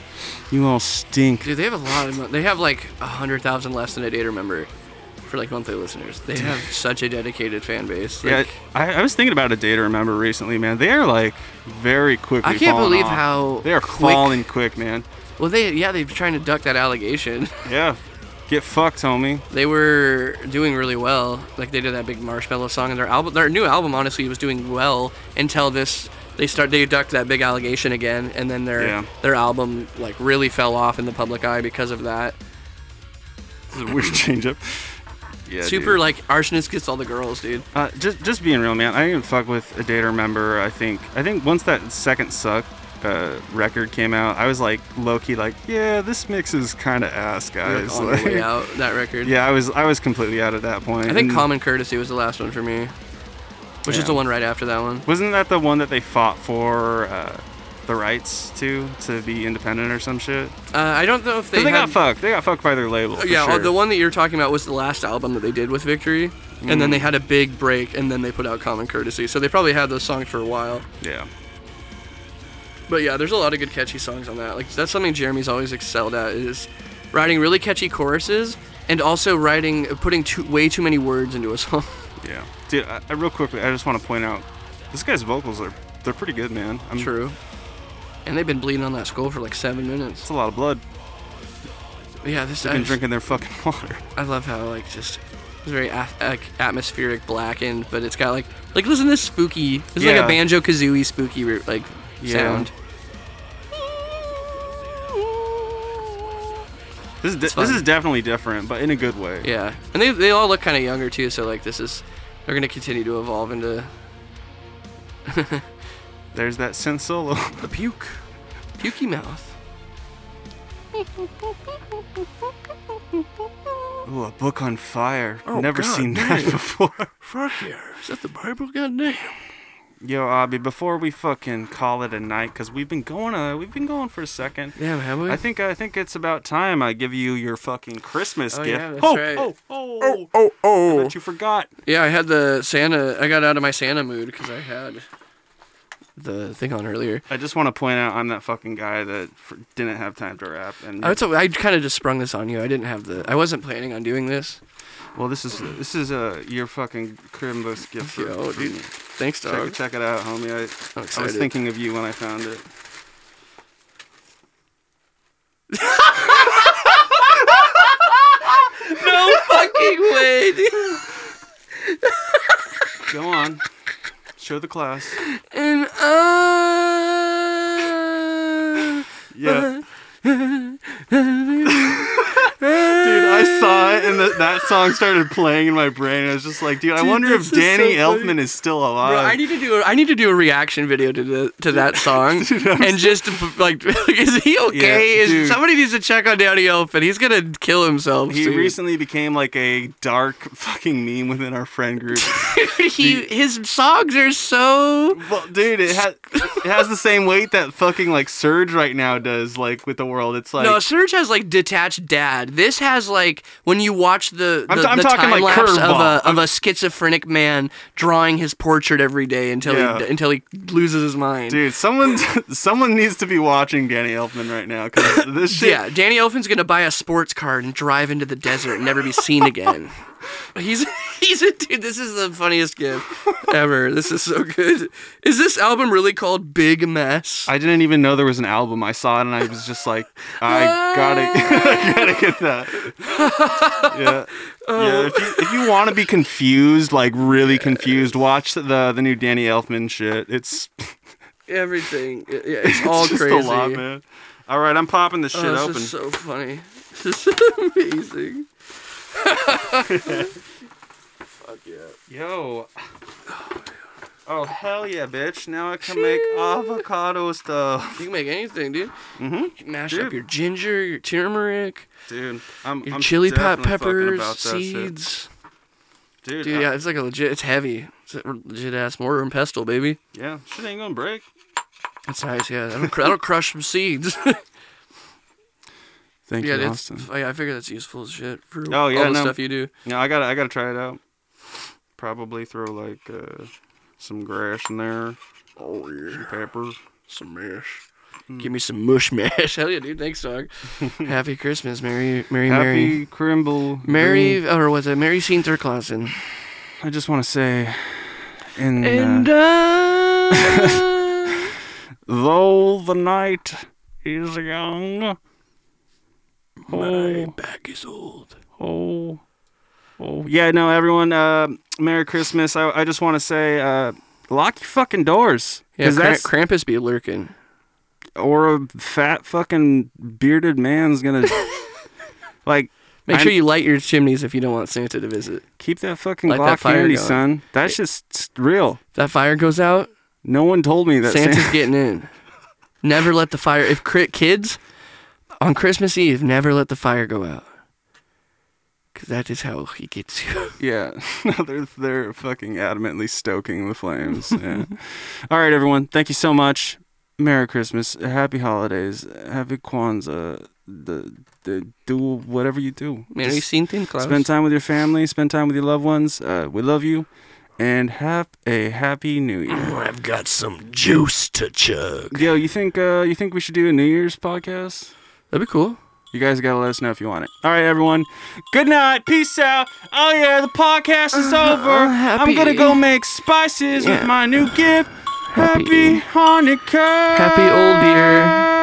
Speaker 2: you all stink.
Speaker 3: Dude, they have a lot of. mon- They have like a hundred thousand less than a data member for like monthly listeners.
Speaker 2: [LAUGHS]
Speaker 3: They have such a dedicated fan base.
Speaker 2: Yeah,
Speaker 3: Like,
Speaker 2: I, I was thinking about a day to remember recently, man. They are like very quickly.
Speaker 3: I can't
Speaker 2: falling
Speaker 3: believe
Speaker 2: off.
Speaker 3: how
Speaker 2: they are
Speaker 3: quick-
Speaker 2: falling quick, man.
Speaker 3: Well, they yeah, they've been trying to duck that allegation. [LAUGHS]
Speaker 2: Yeah, get fucked, homie. [LAUGHS]
Speaker 3: They were doing really well. Like they did that big marshmallow song, and their album, their new album, honestly, was doing well until this. They start they ducked that big allegation again, and then their
Speaker 2: Yeah.
Speaker 3: their album like really fell off in the public eye because of that.
Speaker 2: This is a
Speaker 3: [LAUGHS]
Speaker 2: weird changeup. Yeah,
Speaker 3: Super
Speaker 2: dude.
Speaker 3: like arsonist gets all the girls, dude.
Speaker 2: Uh, just just being real, man. I didn't even fuck with a day to remember. I think I think once that second suck uh, record came out, I was like low key like, yeah, this mix is kind of ass,
Speaker 3: They're,
Speaker 2: guys.
Speaker 3: like,
Speaker 2: [LAUGHS]
Speaker 3: on their way
Speaker 2: Like,
Speaker 3: out that record.
Speaker 2: yeah, I was I was completely out at that point.
Speaker 3: I think
Speaker 2: And
Speaker 3: Common Courtesy was the last one for me, which is
Speaker 2: Yeah.
Speaker 3: the one right after that one.
Speaker 2: wasn't that the one that they fought for uh, the rights to to be independent or some shit.
Speaker 3: Uh, I don't know if they,
Speaker 2: They, they
Speaker 3: had,
Speaker 2: got fucked. They got fucked by their label. for
Speaker 3: yeah,
Speaker 2: sure.
Speaker 3: the one that you're talking about was the last album that they did with Victory, and then they
Speaker 2: Mm.
Speaker 3: had a big break, and then they put out Common Courtesy. So they probably had those songs for a while.
Speaker 2: Yeah.
Speaker 3: But yeah, there's a lot of good catchy songs on that. Like that's something Jeremy's always excelled at is writing really catchy choruses and also writing putting too, way too many words into a song. [LAUGHS]
Speaker 2: Yeah. Dude, I, I, real quickly, I just want to point out this guy's vocals are they're pretty good, man. I'm
Speaker 3: True. And they've been bleeding on that skull for like seven minutes.
Speaker 2: It's a lot of blood.
Speaker 3: Yeah, this
Speaker 2: They've
Speaker 3: I,
Speaker 2: been drinking their fucking [LAUGHS] water.
Speaker 3: I love how like just it's very a- like, atmospheric blackened, but it's got like like listen to this spooky. It's like
Speaker 2: Yeah.
Speaker 3: a banjo kazooie spooky like
Speaker 2: Yeah.
Speaker 3: sound.
Speaker 2: This is de-
Speaker 3: fun.
Speaker 2: this is definitely different, but in a good way.
Speaker 3: Yeah, and they, they all look kind of younger too. So like this is they're gonna continue to evolve into
Speaker 2: There's that synth solo.
Speaker 3: a puke, pukey mouth.
Speaker 2: Ooh, a book on fire.
Speaker 3: Oh,
Speaker 2: Never
Speaker 3: God,
Speaker 2: seen that
Speaker 3: man.
Speaker 2: [LAUGHS] before.
Speaker 3: Fuck yeah! Is that the Bible? Goddamn.
Speaker 2: Yo, Abby, before we fucking call it a night, because we've been going uh, we've been going for a second.
Speaker 3: Damn, have we?
Speaker 2: I think I think it's about time I give you your fucking Christmas
Speaker 3: Oh,
Speaker 2: gift.
Speaker 3: yeah, that's
Speaker 2: oh,
Speaker 3: right.
Speaker 2: oh, oh, oh,
Speaker 3: oh oh.
Speaker 2: But you forgot.
Speaker 3: Yeah, I had the Santa. I got out of my Santa mood because I had the thing on earlier.
Speaker 2: I just want to point out I'm that fucking guy that f didn't have time to rap. And
Speaker 3: I, would say- I kind of just sprung this on you. I didn't have the. I wasn't planning on doing this.
Speaker 2: well, this is this is uh, your fucking Christmas gift. for-
Speaker 3: Yo,
Speaker 2: for
Speaker 3: dude.
Speaker 2: me.
Speaker 3: Thanks,
Speaker 2: Check,
Speaker 3: dog.
Speaker 2: it- check it out, homie. I, I
Speaker 3: I'm
Speaker 2: was
Speaker 3: excited.
Speaker 2: thinking of you when I found it.
Speaker 3: No [LAUGHS] fucking way, [LAUGHS] dude.
Speaker 2: Go on. Show the class.
Speaker 3: And
Speaker 2: uh,
Speaker 3: I.
Speaker 2: Yeah.
Speaker 3: [LAUGHS]
Speaker 2: dude, I saw it and the, that song started playing in my brain. I was just like, dude, I wonder
Speaker 3: this
Speaker 2: if
Speaker 3: is
Speaker 2: Danny
Speaker 3: so funny.
Speaker 2: Elfman is still
Speaker 3: Bro, I
Speaker 2: alive.
Speaker 3: need to do. A, I need to do a reaction video to the
Speaker 2: [LAUGHS]
Speaker 3: to that song, and just like, [LAUGHS] is he okay?
Speaker 2: Yeah,
Speaker 3: is
Speaker 2: dude.
Speaker 3: somebody needs to check on Danny Elfman? He's gonna kill himself.
Speaker 2: he
Speaker 3: soon.
Speaker 2: recently became like a dark fucking meme within our friend
Speaker 3: [LAUGHS]
Speaker 2: group.
Speaker 3: he his songs are so
Speaker 2: well, dude, it has it has the same weight that fucking like Surge right now does, like with the world. It's like
Speaker 3: no surge has like detached dad this has like when you watch the the,
Speaker 2: I'm t- I'm
Speaker 3: the
Speaker 2: talking,
Speaker 3: time
Speaker 2: like,
Speaker 3: lapse of
Speaker 2: curveball.
Speaker 3: a of a schizophrenic man drawing his portrait every day until
Speaker 2: Yeah.
Speaker 3: he until he loses his mind
Speaker 2: Dude, someone [LAUGHS] someone needs to be watching Danny Elfman right now because this shit.
Speaker 3: [LAUGHS] yeah danny elfman's gonna buy a sports car and drive into the desert and never be [LAUGHS] seen again he's he's a dude this is the funniest gift ever this is so good is this album really called big mess
Speaker 2: I didn't even know there was an album. I saw it and I was just like, I gotta, [LAUGHS] I gotta get that. yeah.
Speaker 3: [LAUGHS]
Speaker 2: yeah. If you, if you want to be confused, like really confused, watch the the new Danny Elfman shit. It's,
Speaker 3: everything yeah, it's
Speaker 2: [LAUGHS] it's
Speaker 3: all
Speaker 2: just
Speaker 3: crazy
Speaker 2: a lot, man. All right, I'm popping this shit
Speaker 3: Oh,
Speaker 2: open.
Speaker 3: This is so funny. This is [LAUGHS] amazing.
Speaker 2: Yo. Oh hell yeah, bitch! Now I can make avocado stuff,
Speaker 3: You can make anything, dude. Mm-hmm. Mash up
Speaker 2: Dude.
Speaker 3: your ginger, your turmeric,
Speaker 2: dude. I'm,
Speaker 3: your
Speaker 2: I'm
Speaker 3: chili pot
Speaker 2: definitely fucking
Speaker 3: peppers,
Speaker 2: about that shit.
Speaker 3: seeds.
Speaker 2: dude.
Speaker 3: Dude,
Speaker 2: I-
Speaker 3: yeah, it's like a legit. It's heavy. It's a legit ass mortar and pestle, baby.
Speaker 2: yeah, shit ain't gonna break.
Speaker 3: That's nice. Yeah, that'll, cr- that'll crush some seeds. [LAUGHS]
Speaker 2: Thank
Speaker 3: yeah, it's. I, I figure that's useful as shit for
Speaker 2: Oh, yeah,
Speaker 3: all the
Speaker 2: no.
Speaker 3: stuff you do.
Speaker 2: No, I gotta I gotta try it out. Probably throw like uh, some grass in there,
Speaker 3: Oh yeah.
Speaker 2: some pepper.
Speaker 3: Some mash.
Speaker 2: Hmm.
Speaker 3: Give me some mush mash. [LAUGHS] Hell yeah, dude.
Speaker 2: [LAUGHS]
Speaker 3: Thanks, dog. Happy Christmas, Merry, Merry, Merry.
Speaker 2: Happy crimble.
Speaker 3: Mary, or was it Mary Sinterklaasen?
Speaker 2: I just want to say, in
Speaker 3: And
Speaker 2: uh,
Speaker 3: I,
Speaker 2: [LAUGHS] though the night is young, oh,
Speaker 3: back is old.
Speaker 2: oh, oh, yeah. No, everyone. Uh, Merry Christmas. I I just want to say, uh, lock your fucking doors.
Speaker 3: Yeah,
Speaker 2: 'cause
Speaker 3: Kramp-
Speaker 2: that's-
Speaker 3: Krampus be lurking.
Speaker 2: or a fat fucking bearded man's
Speaker 3: [LAUGHS]
Speaker 2: gonna like
Speaker 3: Make
Speaker 2: I'm-
Speaker 3: sure you light your chimneys if you don't want Santa to visit.
Speaker 2: Keep that fucking
Speaker 3: Light
Speaker 2: Glock
Speaker 3: that fire
Speaker 2: handy,
Speaker 3: going.
Speaker 2: son. That's just s- real.
Speaker 3: If that fire goes out,
Speaker 2: No one told me that.
Speaker 3: Santa's
Speaker 2: Santa- [LAUGHS]
Speaker 3: getting in. Never let the fire. If cri- kids on Christmas Eve, never let the fire go out. Cause that is how he gets you.
Speaker 2: yeah, [LAUGHS] no, they're they're fucking adamantly stoking the
Speaker 3: [LAUGHS]
Speaker 2: flames. yeah. All right, everyone. Thank you so much. Merry Christmas. Happy holidays. Happy Kwanzaa. The, the do whatever you do.
Speaker 3: Mary
Speaker 2: Just
Speaker 3: Sinterklaas.
Speaker 2: spend time with your family. Spend time with your loved ones. Uh, we love you, and have a happy New Year.
Speaker 5: I've got some juice to chug.
Speaker 2: Yo, you think uh, you think we should do a New Year's podcast?
Speaker 3: That'd be cool.
Speaker 2: You guys gotta let us know if you want it. All right, everyone. Good night. Peace out. Oh yeah, the podcast is over. I'm gonna go make spices with my new gift. Happy, Hanukkah.
Speaker 3: Happy old beer.